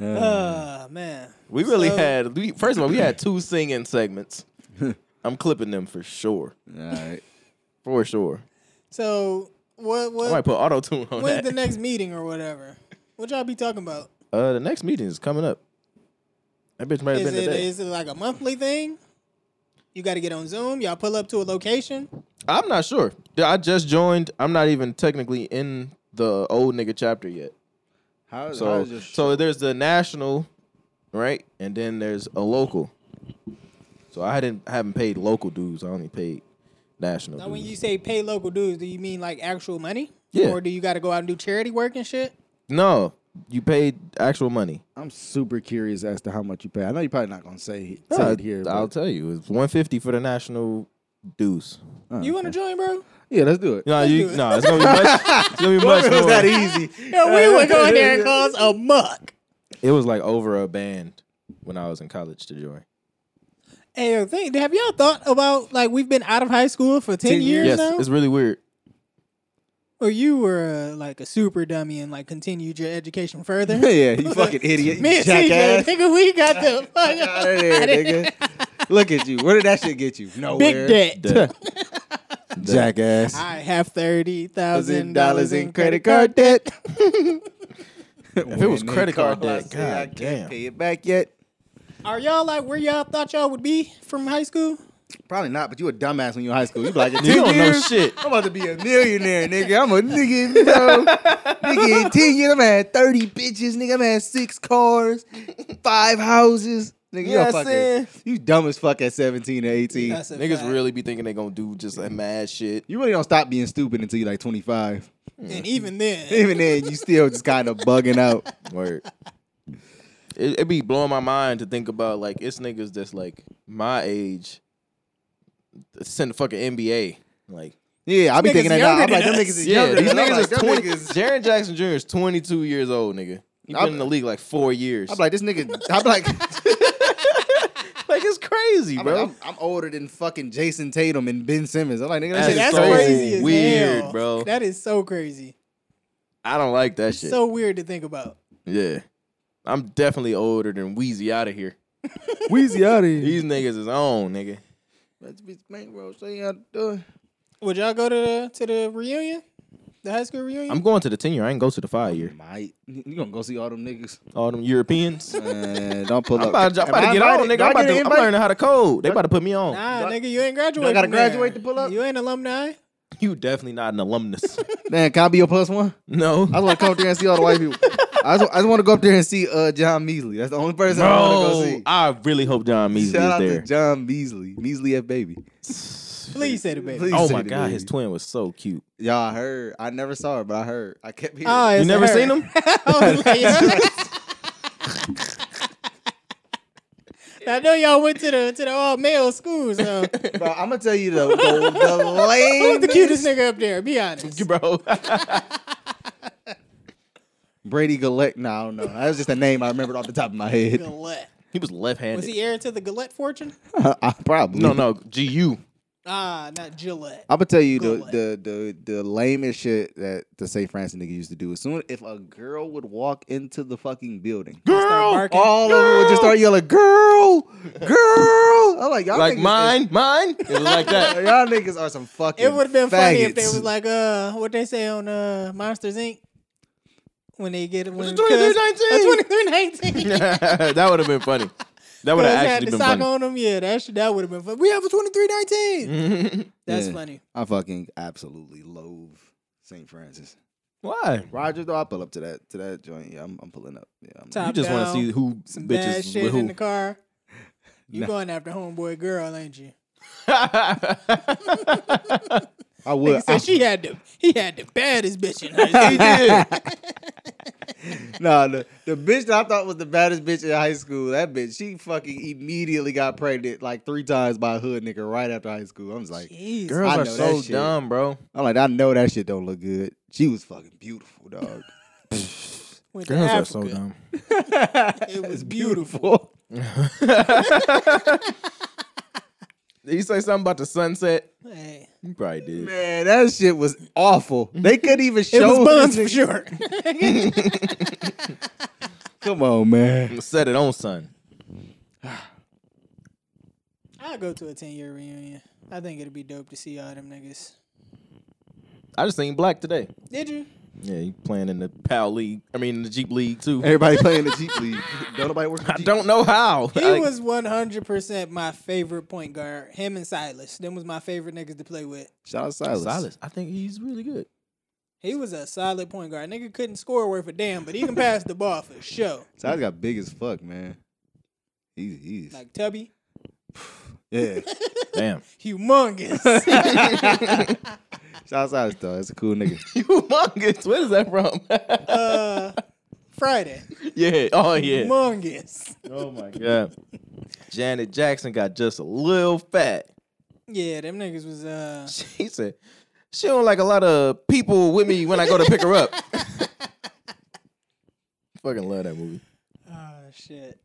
Oh man.
We really
So-
had we, first of all, we had two singing segments. I'm clipping them for sure.
All right.
For sure.
So what
I
what
might put auto tune on
when's
that.
the next meeting or whatever? What y'all be talking about?
uh the next meeting is coming up. That bitch might have
Is
been
it
today.
is it like a monthly thing? You got to get on Zoom. Y'all pull up to a location.
I'm not sure. I just joined. I'm not even technically in the old nigga chapter yet.
How, so,
So so there's the national, right? And then there's a local. So I hadn't I haven't paid local dues. I only paid national.
Now, when
dues.
you say pay local dues, do you mean like actual money?
Yeah.
Or do you got to go out and do charity work and shit?
no, you paid actual money.
I'm super curious as to how much you pay. I know you're probably not gonna say, say
No,
it here.
I'll
but-
tell you, it's 150 for the national dues.
You want to join, bro?
yeah, let's do it.
No, you
do it.
no, it's gonna be much. it's gonna be much more.
easy.
Yo, we would go in there and cause a muck.
It was like over a band when I was in college to join.
Hey, yo, think, have y'all thought about like we've been out of high school for
10
10, years
years.
Yes,
now?
it's really weird.
Or you were uh, like a super dummy and like continued your education further?
yeah, you fucking idiot.
Me
You
and TJ,
jackass.
nigga, we got the fuck
Out of there, nigga. Look at you. Where did that shit get you? Nowhere.
big debt.
Jackass.
I have thirty thousand
$1,000
dollars
in credit card debt. if
it was credit card debt,
I
god
can't
damn.
pay it back yet.
Are y'all like where y'all thought y'all would be from high school?
Probably not, but you a dumbass when you were in high school. You be like, in
You
10
don't know
years,
shit.
I'm about to be a millionaire, nigga. I'm a nigga, you know. nigga, in 10 years, I'm gonna have 30 bitches, nigga. I'm gonna have six cars, five houses.
You
Nigga,
know
you
what I'm
fucking,
saying?
you dumb as fuck at 17 or 18.
That's a
Niggas
fact.
really be thinking they gonna do just like mad shit.
You really don't stop being stupid until you're like 25.
and even then,
Even then, you still just kind of bugging out.
Word. It, it be blowing my mind to think about like it's niggas that's like my age that's in the fucking NBA. Like
Yeah, I be
Niggas
thinking that now.
younger
I'm like,
than
them
us.
niggas is
yeah,
younger.
these
than us.
niggas
I'm
is
like, them
twenty.
niggas-
Jaron Jackson Jr. is twenty two years old, nigga. He been
I'm-
in the league like four years.
I'm
like,
like, this nigga, I'm like,
it's crazy,
I'm,
bro.
like, I'm, I'm older than fucking Jason Tatum and Ben Simmons. I'm like, nigga, that
That's
shit
that's
so
crazy. As
weird,
hell.
bro.
That is so crazy.
I don't like that shit.
So weird to think about.
yeah, I'm definitely older than Wheezy out of here.
Wheezy out of here.
These niggas is on, nigga.
Would y'all go to the to the reunion, the high school reunion?
I'm going to the ten year. I ain't go to the five year.
Might you gonna go see all them niggas?
All them Europeans.
Man, don't pull
I'm
up.
about, I'm
Am
about to
I
get on,
invited?
nigga.
Do
I'm,
I
about
get
to, I'm
invited?
learning how to code. They about to put me on.
nah, nigga, you ain't graduated.
gotta
from there.
graduate to pull up?
You ain't alumni.
You definitely not an alumnus.
Man, can I be your plus one?
no.
I just want to come up there and see all the white people. I just, I just want to go up there and see uh, John Measley. That's the only person I want to go
Bro,
see.
I really hope John Measley
Shout out
is
to
there.
John Measley, Measley F baby.
Please say the baby.
Please.
Oh
say
my
the
god, his
name.
twin was so cute.
Y'all I heard? I never saw it, but I heard. I kept hearing.
Oh,
You
it's
never
her.
seen him?
I was like, I know y'all went to the to the all male school, so
Bro, I'm gonna tell you the the, the lame.
who's the cutest nigga up there? Be honest.
Bro.
Brady Galette. No, I don't know. That was just a name I remembered off the top of my head.
Gillette.
he was left
Was
handed.
he heir to the Gillette fortune?
I probably.
No, no. GU.
Ah, not Gillette.
Oh,
I'm gonna tell you
Go
the,
away.
the the the lamest shit that the St. Francis nigga used to do. As soon if a girl would walk into the fucking building,
Girl, barking.
all of them would just start yelling, "Girl, girl!" I'm like, y'all
like
niggas is-
mine, mine. It was like that.
y'all niggas are some fucking.
it would have been
faggots.
funny if they was like, uh, what they say on uh Monsters Inc. When they get when
It's 2319.
twenty three nineteen.
that would have been funny. That would have
had
actually
the
been
sock
funny. Mm,
on them. Yeah, that should, that would have been fun. We have a twenty three nineteen. That's
Yeah.
funny.
I fucking absolutely loathe St. Francis.
Why?
Roger, though, I pull up to that to that joint. Yeah, I'm, I'm pulling up. Yeah, I'm,
Top
You just want to
down,
see who
some
bitches
bad
with
shit
who.
in the car. You going after homeboy girl, ain't you?
I
Nigga
would.
said
I-
she had the he had the baddest bitch in her. She
nah, the, the bitch that I thought was the baddest bitch in high school, that bitch, she fucking immediately got pregnant like three times by a hood nigga right after high school. I was like,
Jeez.
Girls
I
are
know that
so
shit.
dumb, bro.
I'm like, I know that shit don't look good. She was fucking beautiful, dog.
Went to
Girls are so
Africa.
dumb.
It was beautiful.
Did you say something about the sunset?
Hey,
You probably did.
Man, that shit was awful. They couldn't even
It
show
was buns
this
for
nigga-
sure.
Come on, man.
Set it on, son.
I'll go to a ten year reunion. I think it'd be dope to see all them niggas.
I just seen Black today.
Did you?
Yeah, he playing in the PAL League. I mean, in the Jeep League, too.
Everybody playing the Jeep League. Don't nobody work the
I
Jeep.
don't know how.
He
Like,
was one hundred percent my favorite point guard. Him and Silas. Them was my favorite niggas to play with.
Shout out Silas.
Silas. I think he's really good.
He was a solid point guard. Nigga couldn't score worth a damn, but he can pass the ball for sure.
Silas got big as fuck, man. He's, he's
Like Tubby,
yeah.
Damn.
humongous.
Shout out Silas though. That's a cool nigga.
Humongous. Where is that from?
uh, Friday,
yeah. Oh, yeah.
humongous.
Oh, my God. Janet Jackson got just a little fat.
Yeah, them niggas was uh.
She said, she don't like a lot of people with me when I go to pick her up. Fucking love that movie.
Oh shit.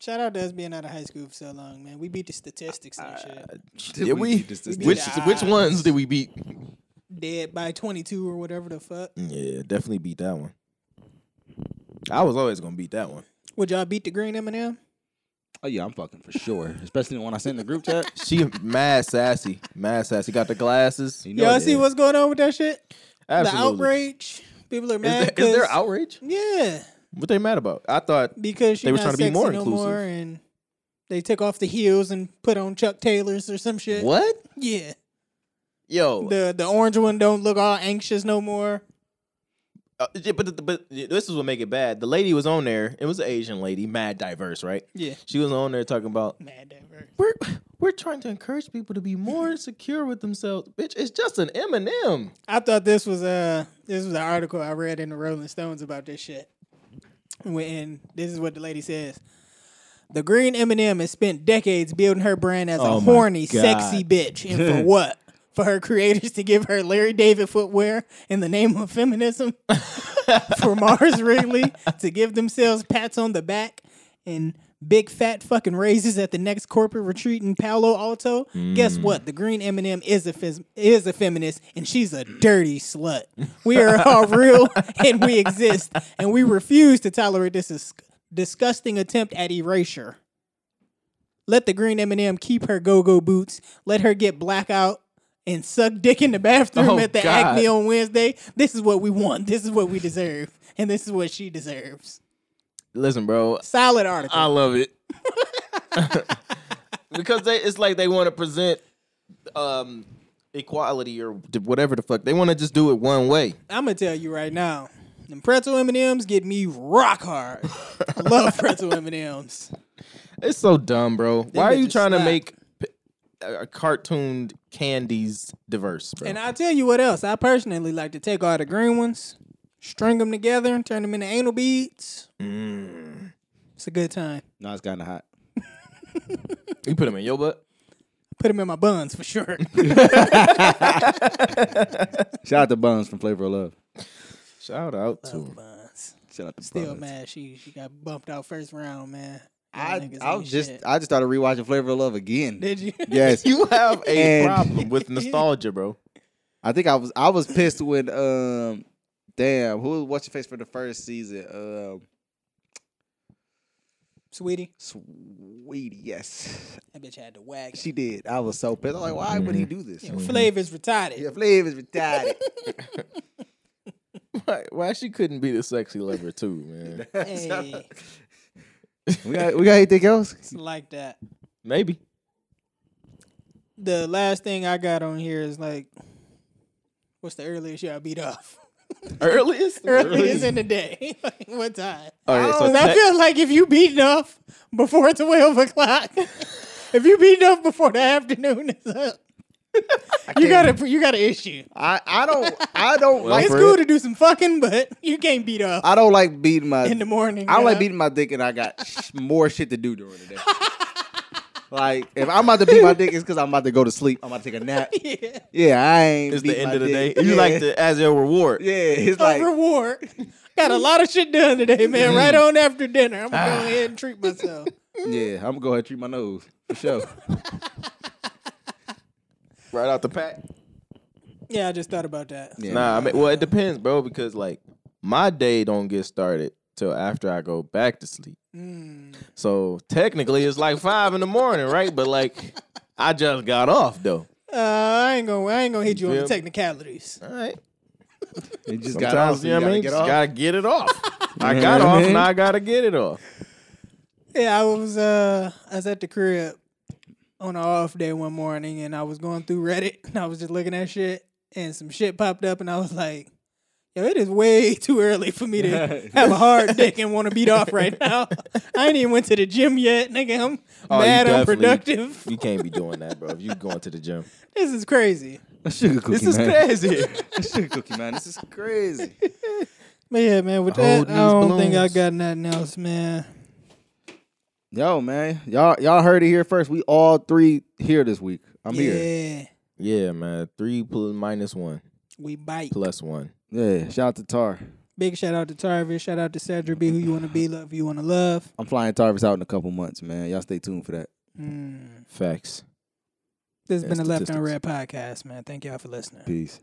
Shout out to us being out of high school for so long, man. We beat the statistics and shit.
Did, we?
did.
which which
Ah.
ones did we beat?
Dead by twenty two or whatever the fuck.
Yeah, definitely beat that one. I was always gonna beat that one.
Would y'all beat the green M?
Oh yeah, I'm fucking for sure. Especially when I sent in the group chat.
She mad sassy, mad sassy. Got the glasses.
You know
Y'all
it
see
is.
what's going on with that shit? The
Absolutely.
outrage. People are
Is there,
mad.
is there
'cause-
outrage?
Yeah,
What they mad about? I thought
because she
They were
not
trying to be
sexy
more
no
inclusive.
more, and they took off the heels and put on Chuck Taylors or some shit.
what?
Yeah,
Yo,
the the orange one don't look all anxious no more.
uh, yeah, but the- but this is what make it bad. The lady was on there. It was an Asian lady, mad diverse, right?
Yeah,
She was on there talking about
mad diverse.
we're we're trying to encourage people to be more secure with themselves. Bitch, it's just an Eminem.
I thought this was uh this was an article I read in the Rolling Stones about this shit. When this is what the lady says. The green Eminem has spent decades building her brand as a
Oh my
horny,
God.
sexy bitch. And for what? For her creators to give her Larry David footwear in the name of feminism? for Mars Wrigley to give themselves pats on the back and big fat fucking raises at the next corporate retreat in Palo Alto. Guess what? The green Eminem is a fis- is a feminist and she's a dirty slut. We are all real and we exist and we refuse to tolerate this dis- disgusting attempt at erasure. Let the green Eminem keep her go-go boots. Let her get blackout and suck dick in the bathroom
Oh,
at the
God.
Acme on Wednesday. This is what we want. This is what we deserve, and this is what she deserves.
Listen, bro,
Solid article.
I love it because they, it's like they want to present um, equality or d- whatever the fuck. They want to just do it one way.
I'm gonna tell you right now, them pretzel M and M's get me rock hard. I love pretzel M and M's.
It's so dumb, bro. Why are you
bitches
trying to
slap.
make p- uh, cartooned candies diverse, bro?
And I tell you what else, I personally like to take all the green ones, string them together, and turn them into anal beads.
Mm.
It's a good time.
No, it's kinda hot.
you put them in your butt.
Put them in my buns for sure.
Shout out to Buns from Flavor of Love.
Shout out to 'em.
buns.
Shout out to
Still
Buns.
mad she she got bumped out first round, man.
I
niggas
I
ain't
just
shit.
I just started rewatching Flavor of Love again.
Did you?
Yes,
You have a
And-
problem with nostalgia, bro.
I think I was I was pissed when um damn who was What's Your Face for the first season um
Sweetie.
Sweetie yes
That bitch had to wag.
she Mm-hmm. did I was so pissed I was like why would he
Mm-hmm.
do this
Yo, Flavor's retarded.
your Flav is retarded
Why, why she couldn't be the sexy lover too, man?
Hey,
we got we got anything else
it's like that.
Maybe.
The last thing I got on here is like, what's the earliest y'all beat off?
Earliest?
earliest in the day. like, what time?
All right, so
Because I
tech-
feel like if you beat off before 12 o'clock, if you beat off before the afternoon is up, you got a you got an issue.
I I don't I don't like
it's cool to do some fucking, but you can't beat off
I don't like beating my
in the morning.
I don't like
yeah.
beating my dick and I got sh- more shit to do during the day. like if I'm about to beat my dick, it's because I'm about to go to sleep. I'm about to take a nap.
Yeah.
Yeah, I ain't.
it's
beat
the end
my
of the day.
dick.
You
yeah.
like the as your reward.
Yeah, it's
A
like
reward. Got a lot of shit done today,
Mm-hmm.
man. Right on after dinner, I'm gonna
Ah.
go ahead and treat myself.
yeah. I'm gonna go ahead and treat my nose for sure.
Right out the pack.
Yeah, I just thought about that.
Yeah.
Nah, I mean, well, it depends, bro, because like my day don't get started till after I go back to sleep.
Hmm.
So technically, it's like five in the morning, right? But like, I just got off though.
Uh, I ain't gonna I ain't gonna hit you on the
Feel-
technicalities.
All right,
It just got off.
sometimes
so
you know what I
You gotta
mean.
get
Just
off.
gotta get it off. I
Yeah,
got
I
off,
mean.
and I gotta get it off.
Yeah, I was uh I was at the crib on an off day one morning and I was going through Reddit and I was just looking at shit and some shit popped up and I was like, yo, it is way too early for me to have a hard dick and want to beat off right now. I ain't even went to the gym yet, nigga. I'm
Oh, you
mad
definitely-
unproductive.
You can't be doing that, bro. If you going to the gym,
This is crazy.
Sugar cookie,
this is
man.
crazy.
Sugar cookie, man. This is crazy.
But yeah, man, with
Hold
that, I
these
don't think I
balloons.
got nothing else, man.
Yo, man. Y'all, y'all heard it here first. We all three here this week. I'm
yeah,
here.
yeah, man. Three plus minus one
we bite.
plus one.
Yeah. Shout out to Tar.
Big shout out to Tarvis. Shout out to Sadra. Be who you want to be. Love who you want to love.
I'm flying Tarvis out in a couple months, man. Y'all stay tuned for that.
Mm.
Facts.
This has
Yeah,
been a Left on
statistics.
Red podcast, man. Thank y'all for listening.
Peace.